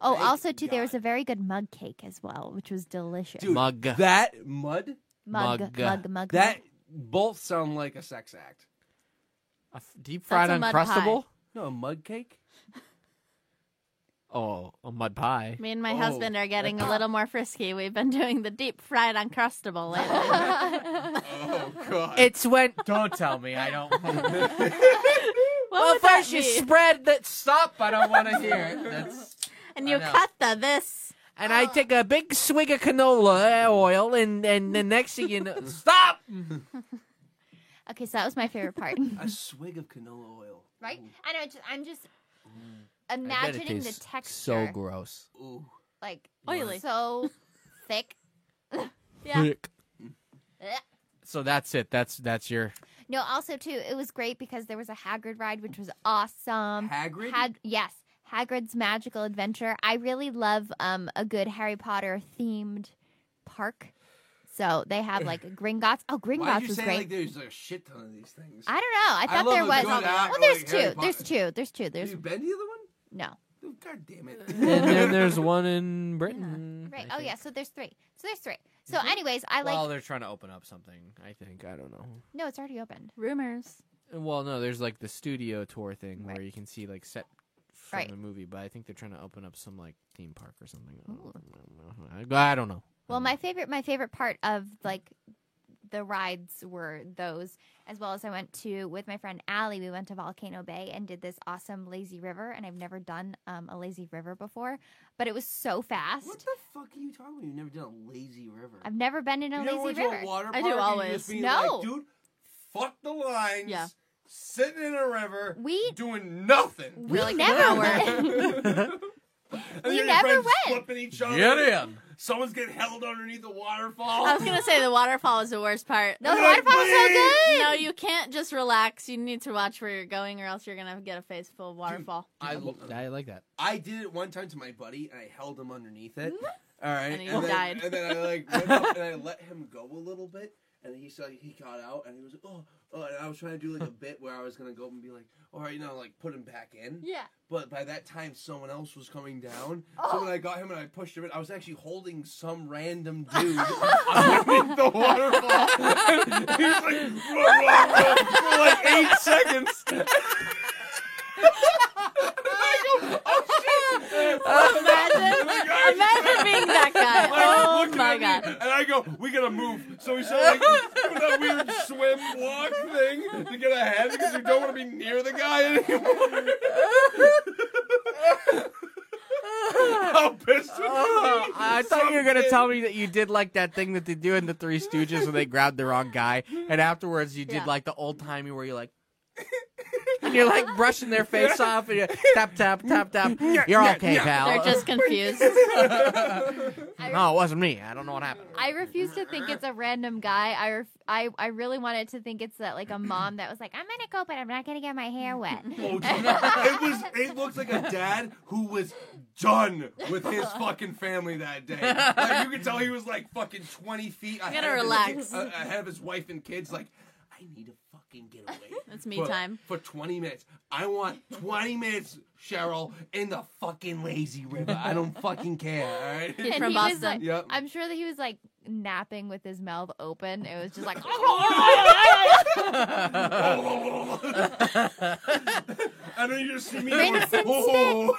[SPEAKER 5] oh,
[SPEAKER 3] Thank
[SPEAKER 5] also too, there was
[SPEAKER 3] God.
[SPEAKER 5] a very good mug cake as well, which was delicious.
[SPEAKER 3] Dude,
[SPEAKER 6] Mug.
[SPEAKER 3] That mud.
[SPEAKER 5] mug,
[SPEAKER 6] mug.
[SPEAKER 5] mug, mug, mug.
[SPEAKER 3] That both sound like a sex act.
[SPEAKER 6] A f- deep fried
[SPEAKER 4] That's a mud pie.
[SPEAKER 6] uncrustable.
[SPEAKER 3] No, a mud cake.
[SPEAKER 6] Oh, a mud pie.
[SPEAKER 4] Me and my
[SPEAKER 3] Oh,
[SPEAKER 4] husband are getting a little more frisky. We've been doing the deep fried uncrustable lately.
[SPEAKER 3] Oh God.
[SPEAKER 6] It's when. [LAUGHS] Don't tell me. I [LAUGHS] don't.
[SPEAKER 4] what would that be?
[SPEAKER 6] spread that. Stop. I don't want [LAUGHS] to hear it. That's.
[SPEAKER 4] And
[SPEAKER 6] I
[SPEAKER 4] you
[SPEAKER 6] know.
[SPEAKER 4] cut the this.
[SPEAKER 6] And I take a big swig of canola eh, oil, and and the next thing you know, [LAUGHS] stop.
[SPEAKER 5] okay, so that was my favorite part,
[SPEAKER 6] [LAUGHS]
[SPEAKER 5] [LAUGHS]
[SPEAKER 3] a swig of canola oil.
[SPEAKER 5] right? I know. It's just, I'm just
[SPEAKER 3] Mm.
[SPEAKER 6] I bet it
[SPEAKER 5] imagining the
[SPEAKER 6] tastes
[SPEAKER 5] texture,
[SPEAKER 6] So gross.
[SPEAKER 3] Ooh.
[SPEAKER 5] like
[SPEAKER 4] Oily.
[SPEAKER 5] so thick.
[SPEAKER 4] Yeah.
[SPEAKER 5] Ugh.
[SPEAKER 6] So that's it. That's that's your.
[SPEAKER 5] No, also too, it was great because there was a Hagrid ride, which was awesome.
[SPEAKER 3] Hagrid?
[SPEAKER 5] Hag- yes, Hagrid's Magical Adventure. I really love um, a good Harry Potter themed park. So they have like
[SPEAKER 3] [LAUGHS]
[SPEAKER 5] Gringotts. Oh,
[SPEAKER 3] Why did
[SPEAKER 5] Gringotts
[SPEAKER 3] you
[SPEAKER 5] was
[SPEAKER 3] say
[SPEAKER 5] great.
[SPEAKER 3] like there's a shit ton of these things?
[SPEAKER 5] I don't know. I
[SPEAKER 3] I
[SPEAKER 5] thought
[SPEAKER 3] love
[SPEAKER 5] there
[SPEAKER 3] a
[SPEAKER 5] was.
[SPEAKER 3] good act like
[SPEAKER 5] Well, there's
[SPEAKER 3] Harry
[SPEAKER 5] two. There's
[SPEAKER 3] Potter.
[SPEAKER 5] two. There's two. There's
[SPEAKER 3] Have you been to the other one?
[SPEAKER 5] no.
[SPEAKER 3] Oh, God damn it.
[SPEAKER 6] And then there's one in Britain.
[SPEAKER 5] Right.
[SPEAKER 6] I
[SPEAKER 5] Oh
[SPEAKER 6] think.
[SPEAKER 5] yeah. So there's three. So there's three. So
[SPEAKER 3] Mm-hmm.
[SPEAKER 5] anyways, I like.
[SPEAKER 6] Well, they're trying to open up something. I think I don't know.
[SPEAKER 5] no, it's already opened.
[SPEAKER 4] Rumors.
[SPEAKER 6] Well, no, there's like the studio tour thing where you can see like set from
[SPEAKER 5] Right.
[SPEAKER 6] the movie, but I think they're trying to open up some like theme park or something. I don't, I don't know. I don't know.
[SPEAKER 5] Well, my favorite my favorite part of like the rides were those as well as I went to with my friend Allie. We went to Volcano Bay and did this awesome lazy river, and I've never done um, a lazy river before, but it was so fast.
[SPEAKER 3] What the fuck are you talking about? You've never done a lazy river.
[SPEAKER 5] I've never been in a
[SPEAKER 3] you never went
[SPEAKER 5] lazy
[SPEAKER 3] To
[SPEAKER 5] river.
[SPEAKER 3] a water
[SPEAKER 4] I
[SPEAKER 3] park
[SPEAKER 4] do
[SPEAKER 3] and
[SPEAKER 4] always.
[SPEAKER 3] you just being
[SPEAKER 5] No.
[SPEAKER 3] Like, Dude, fuck the lines.
[SPEAKER 4] [LAUGHS] Yeah.
[SPEAKER 3] Sitting in a river.
[SPEAKER 5] We-
[SPEAKER 3] doing nothing.
[SPEAKER 5] we
[SPEAKER 4] Really
[SPEAKER 5] never
[SPEAKER 4] went.
[SPEAKER 3] [LAUGHS]
[SPEAKER 5] went.
[SPEAKER 3] And
[SPEAKER 5] we
[SPEAKER 3] your
[SPEAKER 5] never
[SPEAKER 3] friends
[SPEAKER 5] went.
[SPEAKER 3] Flipping each other. Someone's getting held underneath the waterfall.
[SPEAKER 4] I was gonna say the waterfall is the worst part.
[SPEAKER 5] No, the
[SPEAKER 3] Like,
[SPEAKER 5] waterfall was so
[SPEAKER 3] please.
[SPEAKER 5] good.
[SPEAKER 4] No, you can't just relax. You need to watch where you're going, or else you're gonna get a face full of waterfall.
[SPEAKER 3] I,
[SPEAKER 6] I like that.
[SPEAKER 3] I did it one time to my buddy, and I held him underneath it. All right,
[SPEAKER 4] And he
[SPEAKER 3] then,
[SPEAKER 4] died.
[SPEAKER 3] And then I
[SPEAKER 4] [LAUGHS]
[SPEAKER 3] like went up and I let him go a little bit, and he saw he got out, and he was like, oh, oh, and I was trying to do like a bit where I was gonna go up and be like, all right, you know, like put him back in.
[SPEAKER 4] Yeah. Oh.
[SPEAKER 3] But by that time, someone else was coming down. So when I got him and I pushed him in, I was actually holding some
[SPEAKER 4] [LAUGHS]
[SPEAKER 3] random dude [LAUGHS] underneath the waterfall. [LAUGHS] he was like, "Run, run, run," for like eight seconds. And I go, oh shit! And I Oh
[SPEAKER 4] Imagine, imagine being that guy.
[SPEAKER 3] like,
[SPEAKER 4] Oh
[SPEAKER 3] looking
[SPEAKER 4] my
[SPEAKER 3] at
[SPEAKER 4] god.
[SPEAKER 3] Me, and I go, we gotta move. So we started like doing that weird swim walk thing to get ahead because we don't want to be near the guy anymore. [LAUGHS] How pissed was [LAUGHS] he?
[SPEAKER 6] Oh, I thought you were gonna
[SPEAKER 3] Some
[SPEAKER 6] tell me that you did like that thing that they do in the Three Stooges when they grab the wrong guy, and afterwards you did
[SPEAKER 4] Yeah.
[SPEAKER 6] like the old timey where you're like, [LAUGHS] and you're like brushing their face off, and you tap tap tap tap. You're okay, pal.
[SPEAKER 4] They're just confused.
[SPEAKER 6] [LAUGHS] no, it wasn't me. I don't know what happened.
[SPEAKER 5] [LAUGHS] I refuse to think it's a random guy. I, ref- I I really wanted to think it's that like a mom that was like, I'm gonna go, but I'm not gonna get my
[SPEAKER 3] [LAUGHS]
[SPEAKER 5] hair wet.
[SPEAKER 3] Oh, dude. it was. It looked like a dad who was done with
[SPEAKER 4] [LAUGHS]
[SPEAKER 3] his fucking family that day. Like, you could tell he was like fucking twenty feet ahead,
[SPEAKER 4] gotta
[SPEAKER 3] of his-
[SPEAKER 4] relax.
[SPEAKER 3] uh, ahead of his wife and kids. Like, I need to fucking get away.
[SPEAKER 4] [LAUGHS] It's me
[SPEAKER 3] for-
[SPEAKER 4] time.
[SPEAKER 3] for twenty minutes. I want twenty minutes, Cheryl, in the fucking lazy river. I don't fucking care. All
[SPEAKER 4] [LAUGHS]
[SPEAKER 5] [LAUGHS]
[SPEAKER 3] right.
[SPEAKER 4] From
[SPEAKER 5] he was
[SPEAKER 4] Boston.
[SPEAKER 5] like,
[SPEAKER 3] Yep. [LAUGHS]
[SPEAKER 5] I'm sure that he was like napping with his mouth open. It was
[SPEAKER 6] [LAUGHS]
[SPEAKER 5] just like, [LAUGHS] Oh,
[SPEAKER 3] and then you just see me. Going,
[SPEAKER 5] Raymond Simpson.
[SPEAKER 3] "Whoa."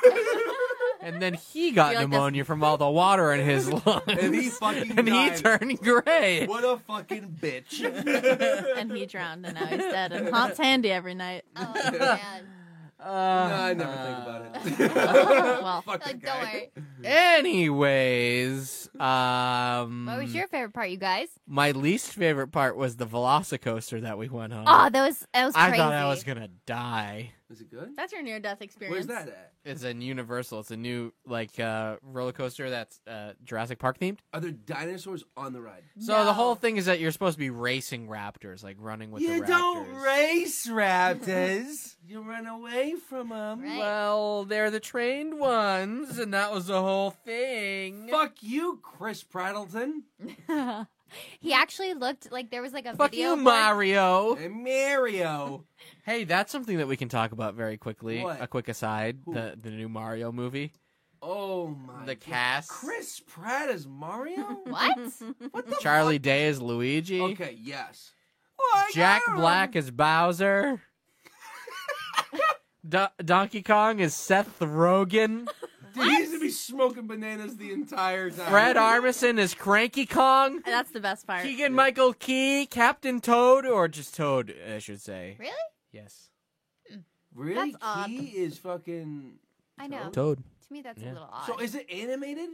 [SPEAKER 6] And then he got
[SPEAKER 4] You're like,
[SPEAKER 6] pneumonia from all the water in his lungs,
[SPEAKER 3] and he fucking
[SPEAKER 6] and he
[SPEAKER 3] died.
[SPEAKER 6] turned gray.
[SPEAKER 3] [LAUGHS]
[SPEAKER 6] [LAUGHS]
[SPEAKER 3] What a fucking bitch.
[SPEAKER 4] [LAUGHS] And he drowned, and now he's dead. And haunts Handy every night.
[SPEAKER 5] oh man.
[SPEAKER 3] No, I never think about it.
[SPEAKER 4] Well,
[SPEAKER 5] [LAUGHS]
[SPEAKER 3] Fuck that
[SPEAKER 5] Uh, Like,
[SPEAKER 3] guy.
[SPEAKER 5] don't worry.
[SPEAKER 6] Anyways, um,
[SPEAKER 5] What was your favorite part, you guys?
[SPEAKER 6] my least favorite part was the Velocicoaster that we went on.
[SPEAKER 5] Oh, that was that was
[SPEAKER 6] Uh, I
[SPEAKER 5] crazy.
[SPEAKER 6] thought I was gonna die.
[SPEAKER 3] Is it good?
[SPEAKER 4] That's your near death experience.
[SPEAKER 3] Where's that at?
[SPEAKER 6] It's an Universal. It's a new like uh, roller coaster that's uh, Jurassic Park themed.
[SPEAKER 3] Are there dinosaurs on the ride?
[SPEAKER 6] So the
[SPEAKER 4] No.
[SPEAKER 6] whole thing is that you're supposed to be racing raptors, like running with the raptors.
[SPEAKER 3] race [LAUGHS] raptors. you run away from them.
[SPEAKER 5] Right.
[SPEAKER 6] Well, they're the trained ones, and that was the whole thing.
[SPEAKER 3] Fuck you, Chris Prattleton
[SPEAKER 5] [LAUGHS] he actually looked like there was like a
[SPEAKER 6] Fuck
[SPEAKER 5] video
[SPEAKER 6] you,
[SPEAKER 5] board-
[SPEAKER 6] Mario.
[SPEAKER 3] and Mario.
[SPEAKER 6] Hey, that's something that we can talk about very quickly.
[SPEAKER 3] What?
[SPEAKER 6] A quick aside:
[SPEAKER 3] Who?
[SPEAKER 6] the the new Mario movie,
[SPEAKER 3] Oh my.
[SPEAKER 6] the
[SPEAKER 3] God.
[SPEAKER 6] cast,
[SPEAKER 3] Chris Pratt is Mario.
[SPEAKER 5] [LAUGHS] What?
[SPEAKER 6] [LAUGHS]
[SPEAKER 3] What the?
[SPEAKER 6] Charlie Day is Luigi,
[SPEAKER 3] Okay. Yes. Oh, I
[SPEAKER 6] Jack
[SPEAKER 3] got him.
[SPEAKER 6] Black is
[SPEAKER 4] [LAUGHS]
[SPEAKER 6] Bowser, Do- Donkey Kong is Seth Rogen,
[SPEAKER 3] Dude, he needs to be smoking bananas the entire time.
[SPEAKER 6] Fred Armisen is Cranky Kong,
[SPEAKER 4] That's the best part.
[SPEAKER 6] Keegan Michael Key, Captain Toad, or just Toad, I should say.
[SPEAKER 5] really?
[SPEAKER 6] Yes,
[SPEAKER 3] Really?
[SPEAKER 4] That's odd.
[SPEAKER 3] He is fucking.
[SPEAKER 5] I know. To
[SPEAKER 6] Toad.
[SPEAKER 5] me, that's
[SPEAKER 6] Yeah.
[SPEAKER 5] a little odd.
[SPEAKER 3] So is it animated?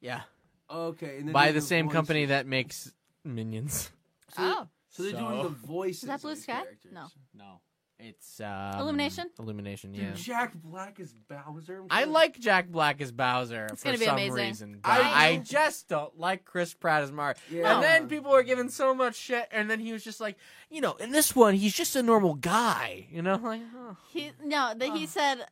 [SPEAKER 6] Yeah,
[SPEAKER 3] Okay. And then
[SPEAKER 6] by
[SPEAKER 3] they
[SPEAKER 6] the
[SPEAKER 3] do
[SPEAKER 6] same company
[SPEAKER 3] voices.
[SPEAKER 6] that makes Minions.
[SPEAKER 5] oh,
[SPEAKER 3] So they're
[SPEAKER 6] So-
[SPEAKER 3] doing the voices.
[SPEAKER 4] Is that
[SPEAKER 3] of
[SPEAKER 4] Blue
[SPEAKER 3] these
[SPEAKER 4] Sky?
[SPEAKER 3] characters.
[SPEAKER 4] No.
[SPEAKER 6] No, it's um,
[SPEAKER 4] Illumination?
[SPEAKER 6] Illumination,
[SPEAKER 3] Dude,
[SPEAKER 6] yeah.
[SPEAKER 3] Jack Black is Bowser. I'm
[SPEAKER 6] I
[SPEAKER 3] kidding.
[SPEAKER 6] like Jack Black as Bowser
[SPEAKER 4] It's
[SPEAKER 6] for
[SPEAKER 4] gonna be
[SPEAKER 6] some
[SPEAKER 4] amazing.
[SPEAKER 6] reason, but I,
[SPEAKER 3] I-
[SPEAKER 6] just don't like Chris Pratt as Mario.
[SPEAKER 3] Yeah.
[SPEAKER 6] And then people were giving so much shit, and then he was just like, you know, in this one he's just a normal guy, you know, like oh.
[SPEAKER 4] He no, that he said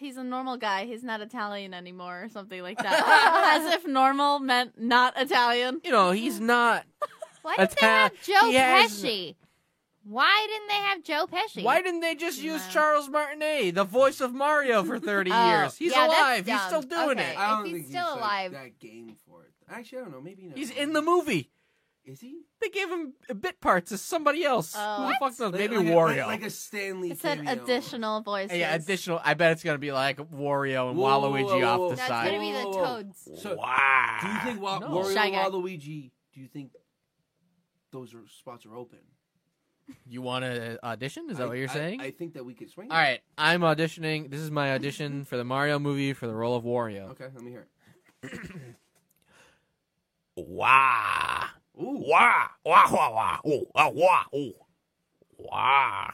[SPEAKER 4] he's a normal guy. He's not Italian anymore, or something like [LAUGHS] that. As if normal meant not Italian.
[SPEAKER 6] you know, he's not.
[SPEAKER 5] why didn't they
[SPEAKER 6] Atta-
[SPEAKER 5] have Joe
[SPEAKER 6] he has-
[SPEAKER 5] Pesci? Why didn't they have Joe Pesci?
[SPEAKER 6] Why didn't they just use
[SPEAKER 4] No.
[SPEAKER 6] Charles Martinet, the voice of Mario,
[SPEAKER 5] [LAUGHS]
[SPEAKER 6] for thirty
[SPEAKER 5] Oh,
[SPEAKER 6] years? He's
[SPEAKER 5] yeah, that's
[SPEAKER 6] alive. He's
[SPEAKER 5] dumb.
[SPEAKER 6] still doing
[SPEAKER 5] Okay.
[SPEAKER 6] it.
[SPEAKER 3] I
[SPEAKER 5] If
[SPEAKER 3] don't
[SPEAKER 5] he's
[SPEAKER 3] think
[SPEAKER 5] still
[SPEAKER 3] like,
[SPEAKER 5] alive.
[SPEAKER 3] that game for it. Actually, I don't know. Maybe not.
[SPEAKER 6] He's in the movie.
[SPEAKER 3] Is he?
[SPEAKER 6] They gave him bit parts as somebody else.
[SPEAKER 4] Oh.
[SPEAKER 6] Who the fuck knows?
[SPEAKER 3] Like-
[SPEAKER 6] Maybe
[SPEAKER 3] like a-
[SPEAKER 6] Wario.
[SPEAKER 3] like, like a Stanley.
[SPEAKER 4] It said
[SPEAKER 3] cameo.
[SPEAKER 4] additional voices.
[SPEAKER 6] Yeah, additional. I bet it's gonna be like Wario and
[SPEAKER 3] Whoa, whoa,
[SPEAKER 6] Waluigi
[SPEAKER 3] whoa, whoa,
[SPEAKER 6] off
[SPEAKER 3] whoa.
[SPEAKER 6] the
[SPEAKER 5] That's
[SPEAKER 6] side.
[SPEAKER 5] gonna be the
[SPEAKER 3] Whoa, whoa, whoa.
[SPEAKER 5] Toads.
[SPEAKER 3] So,
[SPEAKER 6] wow.
[SPEAKER 3] do you think Wa-
[SPEAKER 6] Ah, No.
[SPEAKER 3] Wario
[SPEAKER 4] Shy Guy.
[SPEAKER 3] and Waluigi? Do you think those are, spots are open?
[SPEAKER 6] You want to audition? Is that
[SPEAKER 3] I-
[SPEAKER 6] what you're
[SPEAKER 3] I-
[SPEAKER 6] saying?
[SPEAKER 3] I think that we could swing.
[SPEAKER 6] All right, I'm auditioning. This is my audition for the Mario movie for the role of
[SPEAKER 3] it.
[SPEAKER 6] Wario.
[SPEAKER 3] Okay, let me hear.
[SPEAKER 1] Wah.
[SPEAKER 3] It. Ooh,
[SPEAKER 1] Wah. Wah, wah, wah. Ooh, ah, wah, ooh. Wah.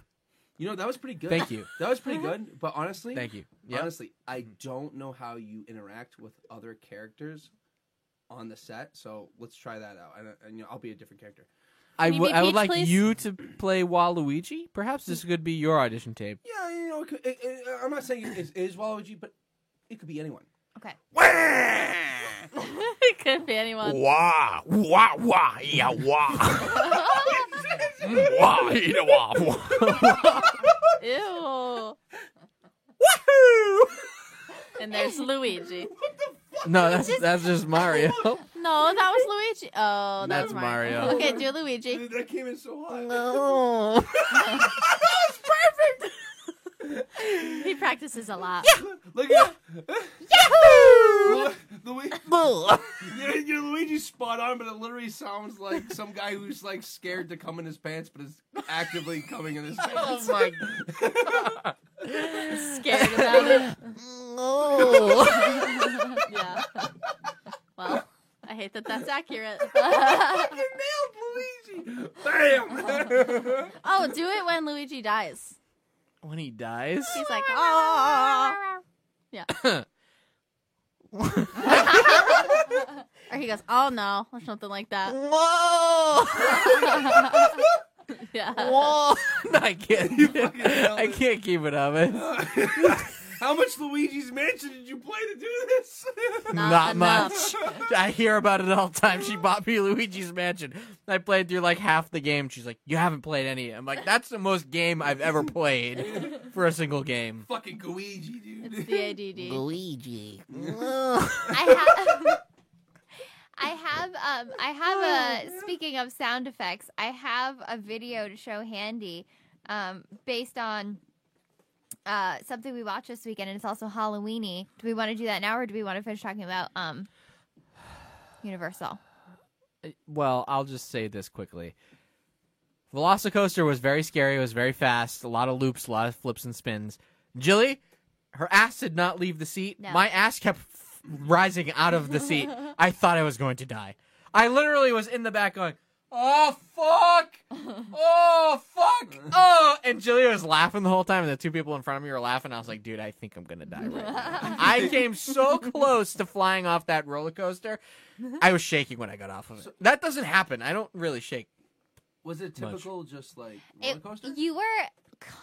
[SPEAKER 3] you know that was pretty good.
[SPEAKER 6] Thank you.
[SPEAKER 3] That was pretty good. But honestly,
[SPEAKER 6] Thank you. Yeah.
[SPEAKER 3] honestly, I don't know how you interact with other characters on the set. So let's try that out. And, uh, and you know, I'll be a different character.
[SPEAKER 6] I
[SPEAKER 4] Can you
[SPEAKER 6] would-
[SPEAKER 4] be
[SPEAKER 6] I would
[SPEAKER 4] Peach,
[SPEAKER 6] like
[SPEAKER 4] please?
[SPEAKER 6] you to play Waluigi. Perhaps this could be your audition tape.
[SPEAKER 3] Yeah, you know, it could, it, it, uh, I'm not saying it is, it is Waluigi, but it could be anyone.
[SPEAKER 5] Okay.
[SPEAKER 1] Wah.
[SPEAKER 4] [LAUGHS] it could be anyone.
[SPEAKER 1] Wah, wah, wah, yeah, wah. [LAUGHS]
[SPEAKER 4] [LAUGHS]
[SPEAKER 1] wah, eat a wah, wah.
[SPEAKER 4] Ew. And there's Luigi.
[SPEAKER 6] [LAUGHS] No, that's that's
[SPEAKER 4] [LAUGHS]
[SPEAKER 6] just Mario. [LAUGHS]
[SPEAKER 4] No, that was Luigi. Oh, that
[SPEAKER 6] That's
[SPEAKER 4] was Mario.
[SPEAKER 6] Mario.
[SPEAKER 4] Okay, do Luigi.
[SPEAKER 3] that came in so hot.
[SPEAKER 6] Uh,
[SPEAKER 4] He practices a lot.
[SPEAKER 3] [LAUGHS] Look at [LAUGHS] Yahoo! [LAUGHS] Luigi, your Luigi's spot on, but it literally sounds like some guy who's like scared to come in his pants, but is actively coming in his pants. [LAUGHS]
[SPEAKER 6] my
[SPEAKER 4] [LAUGHS] Scared about it.
[SPEAKER 6] god.
[SPEAKER 4] Yeah. Well, I hate that that's accurate.
[SPEAKER 3] Fucking nailed Luigi! Bam!
[SPEAKER 4] oh, do it when Luigi dies.
[SPEAKER 6] when he dies.
[SPEAKER 4] He's like, oh. Or he goes, oh no, or something like that. Oh. [LAUGHS]
[SPEAKER 6] Whoa!
[SPEAKER 4] Yeah.
[SPEAKER 6] Whoa! [LAUGHS] I can't.
[SPEAKER 3] fucking nailed
[SPEAKER 6] I
[SPEAKER 3] it.
[SPEAKER 6] can't keep it up. It's
[SPEAKER 3] [LAUGHS] How much Luigi's Mansion did you play to do this? [LAUGHS]
[SPEAKER 4] Not
[SPEAKER 6] Not, much. I hear about it all the time. She bought me Luigi's Mansion. I played through like half the game. She's like, "You haven't played any." I'm like, "That's the most game I've ever played for a single game."
[SPEAKER 3] Fucking Luigi, dude.
[SPEAKER 4] It's the ADD.
[SPEAKER 6] [LAUGHS] Luigi.
[SPEAKER 5] I have. [LAUGHS] I have um I have a speaking of sound effects, I have a video to show Handy um based on uh something we watched this weekend and it's also Halloweeny. Do we want to do that now or do we want to finish talking about um Universal?
[SPEAKER 6] well, I'll just say this quickly. Velocicoaster was very scary. It was very fast. A lot of loops, a lot of flips and spins. Jilly, her ass did not leave the seat.
[SPEAKER 5] No.
[SPEAKER 6] My ass kept rising out of the seat, I thought I was going to die. I literally was in the back going, "Oh fuck! Oh fuck! Oh!" And Julia was laughing the whole time, and the two people in front of me were laughing. I was like, "Dude, I think I'm gonna die right now." I came so close to flying off that roller coaster. I was shaking when I got off of it. That doesn't happen. I don't really shake.
[SPEAKER 3] Was it
[SPEAKER 6] Much.
[SPEAKER 3] typical, just like roller
[SPEAKER 5] It,
[SPEAKER 3] coaster?
[SPEAKER 5] you were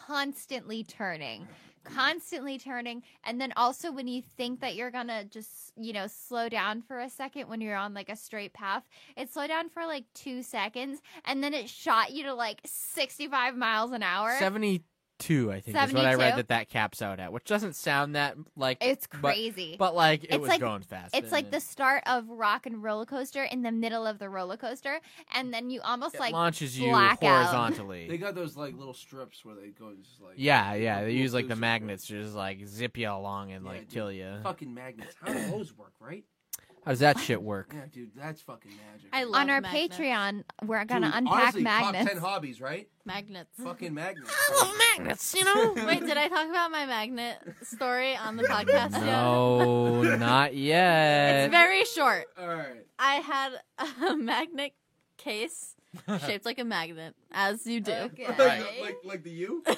[SPEAKER 5] constantly turning, constantly turning, and then also when you think that you're gonna just you know slow down for a second when you're on like a straight path, it slowed down for like two seconds, and then it shot you to like 65 miles an hour.
[SPEAKER 6] 72, I think, is what I
[SPEAKER 5] 72?
[SPEAKER 6] read that that caps out at, which doesn't sound that like
[SPEAKER 5] It's
[SPEAKER 6] but-
[SPEAKER 5] crazy.
[SPEAKER 6] But like it
[SPEAKER 5] It's
[SPEAKER 6] was
[SPEAKER 5] like-
[SPEAKER 6] going fast.
[SPEAKER 5] it's like
[SPEAKER 6] and
[SPEAKER 5] the
[SPEAKER 6] it-
[SPEAKER 5] start of rock and roller coaster in the middle of the roller coaster, and then you almost
[SPEAKER 6] it
[SPEAKER 5] like
[SPEAKER 6] launches you
[SPEAKER 5] blackout.
[SPEAKER 3] They
[SPEAKER 6] horizontally.
[SPEAKER 3] got those like little strips where they go and just like
[SPEAKER 6] yeah, yeah. They
[SPEAKER 3] little
[SPEAKER 6] use like the
[SPEAKER 3] things.
[SPEAKER 6] magnets to just like zip you along and
[SPEAKER 3] Yeah,
[SPEAKER 6] like
[SPEAKER 3] dude.
[SPEAKER 6] kill you.
[SPEAKER 3] Fucking magnets. How do those work, right?
[SPEAKER 6] How does that
[SPEAKER 3] [LAUGHS]
[SPEAKER 6] shit work?
[SPEAKER 3] Yeah, dude, that's fucking magic.
[SPEAKER 4] I love
[SPEAKER 5] on our
[SPEAKER 4] magnets.
[SPEAKER 5] Patreon. We're
[SPEAKER 3] Dude,
[SPEAKER 5] gonna unpack
[SPEAKER 3] honestly, Top
[SPEAKER 5] magnets.
[SPEAKER 3] ten hobbies, right?
[SPEAKER 4] Magnets.
[SPEAKER 3] fucking
[SPEAKER 5] [LAUGHS]
[SPEAKER 3] magnets.
[SPEAKER 4] [LAUGHS]
[SPEAKER 6] magnets, you know.
[SPEAKER 4] Wait, did I talk about my magnet story on
[SPEAKER 5] [LAUGHS]
[SPEAKER 4] the podcast
[SPEAKER 6] No, not
[SPEAKER 4] yet?
[SPEAKER 6] yet.
[SPEAKER 4] It's very short.
[SPEAKER 3] All
[SPEAKER 4] [LAUGHS]
[SPEAKER 3] right.
[SPEAKER 4] I had a magnet
[SPEAKER 5] [LAUGHS]
[SPEAKER 4] case shaped like a magnet, as you do.
[SPEAKER 5] Okay.
[SPEAKER 3] [LAUGHS] like like the U.
[SPEAKER 4] [LAUGHS]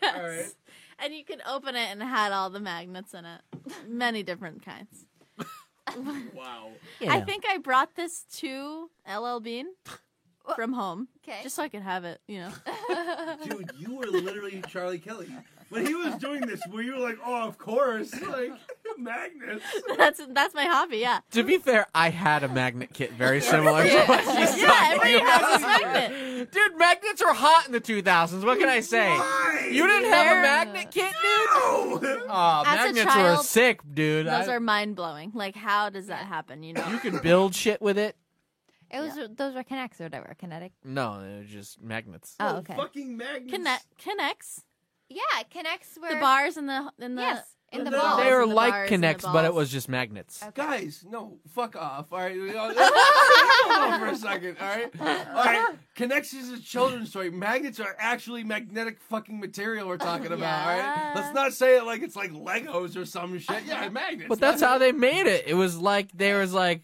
[SPEAKER 4] Yes.
[SPEAKER 3] Alright.
[SPEAKER 4] And you could open it and it had all the magnets in it. [LAUGHS] Many different kinds.
[SPEAKER 3] Wow.
[SPEAKER 4] I
[SPEAKER 6] Yeah.
[SPEAKER 4] think I brought this to LL Bean from home.
[SPEAKER 5] Okay.
[SPEAKER 4] Just so I could have it, you know.
[SPEAKER 5] [LAUGHS]
[SPEAKER 4] [LAUGHS]
[SPEAKER 3] Dude, you were literally Charlie Kelly. When he was doing this, where you were like, oh, of course, like [LAUGHS] magnets.
[SPEAKER 4] that's that's my hobby, yeah.
[SPEAKER 6] To be fair, I had a magnet kit
[SPEAKER 5] [LAUGHS]
[SPEAKER 6] very similar to what she's
[SPEAKER 4] Yeah,
[SPEAKER 6] talking
[SPEAKER 4] everybody has a
[SPEAKER 6] about.
[SPEAKER 4] magnet.
[SPEAKER 6] [LAUGHS] Dude, magnets are hot in the 2000s. What can I say?
[SPEAKER 3] Why?
[SPEAKER 6] You didn't have a
[SPEAKER 4] They're-
[SPEAKER 6] magnet kit, dude?
[SPEAKER 3] No.
[SPEAKER 6] Oh,
[SPEAKER 4] As a
[SPEAKER 6] magnets were
[SPEAKER 4] child,
[SPEAKER 6] sick, dude.
[SPEAKER 4] Those
[SPEAKER 6] I-
[SPEAKER 4] are mind blowing. Like how does that happen, you know?
[SPEAKER 6] you can build shit with it.
[SPEAKER 5] It was those were connects or whatever, kinetic.
[SPEAKER 6] No, they're just magnets.
[SPEAKER 5] Oh, okay.
[SPEAKER 3] Fucking magnets.
[SPEAKER 4] Connect connects
[SPEAKER 5] Yeah, connects were
[SPEAKER 4] the bars and the in the
[SPEAKER 5] Yes, in the
[SPEAKER 4] the
[SPEAKER 5] balls.
[SPEAKER 6] they were
[SPEAKER 4] and the bars
[SPEAKER 6] like
[SPEAKER 4] and the
[SPEAKER 6] connects, but it
[SPEAKER 4] balls.
[SPEAKER 6] was just magnets.
[SPEAKER 3] Guys, no, fuck off. All right, we all- hold on for a second. All right, all right. Connections is a children's story. Magnets are actually magnetic fucking material we're talking about. All right,
[SPEAKER 4] Yeah.
[SPEAKER 3] let's not say it like it's like Legos or some shit. Yeah, magnets.
[SPEAKER 6] But that's how they made it. It was like there was like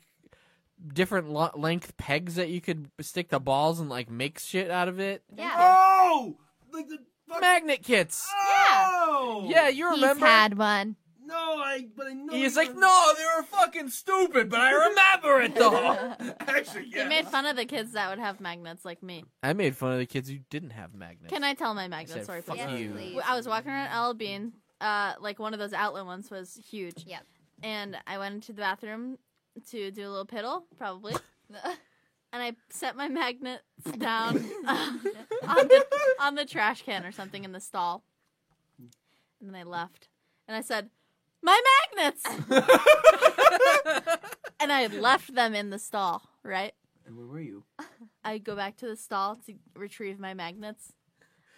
[SPEAKER 6] different lo- length pegs that you could stick the balls and like make shit out of it.
[SPEAKER 5] yeah.
[SPEAKER 3] Oh, like the fuck-
[SPEAKER 6] Magnet kits.
[SPEAKER 3] Oh!
[SPEAKER 6] Yeah, you remember?
[SPEAKER 5] He's had one.
[SPEAKER 3] No, I. But I know.
[SPEAKER 6] He's
[SPEAKER 3] you-
[SPEAKER 6] like, no, they were fucking stupid, but I remember
[SPEAKER 4] [LAUGHS]
[SPEAKER 6] it though.
[SPEAKER 3] [LAUGHS] Actually,
[SPEAKER 4] They
[SPEAKER 3] yeah.
[SPEAKER 4] made fun of the kids that would have magnets like me.
[SPEAKER 6] I made fun of the kids who didn't have magnets.
[SPEAKER 4] Can I tell my
[SPEAKER 6] I
[SPEAKER 4] magnet
[SPEAKER 6] said,
[SPEAKER 4] story,
[SPEAKER 6] fuck
[SPEAKER 4] please?
[SPEAKER 5] Yes,
[SPEAKER 6] you.
[SPEAKER 5] please.
[SPEAKER 4] I was walking around L Bean, uh, like one of those outlet ones was huge.
[SPEAKER 5] Yep.
[SPEAKER 4] And I went into the bathroom to do a little piddle, probably. and I set my magnets down um, on, the, on the trash can or something in the stall. And then I left. And I said, My magnets! and I had left them in the stall, right?
[SPEAKER 3] And where were you?
[SPEAKER 4] I go back to the stall to retrieve my magnets.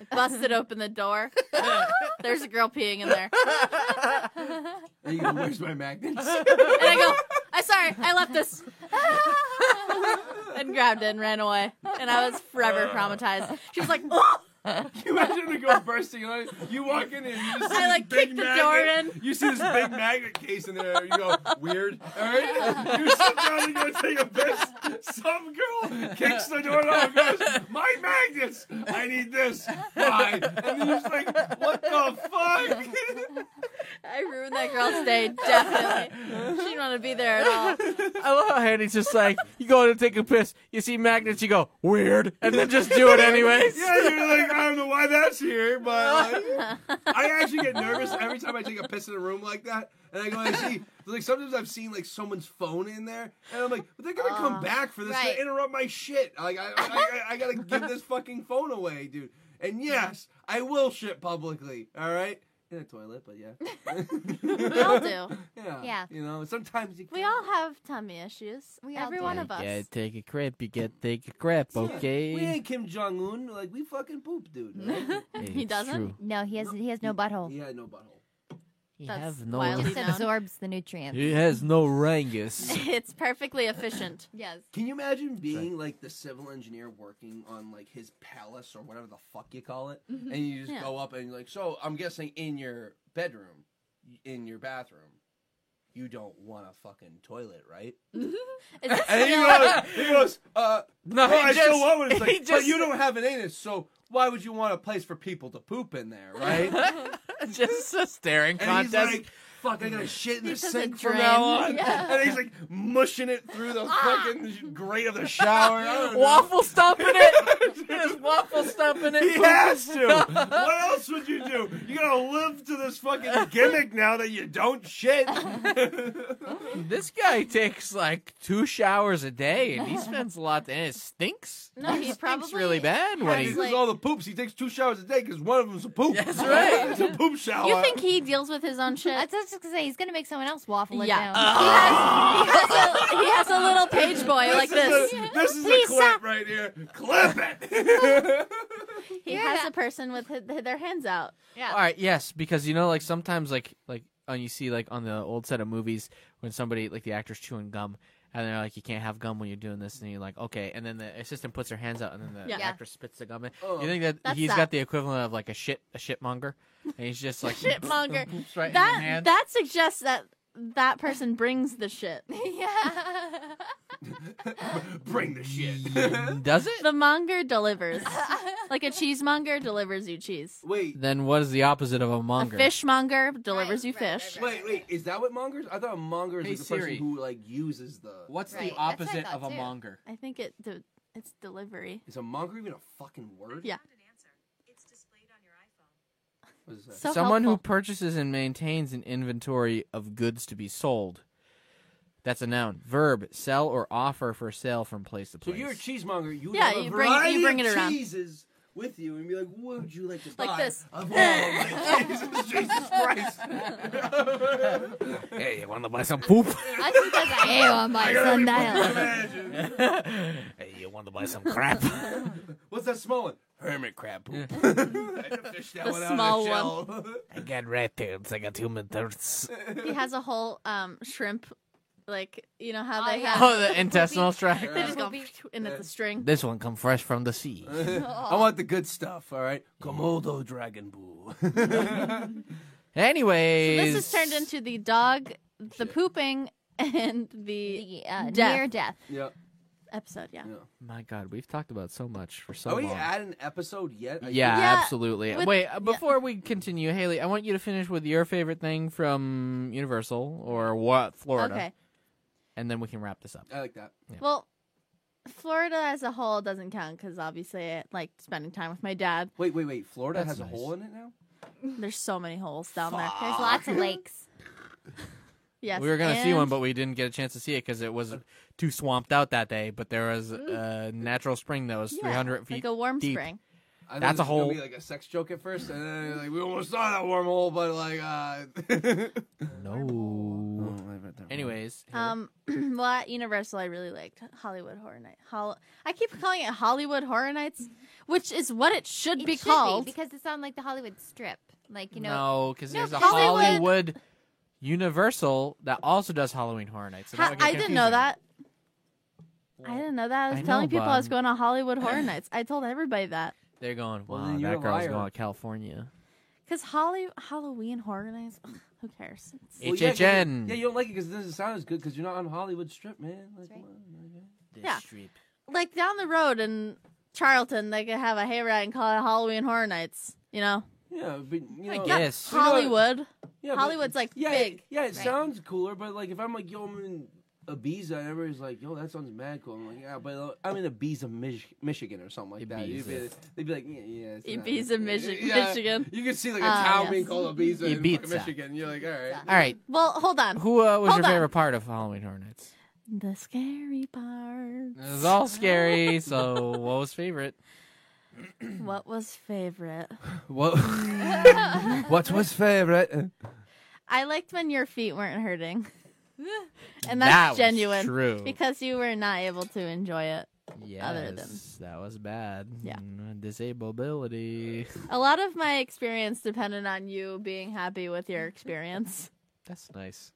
[SPEAKER 4] I busted open the door. [LAUGHS] There's a girl peeing in there.
[SPEAKER 3] And you go, Where's my magnets? [LAUGHS]
[SPEAKER 4] And I go, I'm sorry, I left this. [LAUGHS] and grabbed it and ran away. And I was forever traumatized. She was like, oh!
[SPEAKER 3] Can you imagine the girl bursting on it? You walk in and you just see
[SPEAKER 4] I, like,
[SPEAKER 3] this big
[SPEAKER 4] kicked the
[SPEAKER 3] magnet.
[SPEAKER 4] door in.
[SPEAKER 3] You see this big magnet case in there. You go weird. All right, you sit down and go take a piss. Some girl kicks the door down and goes, "My magnets! I need this. Why?" And then you're just like, "What the fuck?"
[SPEAKER 4] I ruined that girl's day, definitely. She didn't want to be there at all.
[SPEAKER 6] I love how Handy's just like, you go to take a piss, you see magnets, you go, weird, and then just
[SPEAKER 3] [LAUGHS]
[SPEAKER 6] do it anyways.
[SPEAKER 3] yeah, you're like, I don't know why that's here, but like, I actually get nervous every time I take a piss in a room like that. And I go and I see, like, sometimes I've seen, like, someone's phone in there, and I'm like, but they're gonna
[SPEAKER 4] Ah,
[SPEAKER 3] come back for this
[SPEAKER 5] right.
[SPEAKER 3] to interrupt my shit. Like, I, I, I, I gotta give this fucking phone away, dude. And yes, I will shit publicly, alright? In a toilet, but yeah.
[SPEAKER 4] [LAUGHS] We all do.
[SPEAKER 3] [LAUGHS] Yeah.
[SPEAKER 5] Yeah.
[SPEAKER 3] You know, sometimes you
[SPEAKER 4] [LAUGHS] We
[SPEAKER 3] can't.
[SPEAKER 4] all have tummy issues.
[SPEAKER 5] We all
[SPEAKER 4] Every
[SPEAKER 5] do.
[SPEAKER 4] one of us.
[SPEAKER 6] Yeah, take a crap, you get take a crap,
[SPEAKER 3] Yeah.
[SPEAKER 6] okay?
[SPEAKER 3] We ain't Kim Jong Un. Like, we fucking poop, dude.
[SPEAKER 4] [LAUGHS]
[SPEAKER 3] alright?
[SPEAKER 6] Hey,
[SPEAKER 4] He
[SPEAKER 6] it's
[SPEAKER 4] doesn't?
[SPEAKER 6] true.
[SPEAKER 5] No, he has he has no butthole.
[SPEAKER 3] he had no butthole.
[SPEAKER 6] He
[SPEAKER 4] That's
[SPEAKER 6] have no
[SPEAKER 5] He
[SPEAKER 4] wildly
[SPEAKER 5] just
[SPEAKER 4] Down.
[SPEAKER 5] absorbs the nutrients.
[SPEAKER 6] He has no
[SPEAKER 3] [LAUGHS]
[SPEAKER 6] rangus.
[SPEAKER 4] [LAUGHS] It's perfectly efficient.
[SPEAKER 5] Yes.
[SPEAKER 3] Can you imagine being like the civil engineer working on like his palace or whatever the fuck you call it, and you just
[SPEAKER 4] Yeah.
[SPEAKER 3] go up and you're like, so I'm guessing in your bedroom, in your bathroom, you don't want a fucking toilet, right?
[SPEAKER 4] Is this
[SPEAKER 3] And he
[SPEAKER 4] still-
[SPEAKER 3] goes, he goes, uh,
[SPEAKER 6] No,
[SPEAKER 3] well,
[SPEAKER 6] he
[SPEAKER 3] I still
[SPEAKER 6] just-
[SPEAKER 3] love it. It's
[SPEAKER 6] [LAUGHS] he
[SPEAKER 3] like, but
[SPEAKER 6] just-
[SPEAKER 3] you don't have an anus, so why would you want a place for people to poop in there, right?
[SPEAKER 6] Just a staring
[SPEAKER 3] and
[SPEAKER 6] contest.
[SPEAKER 3] he's like, fuck, I gotta shit in
[SPEAKER 4] He
[SPEAKER 3] the
[SPEAKER 4] doesn't
[SPEAKER 3] sink from
[SPEAKER 4] drain.
[SPEAKER 3] now on. [LAUGHS]
[SPEAKER 4] Yeah.
[SPEAKER 3] And he's like mushing it through the fucking grate of the shower.
[SPEAKER 6] [LAUGHS]
[SPEAKER 3] I don't know.
[SPEAKER 6] waffle stomping it. [LAUGHS] he is waffle stomping it.
[SPEAKER 3] He has to. what else would you do? You gotta live to this fucking gimmick now that you don't
[SPEAKER 6] [LAUGHS]
[SPEAKER 3] shit.
[SPEAKER 6] This guy takes like two showers a day, and he spends a lot, and it stinks.
[SPEAKER 4] No,
[SPEAKER 6] It
[SPEAKER 4] he
[SPEAKER 6] stinks
[SPEAKER 4] probably
[SPEAKER 6] really bad when
[SPEAKER 4] has,
[SPEAKER 6] he.
[SPEAKER 3] He
[SPEAKER 4] like-
[SPEAKER 3] does all the poops. He takes two showers a day because [LAUGHS] one of them's a poop.
[SPEAKER 6] That's right.
[SPEAKER 3] it's a poop shower.
[SPEAKER 4] You think he deals with his own shit?
[SPEAKER 5] I was just gonna say he's gonna make someone else waffle it
[SPEAKER 4] Yeah. Oh.
[SPEAKER 5] down. [LAUGHS]
[SPEAKER 4] he, has, he, has a, he has a little page boy like
[SPEAKER 3] is
[SPEAKER 4] this.
[SPEAKER 3] A, this is
[SPEAKER 4] Please
[SPEAKER 3] a clip right here. Clip
[SPEAKER 4] [LAUGHS]
[SPEAKER 3] it. [LAUGHS]
[SPEAKER 4] He
[SPEAKER 5] Yeah.
[SPEAKER 4] has a person with hi- their hands out.
[SPEAKER 5] yeah.
[SPEAKER 6] All right, yes, because you know, like sometimes, like like uh, you see, like on the old set of movies, when somebody like the actor's chewing gum, and they're like, "You can't have gum when you're doing this," and you're like, "Okay," and then the assistant puts her hands out, and then the
[SPEAKER 4] Yeah.
[SPEAKER 6] actor spits the gum in.
[SPEAKER 3] Oh.
[SPEAKER 6] You think that
[SPEAKER 4] That's
[SPEAKER 6] he's
[SPEAKER 4] that.
[SPEAKER 6] got the equivalent of like a shit a shitmonger, and he's just
[SPEAKER 5] [LAUGHS]
[SPEAKER 6] like [LAUGHS]
[SPEAKER 4] Shitmonger.
[SPEAKER 6] poops right in your
[SPEAKER 4] That
[SPEAKER 6] hand.
[SPEAKER 4] that suggests that that person brings the shit.
[SPEAKER 5] [LAUGHS] yeah.
[SPEAKER 3] Bring the shit.
[SPEAKER 6] Does
[SPEAKER 5] [LAUGHS]
[SPEAKER 6] it?
[SPEAKER 4] The monger delivers. like a cheesemonger delivers you cheese.
[SPEAKER 3] [LAUGHS] wait,
[SPEAKER 6] Then what is the opposite of a monger?
[SPEAKER 4] A fishmonger delivers
[SPEAKER 5] Right,
[SPEAKER 4] you
[SPEAKER 5] right,
[SPEAKER 4] fish.
[SPEAKER 5] right,
[SPEAKER 3] wait, wait. Is that what mongers? I thought a monger is
[SPEAKER 6] Hey,
[SPEAKER 3] like the
[SPEAKER 6] Siri.
[SPEAKER 3] person who like uses the.
[SPEAKER 6] What's
[SPEAKER 5] Right,
[SPEAKER 6] the
[SPEAKER 5] that's what I
[SPEAKER 6] opposite
[SPEAKER 5] thought,
[SPEAKER 6] of a
[SPEAKER 5] too.
[SPEAKER 6] monger?
[SPEAKER 4] I think it the, it's delivery.
[SPEAKER 3] Is a monger even a fucking word?
[SPEAKER 4] Yeah.
[SPEAKER 7] an answer. It's displayed on your iPhone.
[SPEAKER 3] What is that?
[SPEAKER 4] So
[SPEAKER 6] Someone who
[SPEAKER 4] helpful.
[SPEAKER 6] purchases and maintains an inventory of goods to be sold. That's a noun. Verb: sell or offer for sale from place
[SPEAKER 3] So
[SPEAKER 6] to place.
[SPEAKER 3] if you're a cheesemonger, you would
[SPEAKER 4] Yeah,
[SPEAKER 3] have a
[SPEAKER 4] you bring- you
[SPEAKER 3] variety
[SPEAKER 4] bring
[SPEAKER 3] of
[SPEAKER 4] it around.
[SPEAKER 3] cheeses with you and be like, what would you like to
[SPEAKER 4] Like
[SPEAKER 3] buy?
[SPEAKER 4] this.
[SPEAKER 3] Of all
[SPEAKER 4] [LAUGHS]
[SPEAKER 3] my cheeses, [LAUGHS] Jesus Christ.
[SPEAKER 6] hey, you want to buy some poop?
[SPEAKER 5] That's because
[SPEAKER 4] [LAUGHS]
[SPEAKER 5] I am on my sundial. [LAUGHS]
[SPEAKER 3] Imagine.
[SPEAKER 6] hey, you want to buy some crap?
[SPEAKER 3] What's that small [LAUGHS] one? Hermit crab poop. I had to fish that
[SPEAKER 4] The
[SPEAKER 3] one
[SPEAKER 4] small
[SPEAKER 3] out of the shell.
[SPEAKER 6] I got rat tails. I got human turds.
[SPEAKER 4] He has a whole um shrimp like you know how
[SPEAKER 5] Oh,
[SPEAKER 4] they
[SPEAKER 5] yeah.
[SPEAKER 4] have
[SPEAKER 6] [LAUGHS] Oh, the intestinal tract.
[SPEAKER 3] [LAUGHS]
[SPEAKER 4] they just go
[SPEAKER 5] Poopy.
[SPEAKER 4] and it's a string.
[SPEAKER 6] This one come fresh from the sea.
[SPEAKER 3] I want the good stuff, all right? Komodo Dragon [LAUGHS] Boo.
[SPEAKER 6] Anyways,
[SPEAKER 4] This is turned into the dog, the pooping, and the
[SPEAKER 5] The, uh,
[SPEAKER 4] Death.
[SPEAKER 5] Near death.
[SPEAKER 3] yeah.
[SPEAKER 4] episode. Yeah.
[SPEAKER 3] Yeah.
[SPEAKER 6] My God, we've talked about so much for so
[SPEAKER 3] Are Oh, we
[SPEAKER 6] long.
[SPEAKER 3] at an episode yet? I
[SPEAKER 6] Yeah,
[SPEAKER 4] Yeah,
[SPEAKER 6] absolutely.
[SPEAKER 4] with-
[SPEAKER 6] Wait, uh, before we continue, Haley, I want you to finish with your favorite thing from Universal or what Florida,
[SPEAKER 4] Okay.
[SPEAKER 6] and then we can wrap this up.
[SPEAKER 3] think- I like that.
[SPEAKER 4] Well, Florida as a whole doesn't count because obviously I like spending time with my dad.
[SPEAKER 3] Wait, wait, wait. Florida
[SPEAKER 6] That's
[SPEAKER 3] has a
[SPEAKER 6] nice.
[SPEAKER 3] hole in it now?
[SPEAKER 4] There's so many holes down there.
[SPEAKER 5] There's lots
[SPEAKER 4] [LAUGHS]
[SPEAKER 5] [LAUGHS] of lakes.
[SPEAKER 4] Yes.
[SPEAKER 6] we were gonna see one,
[SPEAKER 4] and
[SPEAKER 6] but we didn't get a chance to see it because it was too swamped out that day. But there was a natural spring that was
[SPEAKER 4] Mm. yeah,
[SPEAKER 6] 300 feet.
[SPEAKER 4] Like a warm
[SPEAKER 6] deep.
[SPEAKER 4] spring.
[SPEAKER 3] I thought this
[SPEAKER 6] That's a
[SPEAKER 3] was gonna
[SPEAKER 6] hole.
[SPEAKER 3] Be like a sex joke at first, and then like we almost saw that wormhole, but like uh. [LAUGHS]
[SPEAKER 6] no.
[SPEAKER 3] anyway,
[SPEAKER 6] Anyways, Haley,
[SPEAKER 4] Um, [CLEARS THROAT] well, at Universal, I really liked Hollywood Horror Night. Hol- I keep calling it Hollywood Horror Nights, which is what it should
[SPEAKER 5] It
[SPEAKER 4] be
[SPEAKER 5] should
[SPEAKER 4] called.
[SPEAKER 5] because it's on like the Hollywood Strip. Like you know,
[SPEAKER 6] no, because
[SPEAKER 4] No,
[SPEAKER 6] there's a
[SPEAKER 4] Hollywood-
[SPEAKER 6] Hollywood Universal that also does Halloween Horror Nights. So
[SPEAKER 4] Ha-
[SPEAKER 6] that would get
[SPEAKER 4] I didn't know
[SPEAKER 6] confusing.
[SPEAKER 4] that. I didn't know that. I was
[SPEAKER 6] I know,
[SPEAKER 4] telling people I was
[SPEAKER 6] but-
[SPEAKER 4] going to
[SPEAKER 6] [LAUGHS]
[SPEAKER 4] Hollywood Horror Nights. I told everybody that.
[SPEAKER 6] They're going,
[SPEAKER 3] Well,
[SPEAKER 6] wow,
[SPEAKER 3] then you're
[SPEAKER 6] that
[SPEAKER 3] a
[SPEAKER 6] girl's
[SPEAKER 3] liar.
[SPEAKER 6] going to California.
[SPEAKER 4] Because Holly- Halloween Horror Nights, ugh, who cares? It's-
[SPEAKER 6] HHN.
[SPEAKER 3] Yeah, you don't like it because it doesn't sound as good because you're not on Hollywood Strip, man. Like,
[SPEAKER 5] That's right.
[SPEAKER 3] come on, like, uh,
[SPEAKER 4] Yeah. Like down the road in Charlton, they could have a hayride and call it Halloween Horror Nights. You know,
[SPEAKER 3] Yeah, but you
[SPEAKER 6] I
[SPEAKER 3] know,
[SPEAKER 6] guess.
[SPEAKER 3] You know,
[SPEAKER 4] Hollywood.
[SPEAKER 3] yeah, but-
[SPEAKER 4] Hollywood's, like,
[SPEAKER 3] yeah,
[SPEAKER 4] big,
[SPEAKER 3] It, yeah, it sounds cooler, but like if I'm like yo, I'm in Ibiza, and everybody's like, yo, that sounds mad cool. I'm like, yeah, but uh, I'm in Ibiza, Mich- Michigan, or something like that. You'd Be,
[SPEAKER 6] Ibiza.
[SPEAKER 3] they'd be like, yeah, yeah. it's not-
[SPEAKER 4] Ibiza,
[SPEAKER 3] [LAUGHS]
[SPEAKER 4] Michi-
[SPEAKER 3] Yeah,
[SPEAKER 4] Michigan.
[SPEAKER 3] You could see like a
[SPEAKER 4] Ah,
[SPEAKER 3] town
[SPEAKER 4] yes.
[SPEAKER 3] being called Ibiza, in
[SPEAKER 6] Ibiza.
[SPEAKER 3] fucking Michigan. You're like, all right.
[SPEAKER 6] All right.
[SPEAKER 4] Well, hold on.
[SPEAKER 6] Who uh, was
[SPEAKER 4] Mm-hmm. Hold
[SPEAKER 6] your
[SPEAKER 4] on.
[SPEAKER 6] favorite part of Halloween Horror Nights?
[SPEAKER 4] [LAUGHS] The scary part.
[SPEAKER 6] It was all scary, so what was favorite? Mm-hmm.
[SPEAKER 4] what was
[SPEAKER 6] [LAUGHS]
[SPEAKER 4] favorite?
[SPEAKER 3] [LAUGHS] What? [LAUGHS] what was favorite?
[SPEAKER 4] I liked when your feet weren't hurting. [LAUGHS] and
[SPEAKER 6] That
[SPEAKER 4] that's
[SPEAKER 6] was
[SPEAKER 4] genuine.
[SPEAKER 6] true.
[SPEAKER 4] Because you were not able to enjoy it.
[SPEAKER 6] Yes,
[SPEAKER 4] other than-
[SPEAKER 6] that was bad.
[SPEAKER 4] Yeah.
[SPEAKER 6] Mm, Disability.
[SPEAKER 4] A lot of my experience depended on you being happy with your experience.
[SPEAKER 6] [LAUGHS] That's nice.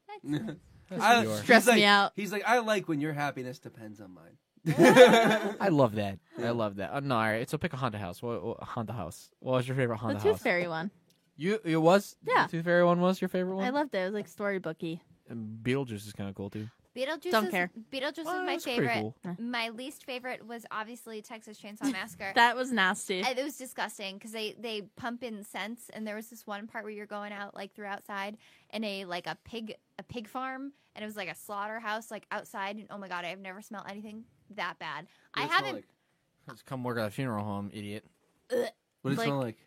[SPEAKER 3] [LAUGHS]
[SPEAKER 6] That's
[SPEAKER 3] I,
[SPEAKER 6] your-
[SPEAKER 4] Stress
[SPEAKER 3] he's like-
[SPEAKER 4] me out.
[SPEAKER 3] He's like, I like when your happiness depends on
[SPEAKER 4] [LAUGHS]
[SPEAKER 3] mine. [LAUGHS]
[SPEAKER 6] I love that. I love that. Uh, no, all right. So pick a Honda house. What, what Honda house? What was your favorite
[SPEAKER 4] The
[SPEAKER 6] Honda
[SPEAKER 4] Tooth
[SPEAKER 6] house?
[SPEAKER 4] Fairy one.
[SPEAKER 6] You it was
[SPEAKER 4] Yeah.
[SPEAKER 6] The Tooth Fairy one was your favorite one.
[SPEAKER 4] I loved it. It was like storybooky.
[SPEAKER 6] And Beetlejuice is kind of cool too.
[SPEAKER 5] Beetlejuice.
[SPEAKER 4] Don't
[SPEAKER 5] is,
[SPEAKER 4] care.
[SPEAKER 5] Beetlejuice
[SPEAKER 6] Well,
[SPEAKER 5] is my
[SPEAKER 6] that's pretty
[SPEAKER 5] favorite.
[SPEAKER 6] cool.
[SPEAKER 5] My least favorite was obviously Texas
[SPEAKER 4] [LAUGHS]
[SPEAKER 5] Chainsaw Massacre.
[SPEAKER 4] That was nasty.
[SPEAKER 5] I- it was disgusting because they they pump in scents, and there was this one part where you're going out like through outside in a like a pig a pig farm, and it was like a slaughterhouse like outside. And oh my god, I have never smelled anything that bad. I
[SPEAKER 3] What does it smell
[SPEAKER 5] haven't.
[SPEAKER 3] like?
[SPEAKER 6] Let's come work at a funeral home, idiot.
[SPEAKER 3] What does it
[SPEAKER 4] Like-
[SPEAKER 3] smell like?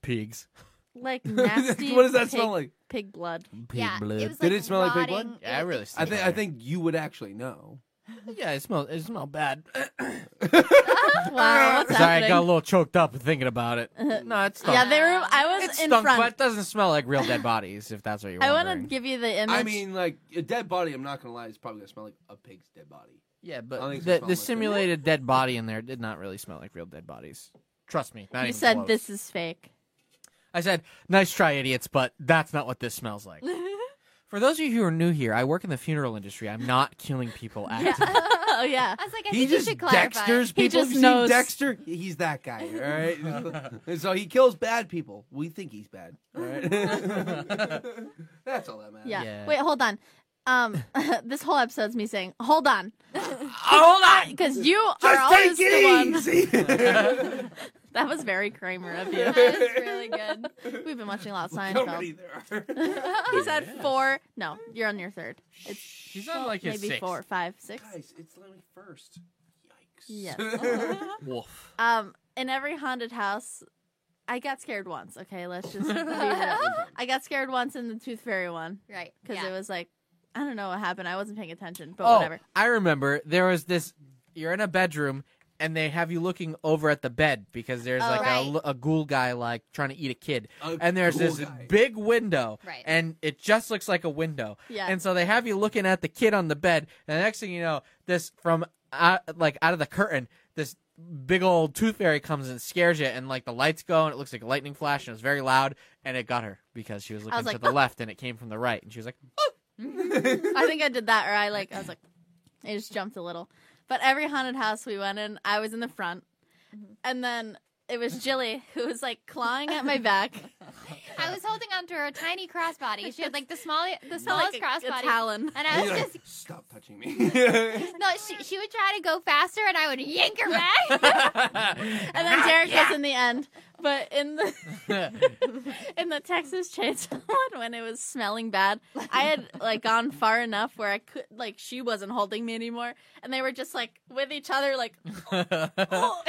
[SPEAKER 6] Pigs. [LAUGHS]
[SPEAKER 4] like nasty.
[SPEAKER 3] [LAUGHS] what does that
[SPEAKER 4] pig,
[SPEAKER 3] smell like?
[SPEAKER 4] Pig blood. [LAUGHS]
[SPEAKER 6] Pig
[SPEAKER 5] yeah,
[SPEAKER 6] blood.
[SPEAKER 5] it was
[SPEAKER 3] Did
[SPEAKER 5] like
[SPEAKER 3] it smell like pig blood?
[SPEAKER 5] rotting-
[SPEAKER 6] Yeah, I
[SPEAKER 5] it-
[SPEAKER 6] really
[SPEAKER 5] it-
[SPEAKER 3] I think I
[SPEAKER 6] Fire.
[SPEAKER 3] think you would actually know.
[SPEAKER 6] yeah, it smells. It smells bad.
[SPEAKER 4] [LAUGHS] Wow, Oh, what's
[SPEAKER 6] Sorry, I
[SPEAKER 4] happening?
[SPEAKER 6] got a little choked up thinking
[SPEAKER 4] [LAUGHS]
[SPEAKER 6] about it. no, it stunk.
[SPEAKER 4] yeah, they were. I was
[SPEAKER 6] it
[SPEAKER 4] in
[SPEAKER 6] stunk,
[SPEAKER 4] front.
[SPEAKER 6] but it doesn't smell like real dead bodies. If that's what
[SPEAKER 4] [LAUGHS]
[SPEAKER 6] you're
[SPEAKER 4] I
[SPEAKER 6] wondering.
[SPEAKER 4] want to give you the image.
[SPEAKER 3] I mean, like a dead body. I'm not gonna lie. It's probably gonna smell like a pig's dead body.
[SPEAKER 6] Yeah,
[SPEAKER 3] I think
[SPEAKER 6] but
[SPEAKER 3] it
[SPEAKER 6] the,
[SPEAKER 3] smells
[SPEAKER 6] the
[SPEAKER 3] like
[SPEAKER 6] simulated dead body in there did not really smell like real dead bodies. Trust me. Not
[SPEAKER 4] you
[SPEAKER 6] even
[SPEAKER 4] said
[SPEAKER 6] close.
[SPEAKER 4] this is fake. [LAUGHS]
[SPEAKER 6] I said, nice try, idiots, but that's [LAUGHS] not what this smells like. For those of you who are new here, I work in the funeral industry. I'm not killing people actively.
[SPEAKER 4] [LAUGHS] oh yeah.
[SPEAKER 6] [LAUGHS]
[SPEAKER 5] I was like, I
[SPEAKER 3] He
[SPEAKER 5] think
[SPEAKER 3] just
[SPEAKER 5] you should clarify. [LAUGHS]
[SPEAKER 3] Dexter's people.
[SPEAKER 4] He just
[SPEAKER 3] Have you seen
[SPEAKER 4] knows-
[SPEAKER 3] Dexter. He's that guy. All right. [LAUGHS] and so he kills bad people. We think he's bad. All
[SPEAKER 4] [LAUGHS]
[SPEAKER 3] right. [LAUGHS] That's all that matters.
[SPEAKER 4] Yeah.
[SPEAKER 6] Yeah.
[SPEAKER 4] Wait, hold on. Um, [LAUGHS] this whole esode's me saying, "Hold on,"
[SPEAKER 6] Oh, Hold on!
[SPEAKER 4] because you are
[SPEAKER 1] Just
[SPEAKER 4] always
[SPEAKER 1] take
[SPEAKER 4] the
[SPEAKER 3] [LAUGHS]
[SPEAKER 4] one.
[SPEAKER 1] it easy.
[SPEAKER 4] [LAUGHS] That was very Kramer of you.
[SPEAKER 3] That
[SPEAKER 6] [LAUGHS]
[SPEAKER 4] was
[SPEAKER 3] was [LAUGHS]
[SPEAKER 4] really good. We've been watching a lot of
[SPEAKER 3] How many
[SPEAKER 4] Seinfeld. [LAUGHS]
[SPEAKER 3] there are?
[SPEAKER 4] He's had four. No, you're on your third.
[SPEAKER 6] She's on like his
[SPEAKER 4] Maybe
[SPEAKER 6] sixth.
[SPEAKER 4] four, five, six.
[SPEAKER 3] Guys, it's Lemmy first. Yikes.
[SPEAKER 4] Yeah.
[SPEAKER 6] Wolf.
[SPEAKER 4] Um, in every haunted house, I got scared once. Okay, let's
[SPEAKER 6] [LAUGHS]
[SPEAKER 4] just. be real. I got scared once in the Tooth Fairy one
[SPEAKER 5] right
[SPEAKER 4] because
[SPEAKER 5] yeah.
[SPEAKER 4] it was like, I don't know what happened. I wasn't paying attention, but
[SPEAKER 6] oh,
[SPEAKER 4] whatever.
[SPEAKER 6] I remember there was this. You're in a bedroom, and they have you looking over at the bed because there's
[SPEAKER 5] Oh,
[SPEAKER 6] like a
[SPEAKER 5] right.
[SPEAKER 6] l a a, ghoul guy like trying to eat a kid,
[SPEAKER 3] [LAUGHS] A
[SPEAKER 6] and there's
[SPEAKER 3] ghoul
[SPEAKER 6] this [LAUGHS]
[SPEAKER 3] guy.
[SPEAKER 6] big window,
[SPEAKER 5] Right.
[SPEAKER 6] and it just looks like a window.
[SPEAKER 4] Yeah.
[SPEAKER 6] And so they have you looking at the kid on the bed, and the next thing you know, this from out, like out of the curtain, this big old tooth fairy comes and scares you, and like the lights go, and it looks like a lightning flash, and it's very loud, and it got her because she was looking
[SPEAKER 4] was
[SPEAKER 6] to
[SPEAKER 4] like, "Oh."
[SPEAKER 6] the left, and it came from the right, and she was like, [LAUGHS]
[SPEAKER 4] I think I did that, or I like, I was like, I just jumped a little. But every haunted house we went in, I was in the front,
[SPEAKER 5] Mm-hmm.
[SPEAKER 4] and then it was Jilly who was like clawing at my back,
[SPEAKER 5] I was holding onto her tiny crossbody. She had like the [LAUGHS] small, the
[SPEAKER 4] like
[SPEAKER 5] smallest
[SPEAKER 4] a, a
[SPEAKER 5] crossbody,
[SPEAKER 4] talon.
[SPEAKER 5] and I was
[SPEAKER 3] You're
[SPEAKER 5] just
[SPEAKER 3] like, Stop touching
[SPEAKER 4] [LAUGHS]
[SPEAKER 3] me. [LAUGHS]
[SPEAKER 5] No, she, she would try to go faster, and I would yank
[SPEAKER 4] [LAUGHS]
[SPEAKER 5] her
[SPEAKER 4] [LAUGHS]
[SPEAKER 5] back. [LAUGHS]
[SPEAKER 4] And then Derek was in the end. But in the [LAUGHS]
[SPEAKER 6] [LAUGHS]
[SPEAKER 4] in the Texas chainsaw [LAUGHS] one, when it was smelling bad, I had like gone far enough where I could like she wasn't holding me anymore, and they were just like with each other, like [LAUGHS]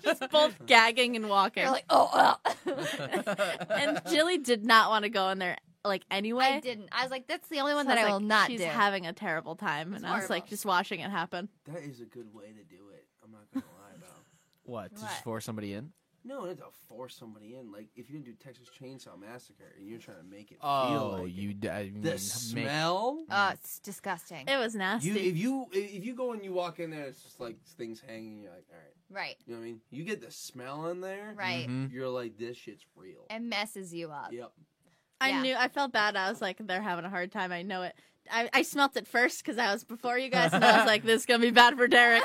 [SPEAKER 4] just both gagging and walking.
[SPEAKER 5] You're like, oh, well.
[SPEAKER 4] [LAUGHS]
[SPEAKER 6] [LAUGHS]
[SPEAKER 4] and Jilly did not want to go in there like anyway.
[SPEAKER 5] I didn't. I was like, that's the only
[SPEAKER 4] So
[SPEAKER 5] one
[SPEAKER 4] I
[SPEAKER 5] that
[SPEAKER 4] was
[SPEAKER 5] I will
[SPEAKER 4] like,
[SPEAKER 5] not
[SPEAKER 4] She's
[SPEAKER 5] do.
[SPEAKER 4] having a terrible time, and I was like
[SPEAKER 5] horrible.
[SPEAKER 4] just watching it happen.
[SPEAKER 3] that is a good way to do it. I'm not gonna lie, bro.
[SPEAKER 6] "What? To
[SPEAKER 5] What?
[SPEAKER 6] just force somebody in?"
[SPEAKER 3] No, it's to force somebody in. Like if you didn't do Texas Chainsaw Massacre and you're trying to make it feel
[SPEAKER 6] Oh,
[SPEAKER 3] like
[SPEAKER 6] you d- I mean,
[SPEAKER 3] it. the
[SPEAKER 6] make-
[SPEAKER 3] smell.
[SPEAKER 5] oh, it's disgusting.
[SPEAKER 4] It was nasty.
[SPEAKER 3] You if you if you go and you walk in there, it's just like things hanging. You're like, all right,
[SPEAKER 5] right,
[SPEAKER 3] you know what I mean. You get the smell in there,
[SPEAKER 5] right.
[SPEAKER 6] Mhm.
[SPEAKER 3] You're like, this shit's real.
[SPEAKER 5] It messes you up.
[SPEAKER 3] Yep.
[SPEAKER 4] I
[SPEAKER 5] Yeah.
[SPEAKER 4] knew. I felt bad. I was like, they're having a hard time. I know it. I, I smelt it first because I was before you guys, and I was like, this is gonna be bad for
[SPEAKER 5] [LAUGHS]
[SPEAKER 4] Derek.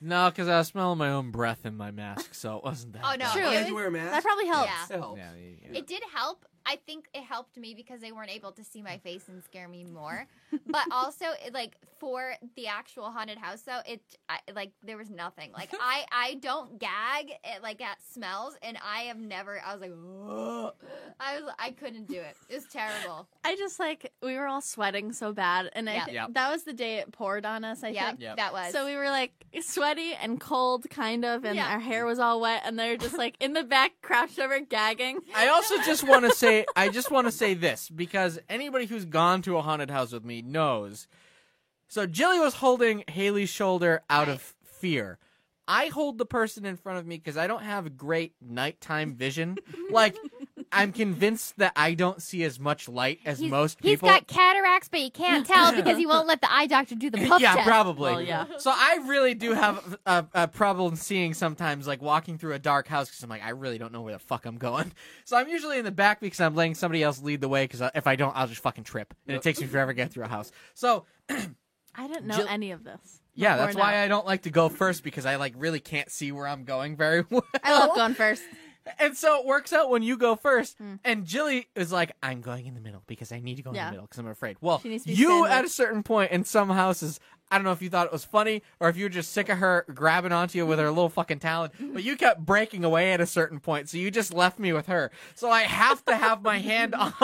[SPEAKER 6] No, because I was smelling my own breath in my mask, so it wasn't that.
[SPEAKER 5] Oh, no.
[SPEAKER 6] bad.
[SPEAKER 4] True.
[SPEAKER 3] Glad
[SPEAKER 5] it
[SPEAKER 3] you
[SPEAKER 5] was-
[SPEAKER 3] wear a mask.
[SPEAKER 4] That probably helps.
[SPEAKER 5] Yeah.
[SPEAKER 3] That helps.
[SPEAKER 6] Yeah, yeah, yeah.
[SPEAKER 5] It did help. I think it helped me because they weren't able to see my face and scare me more.
[SPEAKER 4] [LAUGHS]
[SPEAKER 5] But also, it, like for the actual haunted house, though, it I, like there was nothing.
[SPEAKER 4] [LAUGHS]
[SPEAKER 5] Like I, I don't gag at like at smells, and I have never. I was like, "Ugh." I was, I couldn't do it. It was terrible.
[SPEAKER 4] I just like we were all sweating so bad, and I
[SPEAKER 5] Yeah.
[SPEAKER 4] thi-
[SPEAKER 6] Yep.
[SPEAKER 4] that was the day it poured on us. I
[SPEAKER 5] Yeah,
[SPEAKER 4] think.
[SPEAKER 6] Yep.
[SPEAKER 5] that was.
[SPEAKER 4] So we were like sweaty and cold, kind of, and
[SPEAKER 5] Yeah.
[SPEAKER 4] our hair was all wet, and they're just like in the back, crouched over, gagging.
[SPEAKER 6] I also just want to say, I just want to say this because anybody who's gone to a haunted house with me knows. So Jilly was holding Haley's shoulder out of fear. I hold the person in front of me because I don't have great nighttime vision. like, I'm convinced that I don't see as much light as
[SPEAKER 5] He's-
[SPEAKER 6] most people.
[SPEAKER 5] He's got cataracts, but you can't tell because he won't let the eye doctor do the
[SPEAKER 6] [LAUGHS]
[SPEAKER 5] puff
[SPEAKER 6] yeah,
[SPEAKER 5] test.
[SPEAKER 6] probably.
[SPEAKER 4] Well, yeah.
[SPEAKER 6] So I really do have a, a problem seeing sometimes, like walking through a dark house, because I'm like, I really don't know where the fuck I'm going. [LAUGHS] So I'm usually in the back because I'm letting somebody else lead the way, because if I don't, I'll just fucking trip, and it takes me forever to get through a house. So
[SPEAKER 4] I didn't know
[SPEAKER 6] Jill-
[SPEAKER 4] any of this.
[SPEAKER 6] yeah,
[SPEAKER 4] Before
[SPEAKER 6] that's why
[SPEAKER 4] now.
[SPEAKER 5] Oh.
[SPEAKER 6] I don't like to go first because I like really can't see where I'm going very [LAUGHS] well.
[SPEAKER 4] I love going first.
[SPEAKER 6] And so it works out when you go first. And Jilly is like, I'm going in the middle because I need to go in
[SPEAKER 4] Hmm. Yeah.
[SPEAKER 6] the middle because I'm afraid. Well,
[SPEAKER 4] She needs to be
[SPEAKER 6] you
[SPEAKER 4] sandwiched.
[SPEAKER 6] at a certain point in some houses, I don't know if you thought it was funny or if you were just sick of her grabbing onto you with her little fucking talon, but you kept breaking away at a certain point. So you just left me with her. So I have to have my hand [LAUGHS] on,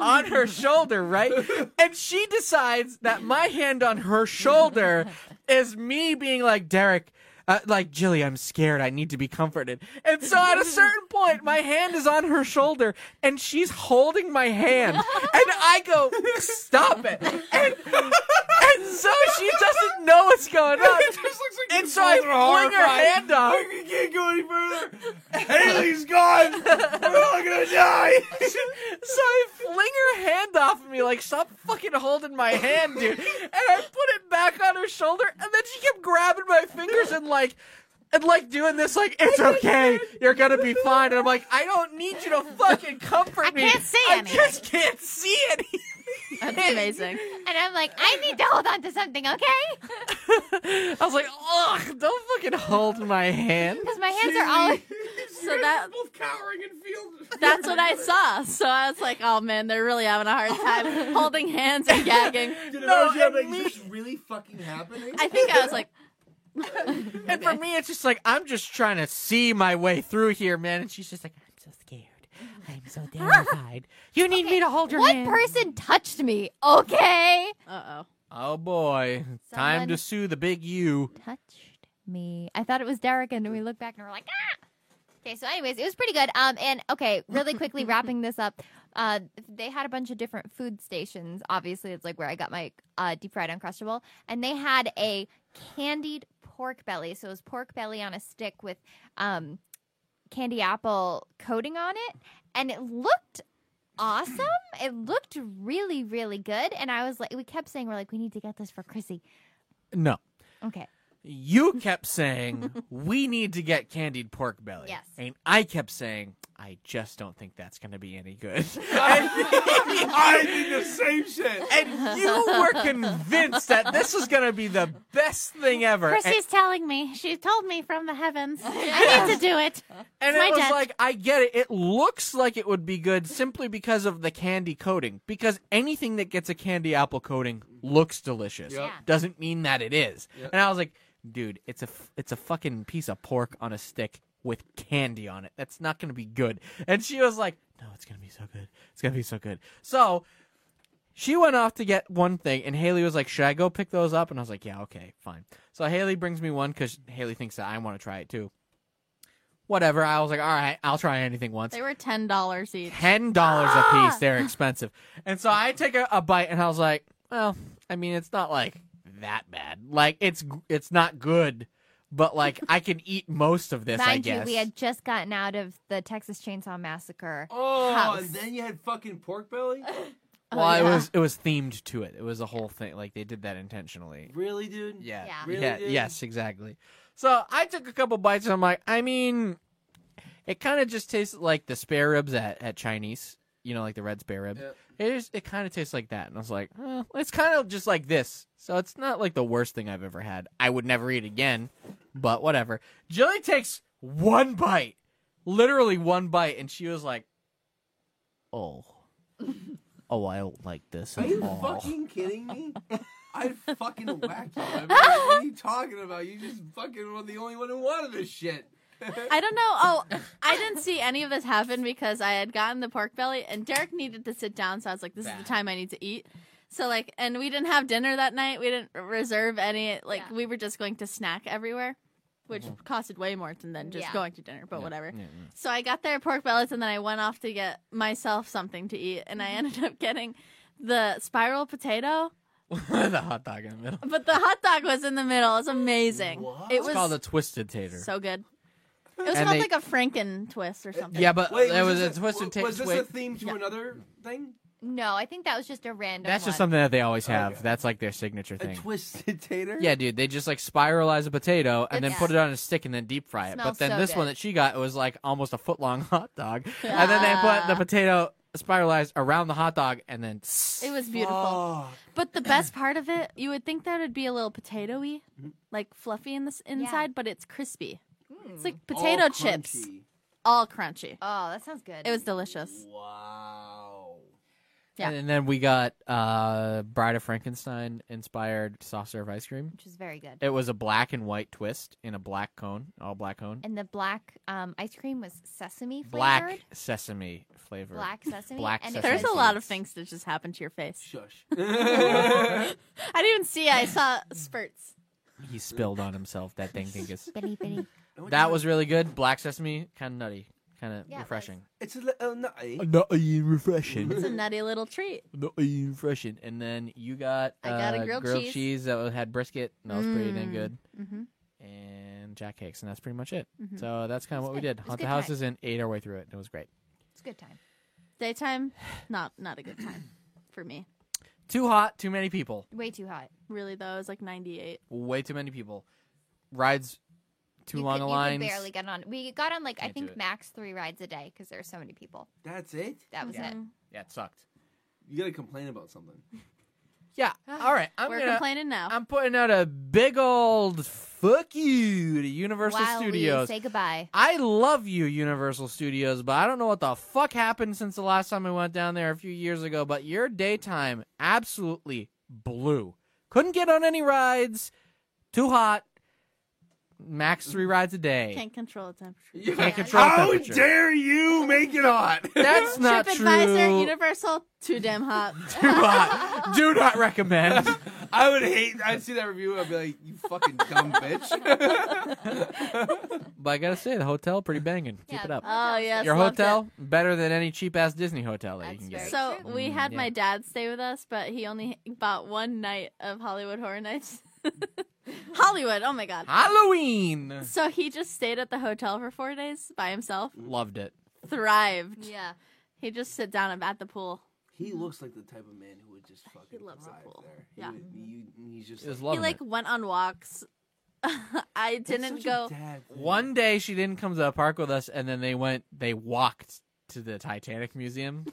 [SPEAKER 6] on her shoulder, right? And she decides that my hand on her
[SPEAKER 4] [LAUGHS]
[SPEAKER 6] shoulder is me being like, Derek, uh, like Jilly, I'm scared. I need to be comforted. And so at a certain point, my hand is on her shoulder, and she's holding my hand, and I go, "Stop it!" And, and so she doesn't know what's going
[SPEAKER 3] [LAUGHS]
[SPEAKER 6] on.
[SPEAKER 3] [LAUGHS] it just looks like
[SPEAKER 6] And
[SPEAKER 3] you
[SPEAKER 6] so I
[SPEAKER 3] pulled
[SPEAKER 6] fling her
[SPEAKER 3] horrified.
[SPEAKER 6] hand off.
[SPEAKER 3] Like, you can't go any further.
[SPEAKER 4] [LAUGHS]
[SPEAKER 3] Haley's gone. We're all gonna die.
[SPEAKER 6] [LAUGHS] So I fling her hand off of me, like, stop fucking holding my hand, dude. And I put it back on her shoulder, and then she kept grabbing my fingers and, like, and like doing this, like it's okay, you're gonna be fine. And I'm like, I don't need you to fucking comfort
[SPEAKER 5] I
[SPEAKER 6] me.
[SPEAKER 5] can't see
[SPEAKER 6] I
[SPEAKER 5] anything."
[SPEAKER 6] just can't see anything.
[SPEAKER 5] [LAUGHS]
[SPEAKER 4] That's amazing.
[SPEAKER 5] And I'm like, I need to hold on to something,
[SPEAKER 6] [LAUGHS]
[SPEAKER 5] okay?
[SPEAKER 6] I was like, ugh, don't fucking hold my hand.
[SPEAKER 5] Because my hands are all.
[SPEAKER 4] So that
[SPEAKER 3] both cowering in field.
[SPEAKER 4] that's what I saw. So I was like, oh man, they're really having a hard
[SPEAKER 3] [LAUGHS]
[SPEAKER 4] time holding hands and gagging.
[SPEAKER 3] Did
[SPEAKER 6] No,
[SPEAKER 3] Elijah
[SPEAKER 6] and
[SPEAKER 3] make-
[SPEAKER 6] me-
[SPEAKER 3] is this really fucking happening?
[SPEAKER 4] I think I
[SPEAKER 3] [LAUGHS]
[SPEAKER 4] was like,
[SPEAKER 6] And for me, it's just like I'm just trying to see my way through here, man. And she's just like, I'm so scared. I'm so terrified. You need me to hold your
[SPEAKER 5] One
[SPEAKER 6] hand.
[SPEAKER 5] person touched me, okay?
[SPEAKER 4] uh oh.
[SPEAKER 6] Oh boy. Time
[SPEAKER 5] Someone-
[SPEAKER 6] to sue the big U.
[SPEAKER 5] Touched me. I thought it was Derek, and we looked back and we're like, ah! Okay, so, anyways, it was pretty good. Um, And, okay, really quickly wrapping this up. Uh, they had a bunch of different food stations. Obviously, it's like where I got my uh, deep fried Uncrustable. And they had a candied pork belly. So it was pork belly on a stick with um, candy apple coating on it. And it looked awesome. It looked really, really good. And I was like, we kept saying, we're like, we need to get this for Chrissy.
[SPEAKER 6] No.
[SPEAKER 5] Okay.
[SPEAKER 6] You kept saying we need to get candied pork belly.
[SPEAKER 5] Yes.
[SPEAKER 6] And I kept saying I just don't think that's going to be any
[SPEAKER 5] [LAUGHS]
[SPEAKER 6] good. [LAUGHS]
[SPEAKER 3] I did the same shit.
[SPEAKER 4] [LAUGHS]
[SPEAKER 6] and you were convinced that this was going to be the best thing ever. And-
[SPEAKER 8] Chrissy's telling me. She told me from the heavens. I need to do it.
[SPEAKER 6] And
[SPEAKER 8] It's
[SPEAKER 6] it
[SPEAKER 8] my
[SPEAKER 6] was
[SPEAKER 8] judge.
[SPEAKER 6] like, I get it. It looks like it would be good simply because of the candy coating. Because anything that gets a candy apple coating looks delicious.
[SPEAKER 3] Yep.
[SPEAKER 5] Yeah.
[SPEAKER 6] Doesn't mean that it is.
[SPEAKER 3] Yep.
[SPEAKER 6] And I was like, dude, it's a f- it's a fucking piece of pork on a stick with candy on it. That's not gonna be good. And she was like, no, it's gonna be so good. It's gonna be so good. So she went off to get one thing, and Haley was like, "Should I go pick those up?" And I was like, "Yeah, okay, fine." So Haley brings me one because Haley thinks that I want to try it too. Whatever. I was like, "All right, I'll try anything once."
[SPEAKER 4] They were ten dollars each.
[SPEAKER 6] Ten dollars a
[SPEAKER 5] Ah!
[SPEAKER 6] piece. They're expensive, and so I take a, a bite, and I was like, "Well, I mean, it's not like that bad. Like it's g- it's not good, but like I can eat most of this. I
[SPEAKER 5] Mind
[SPEAKER 6] guess."
[SPEAKER 5] you, we had just gotten out of the Texas Chainsaw Massacre.
[SPEAKER 3] Oh,
[SPEAKER 5] House.
[SPEAKER 3] and then you had fucking pork belly.
[SPEAKER 6] well, it
[SPEAKER 5] oh, yeah.
[SPEAKER 6] was it was themed to it. It was a whole thing. Like they did that intentionally.
[SPEAKER 3] Really, dude?
[SPEAKER 6] Yeah.
[SPEAKER 5] Yeah.
[SPEAKER 3] Really,
[SPEAKER 6] yeah
[SPEAKER 3] dude?
[SPEAKER 6] yes, exactly. So I took a couple bites and I'm like, I mean, it kind of just tastes like the spare ribs at, at Chinese, you know, like the red spare rib.
[SPEAKER 3] Yep.
[SPEAKER 6] It is. It kind of tastes like that, and I was like, eh, it's kind of just like this. So it's not like the worst thing I've ever had. I would never eat again, but whatever. Jilly takes one bite, literally one bite, and she was like, oh. Oh, I don't like this
[SPEAKER 3] Are
[SPEAKER 6] at
[SPEAKER 3] you
[SPEAKER 6] all.
[SPEAKER 3] fucking kidding me? [LAUGHS] I'd fucking whack you. [LAUGHS] I mean, what are you talking about? You just fucking were the only one who wanted this shit.
[SPEAKER 4] I don't know. Oh, I didn't see any of this happen because I had gotten the pork belly and Derek needed to sit down. So I was like, this is the time I need to eat. So, like, and we didn't have dinner that night. We didn't reserve any. Like,
[SPEAKER 5] Yeah.
[SPEAKER 4] we were just going to snack everywhere, which costed way more than than just
[SPEAKER 5] Yeah.
[SPEAKER 4] going to dinner, but whatever.
[SPEAKER 6] Mm-hmm. Yeah, yeah.
[SPEAKER 4] So I got their pork bellies and then I went off to get myself something to eat. And I
[SPEAKER 5] Mm-hmm.
[SPEAKER 4] ended up getting the spiral potato,
[SPEAKER 6] [LAUGHS] the hot dog in the middle.
[SPEAKER 4] but the hot dog was in the middle. It was amazing. It
[SPEAKER 6] It's
[SPEAKER 4] was
[SPEAKER 6] called a twisted tater.
[SPEAKER 4] so good. It was
[SPEAKER 6] And
[SPEAKER 4] called
[SPEAKER 6] they-
[SPEAKER 4] like a Franken twist or something.
[SPEAKER 6] Yeah, but
[SPEAKER 3] Wait,
[SPEAKER 6] there was,
[SPEAKER 3] was,
[SPEAKER 6] a twisted
[SPEAKER 3] tape.
[SPEAKER 6] tater.
[SPEAKER 3] Was this a theme to another thing?
[SPEAKER 5] No, I think that was just a random.
[SPEAKER 6] That's just
[SPEAKER 5] one.
[SPEAKER 6] something that they always have.
[SPEAKER 3] Okay.
[SPEAKER 6] That's like their signature
[SPEAKER 3] A
[SPEAKER 6] thing.
[SPEAKER 3] twisted tater?
[SPEAKER 6] yeah, dude, they just like spiralize a potato and then
[SPEAKER 5] It's-
[SPEAKER 6] put it on a stick and then deep fry it. But
[SPEAKER 5] Smells
[SPEAKER 6] then
[SPEAKER 5] so
[SPEAKER 6] this one
[SPEAKER 5] good.
[SPEAKER 6] that she got it was like almost a foot long [LAUGHS] hot dog, and then they put the potato spiralized around the hot dog and then.
[SPEAKER 4] It was beautiful.
[SPEAKER 3] Fuck.
[SPEAKER 4] But the best part of it, you would think that it'd be a little potatoy,
[SPEAKER 5] Mm.
[SPEAKER 4] like fluffy in the s- inside, but it's crispy. It's like potato
[SPEAKER 3] All
[SPEAKER 4] chips.
[SPEAKER 3] crunchy.
[SPEAKER 4] all crunchy.
[SPEAKER 5] Hmm. Oh, that sounds good.
[SPEAKER 4] It was delicious.
[SPEAKER 3] Wow.
[SPEAKER 4] Yeah.
[SPEAKER 6] And, and then we got uh, Bride of Frankenstein inspired soft serve ice cream.
[SPEAKER 5] which was very good.
[SPEAKER 6] It was a black and white twist in a black cone, all black cone.
[SPEAKER 5] and the black um, ice cream was sesame
[SPEAKER 6] black
[SPEAKER 5] flavored.
[SPEAKER 6] sesame flavor. [LAUGHS]
[SPEAKER 5] Black sesame.
[SPEAKER 6] Black
[SPEAKER 5] and
[SPEAKER 4] [LAUGHS]
[SPEAKER 6] sesame.
[SPEAKER 4] There's
[SPEAKER 5] It
[SPEAKER 4] a
[SPEAKER 5] was,
[SPEAKER 4] lot of things that just happened to your
[SPEAKER 3] [LAUGHS]
[SPEAKER 4] face.
[SPEAKER 3] Shush.
[SPEAKER 4] [LAUGHS] I didn't even see it. I saw spurts.
[SPEAKER 6] He spilled on himself that thing dingus.
[SPEAKER 5] Bitty, bitty.
[SPEAKER 6] that was really good. Black sesame, kind of nutty, kind of
[SPEAKER 5] Yeah, it was.
[SPEAKER 6] refreshing.
[SPEAKER 3] It's a oh, little nutty.
[SPEAKER 6] Uh, Nutty and refreshing.
[SPEAKER 4] It's a nutty little treat.
[SPEAKER 6] [LAUGHS] nutty and refreshing. And then you got
[SPEAKER 4] I got a
[SPEAKER 6] uh,
[SPEAKER 4] grilled cheese.
[SPEAKER 6] that was- had brisket. And that was pretty dang
[SPEAKER 4] Mm.
[SPEAKER 6] good.
[SPEAKER 5] Mm-hmm.
[SPEAKER 6] And jack cakes, and that's pretty much it.
[SPEAKER 5] Mhm.
[SPEAKER 6] So that's kind of
[SPEAKER 5] It was
[SPEAKER 6] what we
[SPEAKER 5] good.
[SPEAKER 6] did.
[SPEAKER 5] It was
[SPEAKER 6] Haunted
[SPEAKER 5] good
[SPEAKER 6] houses and ate our way through it. and It was great.
[SPEAKER 5] It's a good time.
[SPEAKER 4] Daytime, not not a good time for me.
[SPEAKER 6] Too hot, too many people.
[SPEAKER 5] Way too hot.
[SPEAKER 4] Really though, it was like 98.
[SPEAKER 6] Way too many people. Rides too
[SPEAKER 5] you
[SPEAKER 6] long a
[SPEAKER 5] could,
[SPEAKER 6] line.
[SPEAKER 5] You could barely get on. We got on like I
[SPEAKER 6] Can't do
[SPEAKER 5] think
[SPEAKER 6] it.
[SPEAKER 5] max three rides a day because there were so many people.
[SPEAKER 3] That's it.
[SPEAKER 5] That was
[SPEAKER 4] Mm-hmm.
[SPEAKER 5] it.
[SPEAKER 6] Yeah, it
[SPEAKER 5] [SIGHS]
[SPEAKER 6] sucked.
[SPEAKER 3] You gotta complain about something.
[SPEAKER 6] Yeah. All right. I'm
[SPEAKER 4] We're
[SPEAKER 6] gonna.
[SPEAKER 4] complaining now.
[SPEAKER 6] I'm putting out a big old fuck you to Universal
[SPEAKER 5] While
[SPEAKER 6] Studios.
[SPEAKER 5] We say goodbye.
[SPEAKER 6] I love you, Universal Studios, but I don't know what the fuck happened since the last time I went down there a few years ago. But your daytime absolutely blew. Couldn't get on any rides. Too hot. Max three rides a day.
[SPEAKER 4] Can't control the temperature.
[SPEAKER 3] You
[SPEAKER 6] Can't control
[SPEAKER 1] How
[SPEAKER 6] temperature.
[SPEAKER 1] dare you make it hot?
[SPEAKER 6] [LAUGHS] That's not true.
[SPEAKER 4] TripAdvisor, Universal, too damn hot.
[SPEAKER 6] [LAUGHS]
[SPEAKER 4] [LAUGHS]
[SPEAKER 6] Too hot. Do not recommend.
[SPEAKER 3] I would hate. I'd see that review. I'd be like, "You fucking dumb
[SPEAKER 4] [LAUGHS]
[SPEAKER 3] bitch."
[SPEAKER 6] But I gotta say, the hotel pretty banging. Keep
[SPEAKER 5] Yeah,
[SPEAKER 6] it up.
[SPEAKER 4] oh yes,
[SPEAKER 6] Your
[SPEAKER 4] loved it.
[SPEAKER 6] hotel better than any cheap ass Disney hotel that you can get.
[SPEAKER 5] That's very
[SPEAKER 4] So
[SPEAKER 5] true.
[SPEAKER 4] we
[SPEAKER 6] Mm,
[SPEAKER 4] had
[SPEAKER 6] yeah.
[SPEAKER 4] my dad stay with us, but he only bought one night of Hollywood Horror Nights. [LAUGHS] Hollywood, oh my god.
[SPEAKER 6] Halloween.
[SPEAKER 4] So he just stayed at the hotel for four days by himself.
[SPEAKER 6] Loved it.
[SPEAKER 4] Thrived.
[SPEAKER 5] [LAUGHS] Yeah.
[SPEAKER 4] He just sit down at the pool.
[SPEAKER 3] he looks like the type of man who would just fucking.
[SPEAKER 4] loves a
[SPEAKER 3] thrive
[SPEAKER 4] pool.
[SPEAKER 3] There. He
[SPEAKER 4] Yeah.
[SPEAKER 3] would- you- he's just.
[SPEAKER 6] It was
[SPEAKER 3] like-
[SPEAKER 6] loving
[SPEAKER 4] he like
[SPEAKER 6] it.
[SPEAKER 4] went on walks. [LAUGHS] I
[SPEAKER 3] That's
[SPEAKER 4] didn't
[SPEAKER 3] such a
[SPEAKER 4] go.
[SPEAKER 3] dad thing.
[SPEAKER 6] One day she didn't come to the park with us, and then they went. They walked to the Titanic Museum,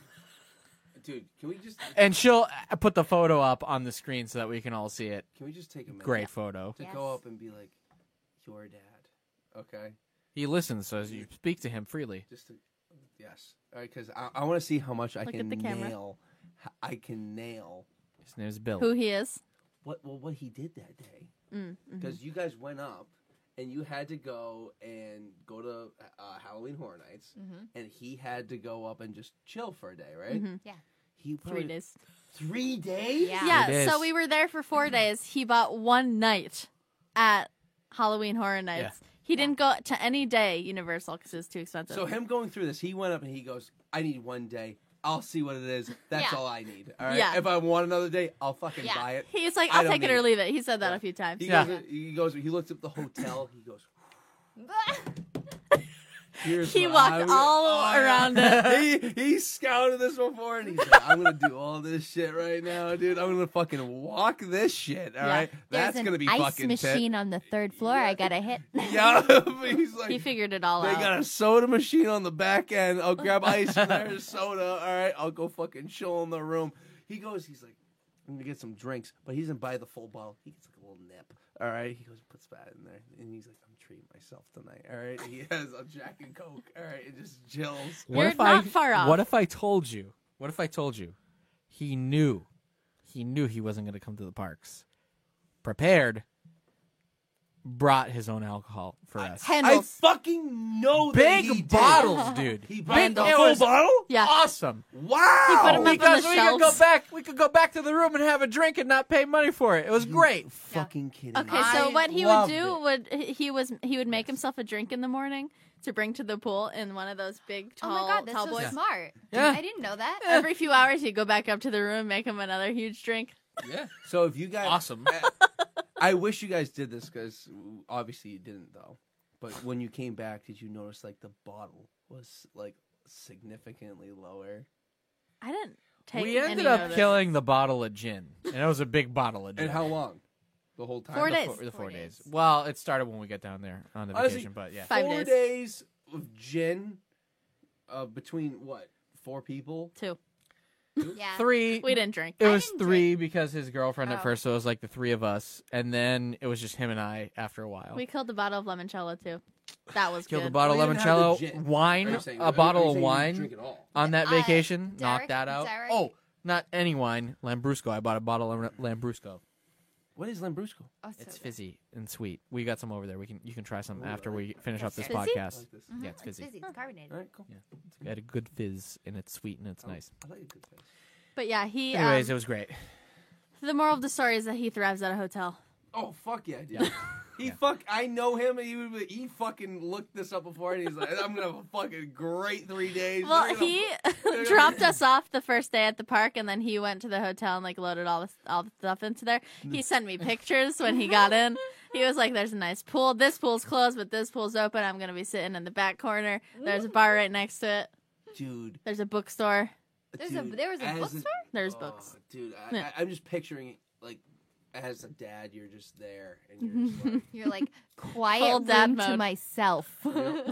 [SPEAKER 3] dude. Can we just can
[SPEAKER 6] and she'll uh, put the photo up on the screen so that we can all see it.
[SPEAKER 3] we just take a minute
[SPEAKER 6] Great photo.
[SPEAKER 3] to
[SPEAKER 5] Yes.
[SPEAKER 3] go up and be like, "Your dad." Okay.
[SPEAKER 6] He listens, so you speak to him freely.
[SPEAKER 3] Just to, yes. All right, because I, I want to see how much I
[SPEAKER 4] Look at
[SPEAKER 3] can
[SPEAKER 4] the camera.
[SPEAKER 3] nail. h- I can nail
[SPEAKER 6] His name's Bill.
[SPEAKER 4] Who he is?
[SPEAKER 3] what well what he did that day.
[SPEAKER 4] Mm, mhm.
[SPEAKER 3] because you guys went up and you had to go and go to uh, Halloween Horror Nights,
[SPEAKER 4] Mm-hmm.
[SPEAKER 5] Mhm.
[SPEAKER 3] and he had to go up and just chill for a day, right?
[SPEAKER 4] Mhm.
[SPEAKER 5] Yeah.
[SPEAKER 3] He
[SPEAKER 4] Three
[SPEAKER 3] probably-
[SPEAKER 4] days.
[SPEAKER 3] Three days.
[SPEAKER 5] Yeah.
[SPEAKER 4] Yeah.
[SPEAKER 6] It
[SPEAKER 4] So
[SPEAKER 6] is.
[SPEAKER 4] we were there for four days. He bought one night at Halloween Horror Nights. He didn't go to any day Universal because it was too expensive.
[SPEAKER 3] So him going through this, he went up and he goes, "I need one day. I'll see what it is. That's
[SPEAKER 5] Yeah.
[SPEAKER 3] all I need. All right.
[SPEAKER 4] Yeah.
[SPEAKER 3] If I want another day, I'll fucking
[SPEAKER 5] Yeah.
[SPEAKER 3] buy it."
[SPEAKER 4] He's like,
[SPEAKER 3] I
[SPEAKER 4] I'll
[SPEAKER 3] don't
[SPEAKER 4] take it
[SPEAKER 3] need
[SPEAKER 4] or
[SPEAKER 3] it.
[SPEAKER 4] leave it. He said that
[SPEAKER 3] Yeah.
[SPEAKER 4] a few times.
[SPEAKER 3] He
[SPEAKER 6] Yeah.
[SPEAKER 3] goes. He goes. He looked up the hotel. He goes. Here's
[SPEAKER 4] He
[SPEAKER 3] what
[SPEAKER 4] walked
[SPEAKER 3] I'm-
[SPEAKER 4] all
[SPEAKER 3] Oh, yeah.
[SPEAKER 4] around
[SPEAKER 3] He he scouted this before, and he's like, "I'm gonna do all this shit right now, dude. I'm gonna fucking walk this shit. All
[SPEAKER 4] Yeah.
[SPEAKER 3] right,
[SPEAKER 5] There's
[SPEAKER 3] that's
[SPEAKER 5] an
[SPEAKER 3] gonna be
[SPEAKER 5] ice
[SPEAKER 3] fucking
[SPEAKER 5] machine on the third floor. I gotta hit.
[SPEAKER 3] Tit.
[SPEAKER 5] [LAUGHS]
[SPEAKER 3] [LAUGHS] Yeah, [LAUGHS] he's like,
[SPEAKER 4] He figured it all
[SPEAKER 3] they
[SPEAKER 4] out.
[SPEAKER 3] got a soda machine on the back end. I'll grab ice
[SPEAKER 4] [LAUGHS]
[SPEAKER 3] from there, soda. All right, I'll go fucking chill in the room. He goes, he's like, I'm gonna get some drinks, but he doesn't buy the full bottle. He gets like a little nip. All right, he goes, puts that in there, and he's like, I'm treating myself tonight. All right, he [LAUGHS] has a Jack and Coke. All right, and just chills.
[SPEAKER 4] You're not far off.
[SPEAKER 6] What if I told you? What if I told you? He knew. He knew he wasn't going to come to the parks. Prepared. Brought his own alcohol for us.
[SPEAKER 3] I
[SPEAKER 4] Handles.
[SPEAKER 3] fucking know that he
[SPEAKER 6] Big
[SPEAKER 3] did.
[SPEAKER 6] bottles, dude.
[SPEAKER 3] [LAUGHS] He
[SPEAKER 6] Big,
[SPEAKER 3] bought the
[SPEAKER 6] it
[SPEAKER 3] whole
[SPEAKER 6] was
[SPEAKER 3] bottle.
[SPEAKER 4] [LAUGHS] Yeah.
[SPEAKER 6] Awesome.
[SPEAKER 3] Wow.
[SPEAKER 4] He put 'em up-
[SPEAKER 6] Because
[SPEAKER 4] the
[SPEAKER 6] we could go
[SPEAKER 4] shelves.
[SPEAKER 6] back, we could go back to the room and have a drink and not pay money for it. It
[SPEAKER 3] Mm.
[SPEAKER 6] was great.
[SPEAKER 3] Fucking kidding. me.
[SPEAKER 4] okay, so
[SPEAKER 6] I
[SPEAKER 4] what he would
[SPEAKER 6] loved
[SPEAKER 4] do
[SPEAKER 6] it.
[SPEAKER 4] would he was he would make himself a drink in the morning to bring to the pool in one of those big tall
[SPEAKER 5] Oh my god,
[SPEAKER 4] tall
[SPEAKER 5] that's so
[SPEAKER 4] boys.
[SPEAKER 5] smart.
[SPEAKER 6] Yeah.
[SPEAKER 5] I didn't know that.
[SPEAKER 4] Every few hours he'd go back up to the room, make him another huge drink.
[SPEAKER 3] Yeah. So if you guys,
[SPEAKER 6] [LAUGHS] Awesome.
[SPEAKER 3] I wish you guys did this because obviously you didn't though. But when you came back, did you notice like the bottle was like significantly lower?
[SPEAKER 4] I didn't take.
[SPEAKER 6] We ended
[SPEAKER 4] any
[SPEAKER 6] up
[SPEAKER 4] notice.
[SPEAKER 6] killing the bottle of gin, and it was a big bottle of gin.
[SPEAKER 3] And how long? The whole time.
[SPEAKER 4] Four
[SPEAKER 6] The
[SPEAKER 4] days.
[SPEAKER 6] four, the four,
[SPEAKER 5] Four
[SPEAKER 6] days.
[SPEAKER 5] days.
[SPEAKER 6] Well, it started when we got down there on the
[SPEAKER 3] Honestly,
[SPEAKER 6] vacation, but yeah.
[SPEAKER 4] Five
[SPEAKER 3] four
[SPEAKER 4] days.
[SPEAKER 3] days of gin, uh, between what four people?
[SPEAKER 4] two.
[SPEAKER 5] Yeah.
[SPEAKER 6] Three.
[SPEAKER 4] We didn't drink.
[SPEAKER 6] It
[SPEAKER 5] I
[SPEAKER 6] was
[SPEAKER 5] didn't
[SPEAKER 6] three because his girlfriend
[SPEAKER 5] Oh.
[SPEAKER 6] at first, so it was like the three of us, and then it was just him and I after a while.
[SPEAKER 4] We killed the bottle of limoncello too. That was
[SPEAKER 6] Oh. [SIGHS] Killed
[SPEAKER 4] good.
[SPEAKER 6] a bottle
[SPEAKER 3] We
[SPEAKER 6] of
[SPEAKER 3] didn't have the
[SPEAKER 6] limoncello,
[SPEAKER 3] gin. Are
[SPEAKER 6] wine,
[SPEAKER 3] you saying- are
[SPEAKER 6] a
[SPEAKER 3] you
[SPEAKER 6] bottle
[SPEAKER 3] saying you
[SPEAKER 6] of
[SPEAKER 3] didn't
[SPEAKER 6] wine
[SPEAKER 3] Drink at all.
[SPEAKER 6] on that
[SPEAKER 5] Uh,
[SPEAKER 6] vacation.
[SPEAKER 5] Derek-
[SPEAKER 6] knocked that out.
[SPEAKER 5] Derek-
[SPEAKER 6] Oh, not any wine. Lambrusco. I bought a bottle of Lambrusco.
[SPEAKER 3] What is Lambrusco?
[SPEAKER 5] Oh, so
[SPEAKER 6] It's
[SPEAKER 5] good.
[SPEAKER 6] fizzy and sweet. We got some over there. We can you can try some
[SPEAKER 3] Ooh,
[SPEAKER 6] after
[SPEAKER 3] I
[SPEAKER 6] we finish up this
[SPEAKER 5] Fizzy?
[SPEAKER 3] I
[SPEAKER 6] podcast.
[SPEAKER 3] like this.
[SPEAKER 4] Mm.
[SPEAKER 5] Mhm,
[SPEAKER 6] Yeah, it's fizzy.
[SPEAKER 5] [LAUGHS] It's carbonated.
[SPEAKER 3] All right, cool.
[SPEAKER 6] It had a good fizz and it's sweet and it's
[SPEAKER 3] Oh,
[SPEAKER 6] nice.
[SPEAKER 3] I like a good taste.
[SPEAKER 4] But yeah, he.
[SPEAKER 6] Anyways,
[SPEAKER 4] um,
[SPEAKER 6] it was great.
[SPEAKER 3] [LAUGHS]
[SPEAKER 4] the moral of the story is that he thrives at a hotel.
[SPEAKER 3] Oh fuck yeah, dude. [LAUGHS] He fuck. I know him. and He would be- he fucking looked this up before, and he's like, "I'm gonna have a fucking great three days." They're
[SPEAKER 4] Well,
[SPEAKER 3] gonna-
[SPEAKER 4] he [LAUGHS]
[SPEAKER 3] gonna-
[SPEAKER 4] dropped us off the first day at the park, and then he went to the hotel and like loaded all the all the stuff into there.
[SPEAKER 6] Mm.
[SPEAKER 4] He sent
[SPEAKER 6] [LAUGHS]
[SPEAKER 4] me pictures when he got in. He was like, "There's a nice pool. This pool's closed, but this pool's open. I'm gonna be sitting in the back corner. There's a bar right next to it.
[SPEAKER 3] dude.
[SPEAKER 4] The's a bookstore.
[SPEAKER 5] There's
[SPEAKER 3] dude,
[SPEAKER 5] a there was a
[SPEAKER 3] as an-
[SPEAKER 5] bookstore.
[SPEAKER 4] There's
[SPEAKER 3] Oh,
[SPEAKER 4] books.
[SPEAKER 3] dude. I,
[SPEAKER 4] Yeah.
[SPEAKER 3] I, I'm just picturing like, as a dad, you're just there, and you're
[SPEAKER 5] [LAUGHS]
[SPEAKER 3] just like,
[SPEAKER 5] You're like quiet
[SPEAKER 4] Full dad
[SPEAKER 5] room to
[SPEAKER 4] mode.
[SPEAKER 6] [LAUGHS]
[SPEAKER 5] myself. [LAUGHS]
[SPEAKER 3] And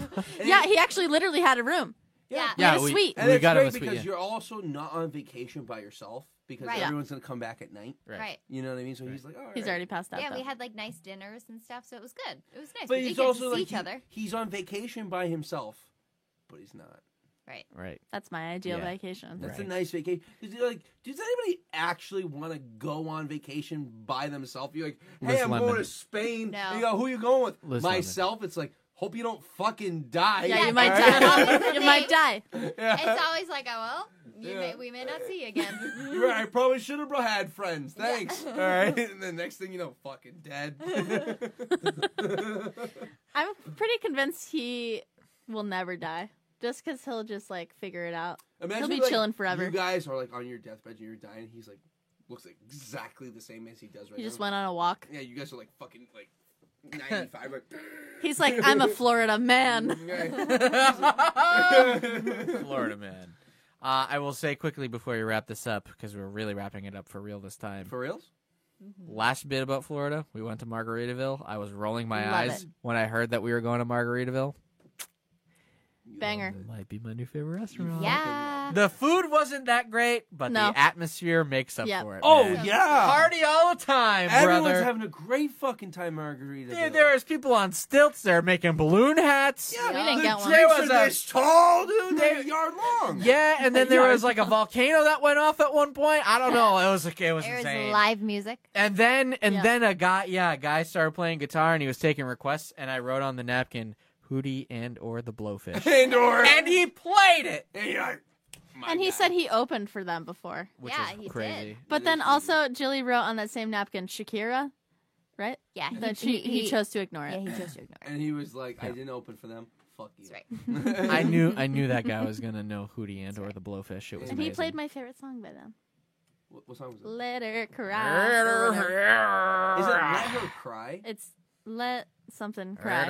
[SPEAKER 4] Yeah,
[SPEAKER 3] it-
[SPEAKER 4] he actually literally had a room.
[SPEAKER 5] Yeah.
[SPEAKER 4] We had a
[SPEAKER 6] we,
[SPEAKER 4] suite.
[SPEAKER 3] And
[SPEAKER 6] we
[SPEAKER 3] it's
[SPEAKER 6] got him
[SPEAKER 3] great
[SPEAKER 6] a suite.
[SPEAKER 3] because
[SPEAKER 6] yeah.
[SPEAKER 3] you're also not on vacation by yourself because
[SPEAKER 5] Right. Yeah.
[SPEAKER 3] everyone's gonna come back at night.
[SPEAKER 6] Right.
[SPEAKER 5] Right.
[SPEAKER 3] You know what I mean? So he's like, all right.
[SPEAKER 4] He's already passed out.
[SPEAKER 5] Yeah, we
[SPEAKER 4] though.
[SPEAKER 5] had like nice dinners and stuff, so it was good. It was nice.
[SPEAKER 3] But
[SPEAKER 5] we did
[SPEAKER 3] he's
[SPEAKER 5] get
[SPEAKER 3] also
[SPEAKER 5] to see
[SPEAKER 3] like
[SPEAKER 5] each
[SPEAKER 3] [LAUGHS]
[SPEAKER 5] other.
[SPEAKER 3] he- he's on vacation by himself, but he's not.
[SPEAKER 5] Right.
[SPEAKER 6] Right.
[SPEAKER 4] That's my ideal
[SPEAKER 6] Yeah.
[SPEAKER 4] vacation.
[SPEAKER 3] That's
[SPEAKER 6] Right.
[SPEAKER 3] a nice vacation. 'Cause you're like, does anybody actually want to go on vacation by themselves? You're like, hey,
[SPEAKER 6] Liz
[SPEAKER 3] I'm going
[SPEAKER 6] Lemon.
[SPEAKER 3] to Spain.
[SPEAKER 5] No.
[SPEAKER 3] And You go, who you going with?
[SPEAKER 6] Liz Lemon.
[SPEAKER 3] Myself. It's like, hope you don't fucking die.
[SPEAKER 4] Uh, Yeah, you
[SPEAKER 5] Yeah,
[SPEAKER 4] might [LAUGHS]
[SPEAKER 5] that's always
[SPEAKER 4] die.
[SPEAKER 3] [LAUGHS]
[SPEAKER 5] the
[SPEAKER 4] you might
[SPEAKER 5] thing.
[SPEAKER 4] die.
[SPEAKER 5] It's always like, oh well, you may,
[SPEAKER 3] Yeah.
[SPEAKER 5] we may not see
[SPEAKER 3] [LAUGHS]
[SPEAKER 5] you again. [LAUGHS]
[SPEAKER 3] You're right. I probably should have had friends. Thanks. All right. [LAUGHS] And the next thing you know, fucking dead.
[SPEAKER 4] [LAUGHS] I'm pretty convinced he will never die, just because he'll just like figure it out.
[SPEAKER 3] Imagine,
[SPEAKER 4] be chilling forever.
[SPEAKER 3] You guys are like on your deathbed and you're dying. He's like, looks like exactly the same as he does right
[SPEAKER 4] He just
[SPEAKER 3] now.
[SPEAKER 4] went on a walk.
[SPEAKER 3] yeah, you guys are like fucking like 95.
[SPEAKER 6] [LAUGHS]
[SPEAKER 3] like,
[SPEAKER 4] He's like,
[SPEAKER 3] [LAUGHS]
[SPEAKER 4] I'm a Florida man.
[SPEAKER 6] Florida man. Uh, I will say quickly before we wrap this up because we're really wrapping it up for real this time.
[SPEAKER 3] For reals?
[SPEAKER 6] Last bit about Florida. We went to Margaritaville. I was rolling my
[SPEAKER 4] Love
[SPEAKER 6] eyes
[SPEAKER 4] it.
[SPEAKER 6] when I heard that we were going to Margaritaville.
[SPEAKER 4] Banger.
[SPEAKER 6] Might be my new favorite restaurant.
[SPEAKER 5] yeah.
[SPEAKER 6] The food wasn't that great, but
[SPEAKER 4] No.
[SPEAKER 6] the atmosphere makes up
[SPEAKER 4] Yeah.
[SPEAKER 6] for it.
[SPEAKER 3] Oh
[SPEAKER 6] man.
[SPEAKER 3] yeah.
[SPEAKER 6] Party all the time,
[SPEAKER 3] Everyone's
[SPEAKER 6] brother.
[SPEAKER 3] having a great fucking time, Margarita.
[SPEAKER 6] Dude, there is people on stilts there making balloon hats.
[SPEAKER 4] We didn't
[SPEAKER 3] the
[SPEAKER 4] get one.
[SPEAKER 3] drinks
[SPEAKER 6] There was
[SPEAKER 3] are
[SPEAKER 6] a-
[SPEAKER 3] this tall, dude. They're a yard long.
[SPEAKER 6] Yeah, and [LAUGHS] then there was like a volcano that went off at one point. I don't know. It was it was
[SPEAKER 5] There was
[SPEAKER 6] insane.
[SPEAKER 5] live music.
[SPEAKER 6] And then and
[SPEAKER 4] Yeah.
[SPEAKER 6] then a guy yeah, a guy started playing guitar and he was taking requests and I wrote on the napkin Hootie and or the [LAUGHS]
[SPEAKER 3] [LAUGHS]
[SPEAKER 6] blowfish.
[SPEAKER 3] And or
[SPEAKER 6] and he played it.
[SPEAKER 3] and you're like, my
[SPEAKER 4] And he
[SPEAKER 3] God.
[SPEAKER 4] said he opened for them before.
[SPEAKER 6] Which
[SPEAKER 5] Yeah,
[SPEAKER 6] is
[SPEAKER 5] he
[SPEAKER 6] crazy.
[SPEAKER 5] did.
[SPEAKER 4] But then also, Jilly wrote on that same napkin Shakira, right?
[SPEAKER 5] Yeah.
[SPEAKER 4] That she he chose to ignore
[SPEAKER 5] [LAUGHS] Yeah,
[SPEAKER 4] it.
[SPEAKER 5] he chose to ignore. it.
[SPEAKER 3] And he was like, I didn't open for them. Fuck you.
[SPEAKER 5] That's
[SPEAKER 3] [LAUGHS]
[SPEAKER 5] right.
[SPEAKER 6] I knew I knew that guy [LAUGHS] was gonna know Hootie and or the blowfish. It was
[SPEAKER 4] And he
[SPEAKER 6] amazing.
[SPEAKER 4] played my favorite song by them,
[SPEAKER 3] What, what song was it?
[SPEAKER 4] "Let Her Cry." or whatever.
[SPEAKER 3] Is it Let Her Cry?
[SPEAKER 4] It's let something cry.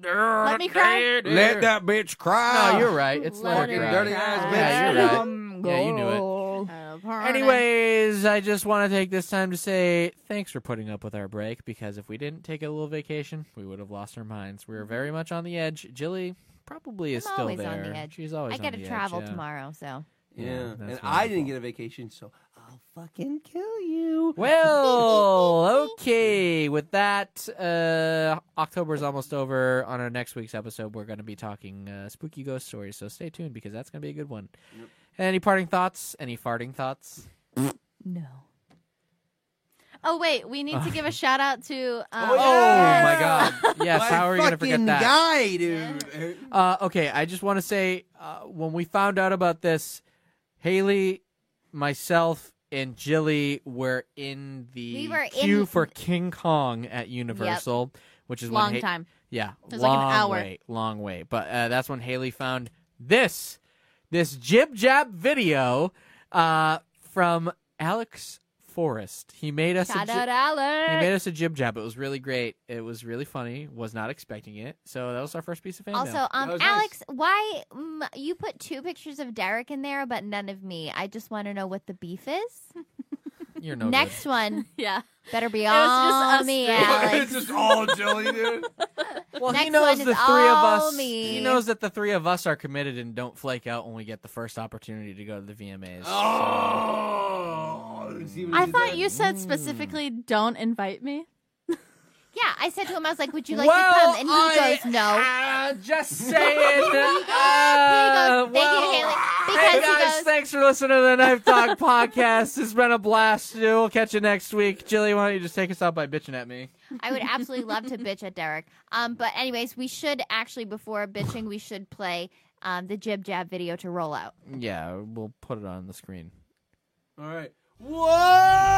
[SPEAKER 6] Let
[SPEAKER 4] me cry?
[SPEAKER 1] Let that bitch cry.
[SPEAKER 6] No, you're right. It's
[SPEAKER 4] Let
[SPEAKER 6] let
[SPEAKER 4] her
[SPEAKER 6] her
[SPEAKER 3] Dirty
[SPEAKER 6] cry.
[SPEAKER 3] ass bitch.
[SPEAKER 6] Yeah, you're right. Yeah, you knew it. Anyways, I just want to take this time to say thanks for putting up with our break because if we didn't take a little vacation, we would have lost our minds. We were very much on the edge. Jilly probably is
[SPEAKER 5] Mm-hmm. I'm
[SPEAKER 6] still
[SPEAKER 5] always
[SPEAKER 6] there.
[SPEAKER 5] on the edge.
[SPEAKER 6] She's always
[SPEAKER 5] I
[SPEAKER 6] on
[SPEAKER 5] gotta
[SPEAKER 6] the edge,
[SPEAKER 5] travel
[SPEAKER 6] yeah.
[SPEAKER 5] tomorrow, so
[SPEAKER 3] Yeah.
[SPEAKER 6] that's
[SPEAKER 3] and
[SPEAKER 6] wonderful.
[SPEAKER 3] I didn't get a vacation, so I'll fucking kill you.
[SPEAKER 5] [LAUGHS]
[SPEAKER 6] Well, okay. With that, uh, October's almost over. On our next week's episode, we're going to be talking uh, spooky ghost stories, so stay tuned because that's going to be a good one. Any parting thoughts? Any farting thoughts?
[SPEAKER 5] no.
[SPEAKER 4] Oh wait, we need to give a shout out to. Um,
[SPEAKER 3] Oh, yeah.
[SPEAKER 6] Oh my god! Yes,
[SPEAKER 3] My
[SPEAKER 6] how are we going to forget
[SPEAKER 3] fucking
[SPEAKER 6] that?
[SPEAKER 3] guy,
[SPEAKER 4] [LAUGHS]
[SPEAKER 3] dude.
[SPEAKER 6] Uh, okay, I just want to say uh, when we found out about this, Haley, myself, and Jilly were in the
[SPEAKER 5] We were
[SPEAKER 6] queue
[SPEAKER 5] in-
[SPEAKER 6] for King Kong at Universal, which is when
[SPEAKER 4] long
[SPEAKER 6] Ha-
[SPEAKER 4] time.
[SPEAKER 6] Yeah,
[SPEAKER 4] was like an
[SPEAKER 6] long
[SPEAKER 4] hour.
[SPEAKER 6] wait, long wait. But uh, that's when Haley found this, this jib jab video uh, from Alex Forrest. He made us a
[SPEAKER 5] Shout
[SPEAKER 6] ji-
[SPEAKER 5] out
[SPEAKER 6] he made
[SPEAKER 5] Alex.
[SPEAKER 6] us a jib jab. It was really great. It was really funny. Was not expecting it. So that was our first piece of fan mail.
[SPEAKER 5] Also, um,
[SPEAKER 3] That was nice.
[SPEAKER 5] Alex, why mm, you put two pictures of Derek in there, but none of me? I just want to know what the beef is.
[SPEAKER 6] You're no
[SPEAKER 5] Next one
[SPEAKER 6] [LAUGHS]
[SPEAKER 4] Yeah.
[SPEAKER 5] better be
[SPEAKER 4] was just
[SPEAKER 5] all
[SPEAKER 4] us
[SPEAKER 5] me,
[SPEAKER 4] three. [LAUGHS]
[SPEAKER 5] Alex.
[SPEAKER 3] it's just all jelly, dude.
[SPEAKER 6] Well, he
[SPEAKER 5] Next
[SPEAKER 6] knows
[SPEAKER 5] one
[SPEAKER 6] the
[SPEAKER 5] is
[SPEAKER 6] three of
[SPEAKER 5] all
[SPEAKER 6] us. He
[SPEAKER 5] me.
[SPEAKER 6] knows that the three of us are committed and don't flake out when we get the first opportunity to go to the VMAs.
[SPEAKER 1] Oh, see what
[SPEAKER 4] I
[SPEAKER 1] did
[SPEAKER 4] thought
[SPEAKER 1] there?
[SPEAKER 4] you said specifically, don't invite me.
[SPEAKER 5] Yeah, I said to him, I was like, "Would you like to
[SPEAKER 6] well,
[SPEAKER 5] come?" And he
[SPEAKER 6] I-
[SPEAKER 5] goes, "No."
[SPEAKER 6] ah,
[SPEAKER 5] [LAUGHS]
[SPEAKER 6] just saying.
[SPEAKER 5] he
[SPEAKER 6] uh,
[SPEAKER 5] goes, "Thank
[SPEAKER 6] well,
[SPEAKER 5] you, Haley,"
[SPEAKER 6] Hey
[SPEAKER 5] because he
[SPEAKER 6] guys,
[SPEAKER 5] goes,
[SPEAKER 6] thanks for listening to the Knife
[SPEAKER 5] [LAUGHS]
[SPEAKER 6] Talk podcast. It's been a blast. We'll catch you next week. Jilly, why don't you just take us out by bitching at me?
[SPEAKER 5] I would absolutely love to bitch at Derek. Um, but anyways, we should actually before bitching, we should play um, the jib jab video to roll out.
[SPEAKER 6] Yeah, we'll put it on the screen.
[SPEAKER 3] All right. Whoa!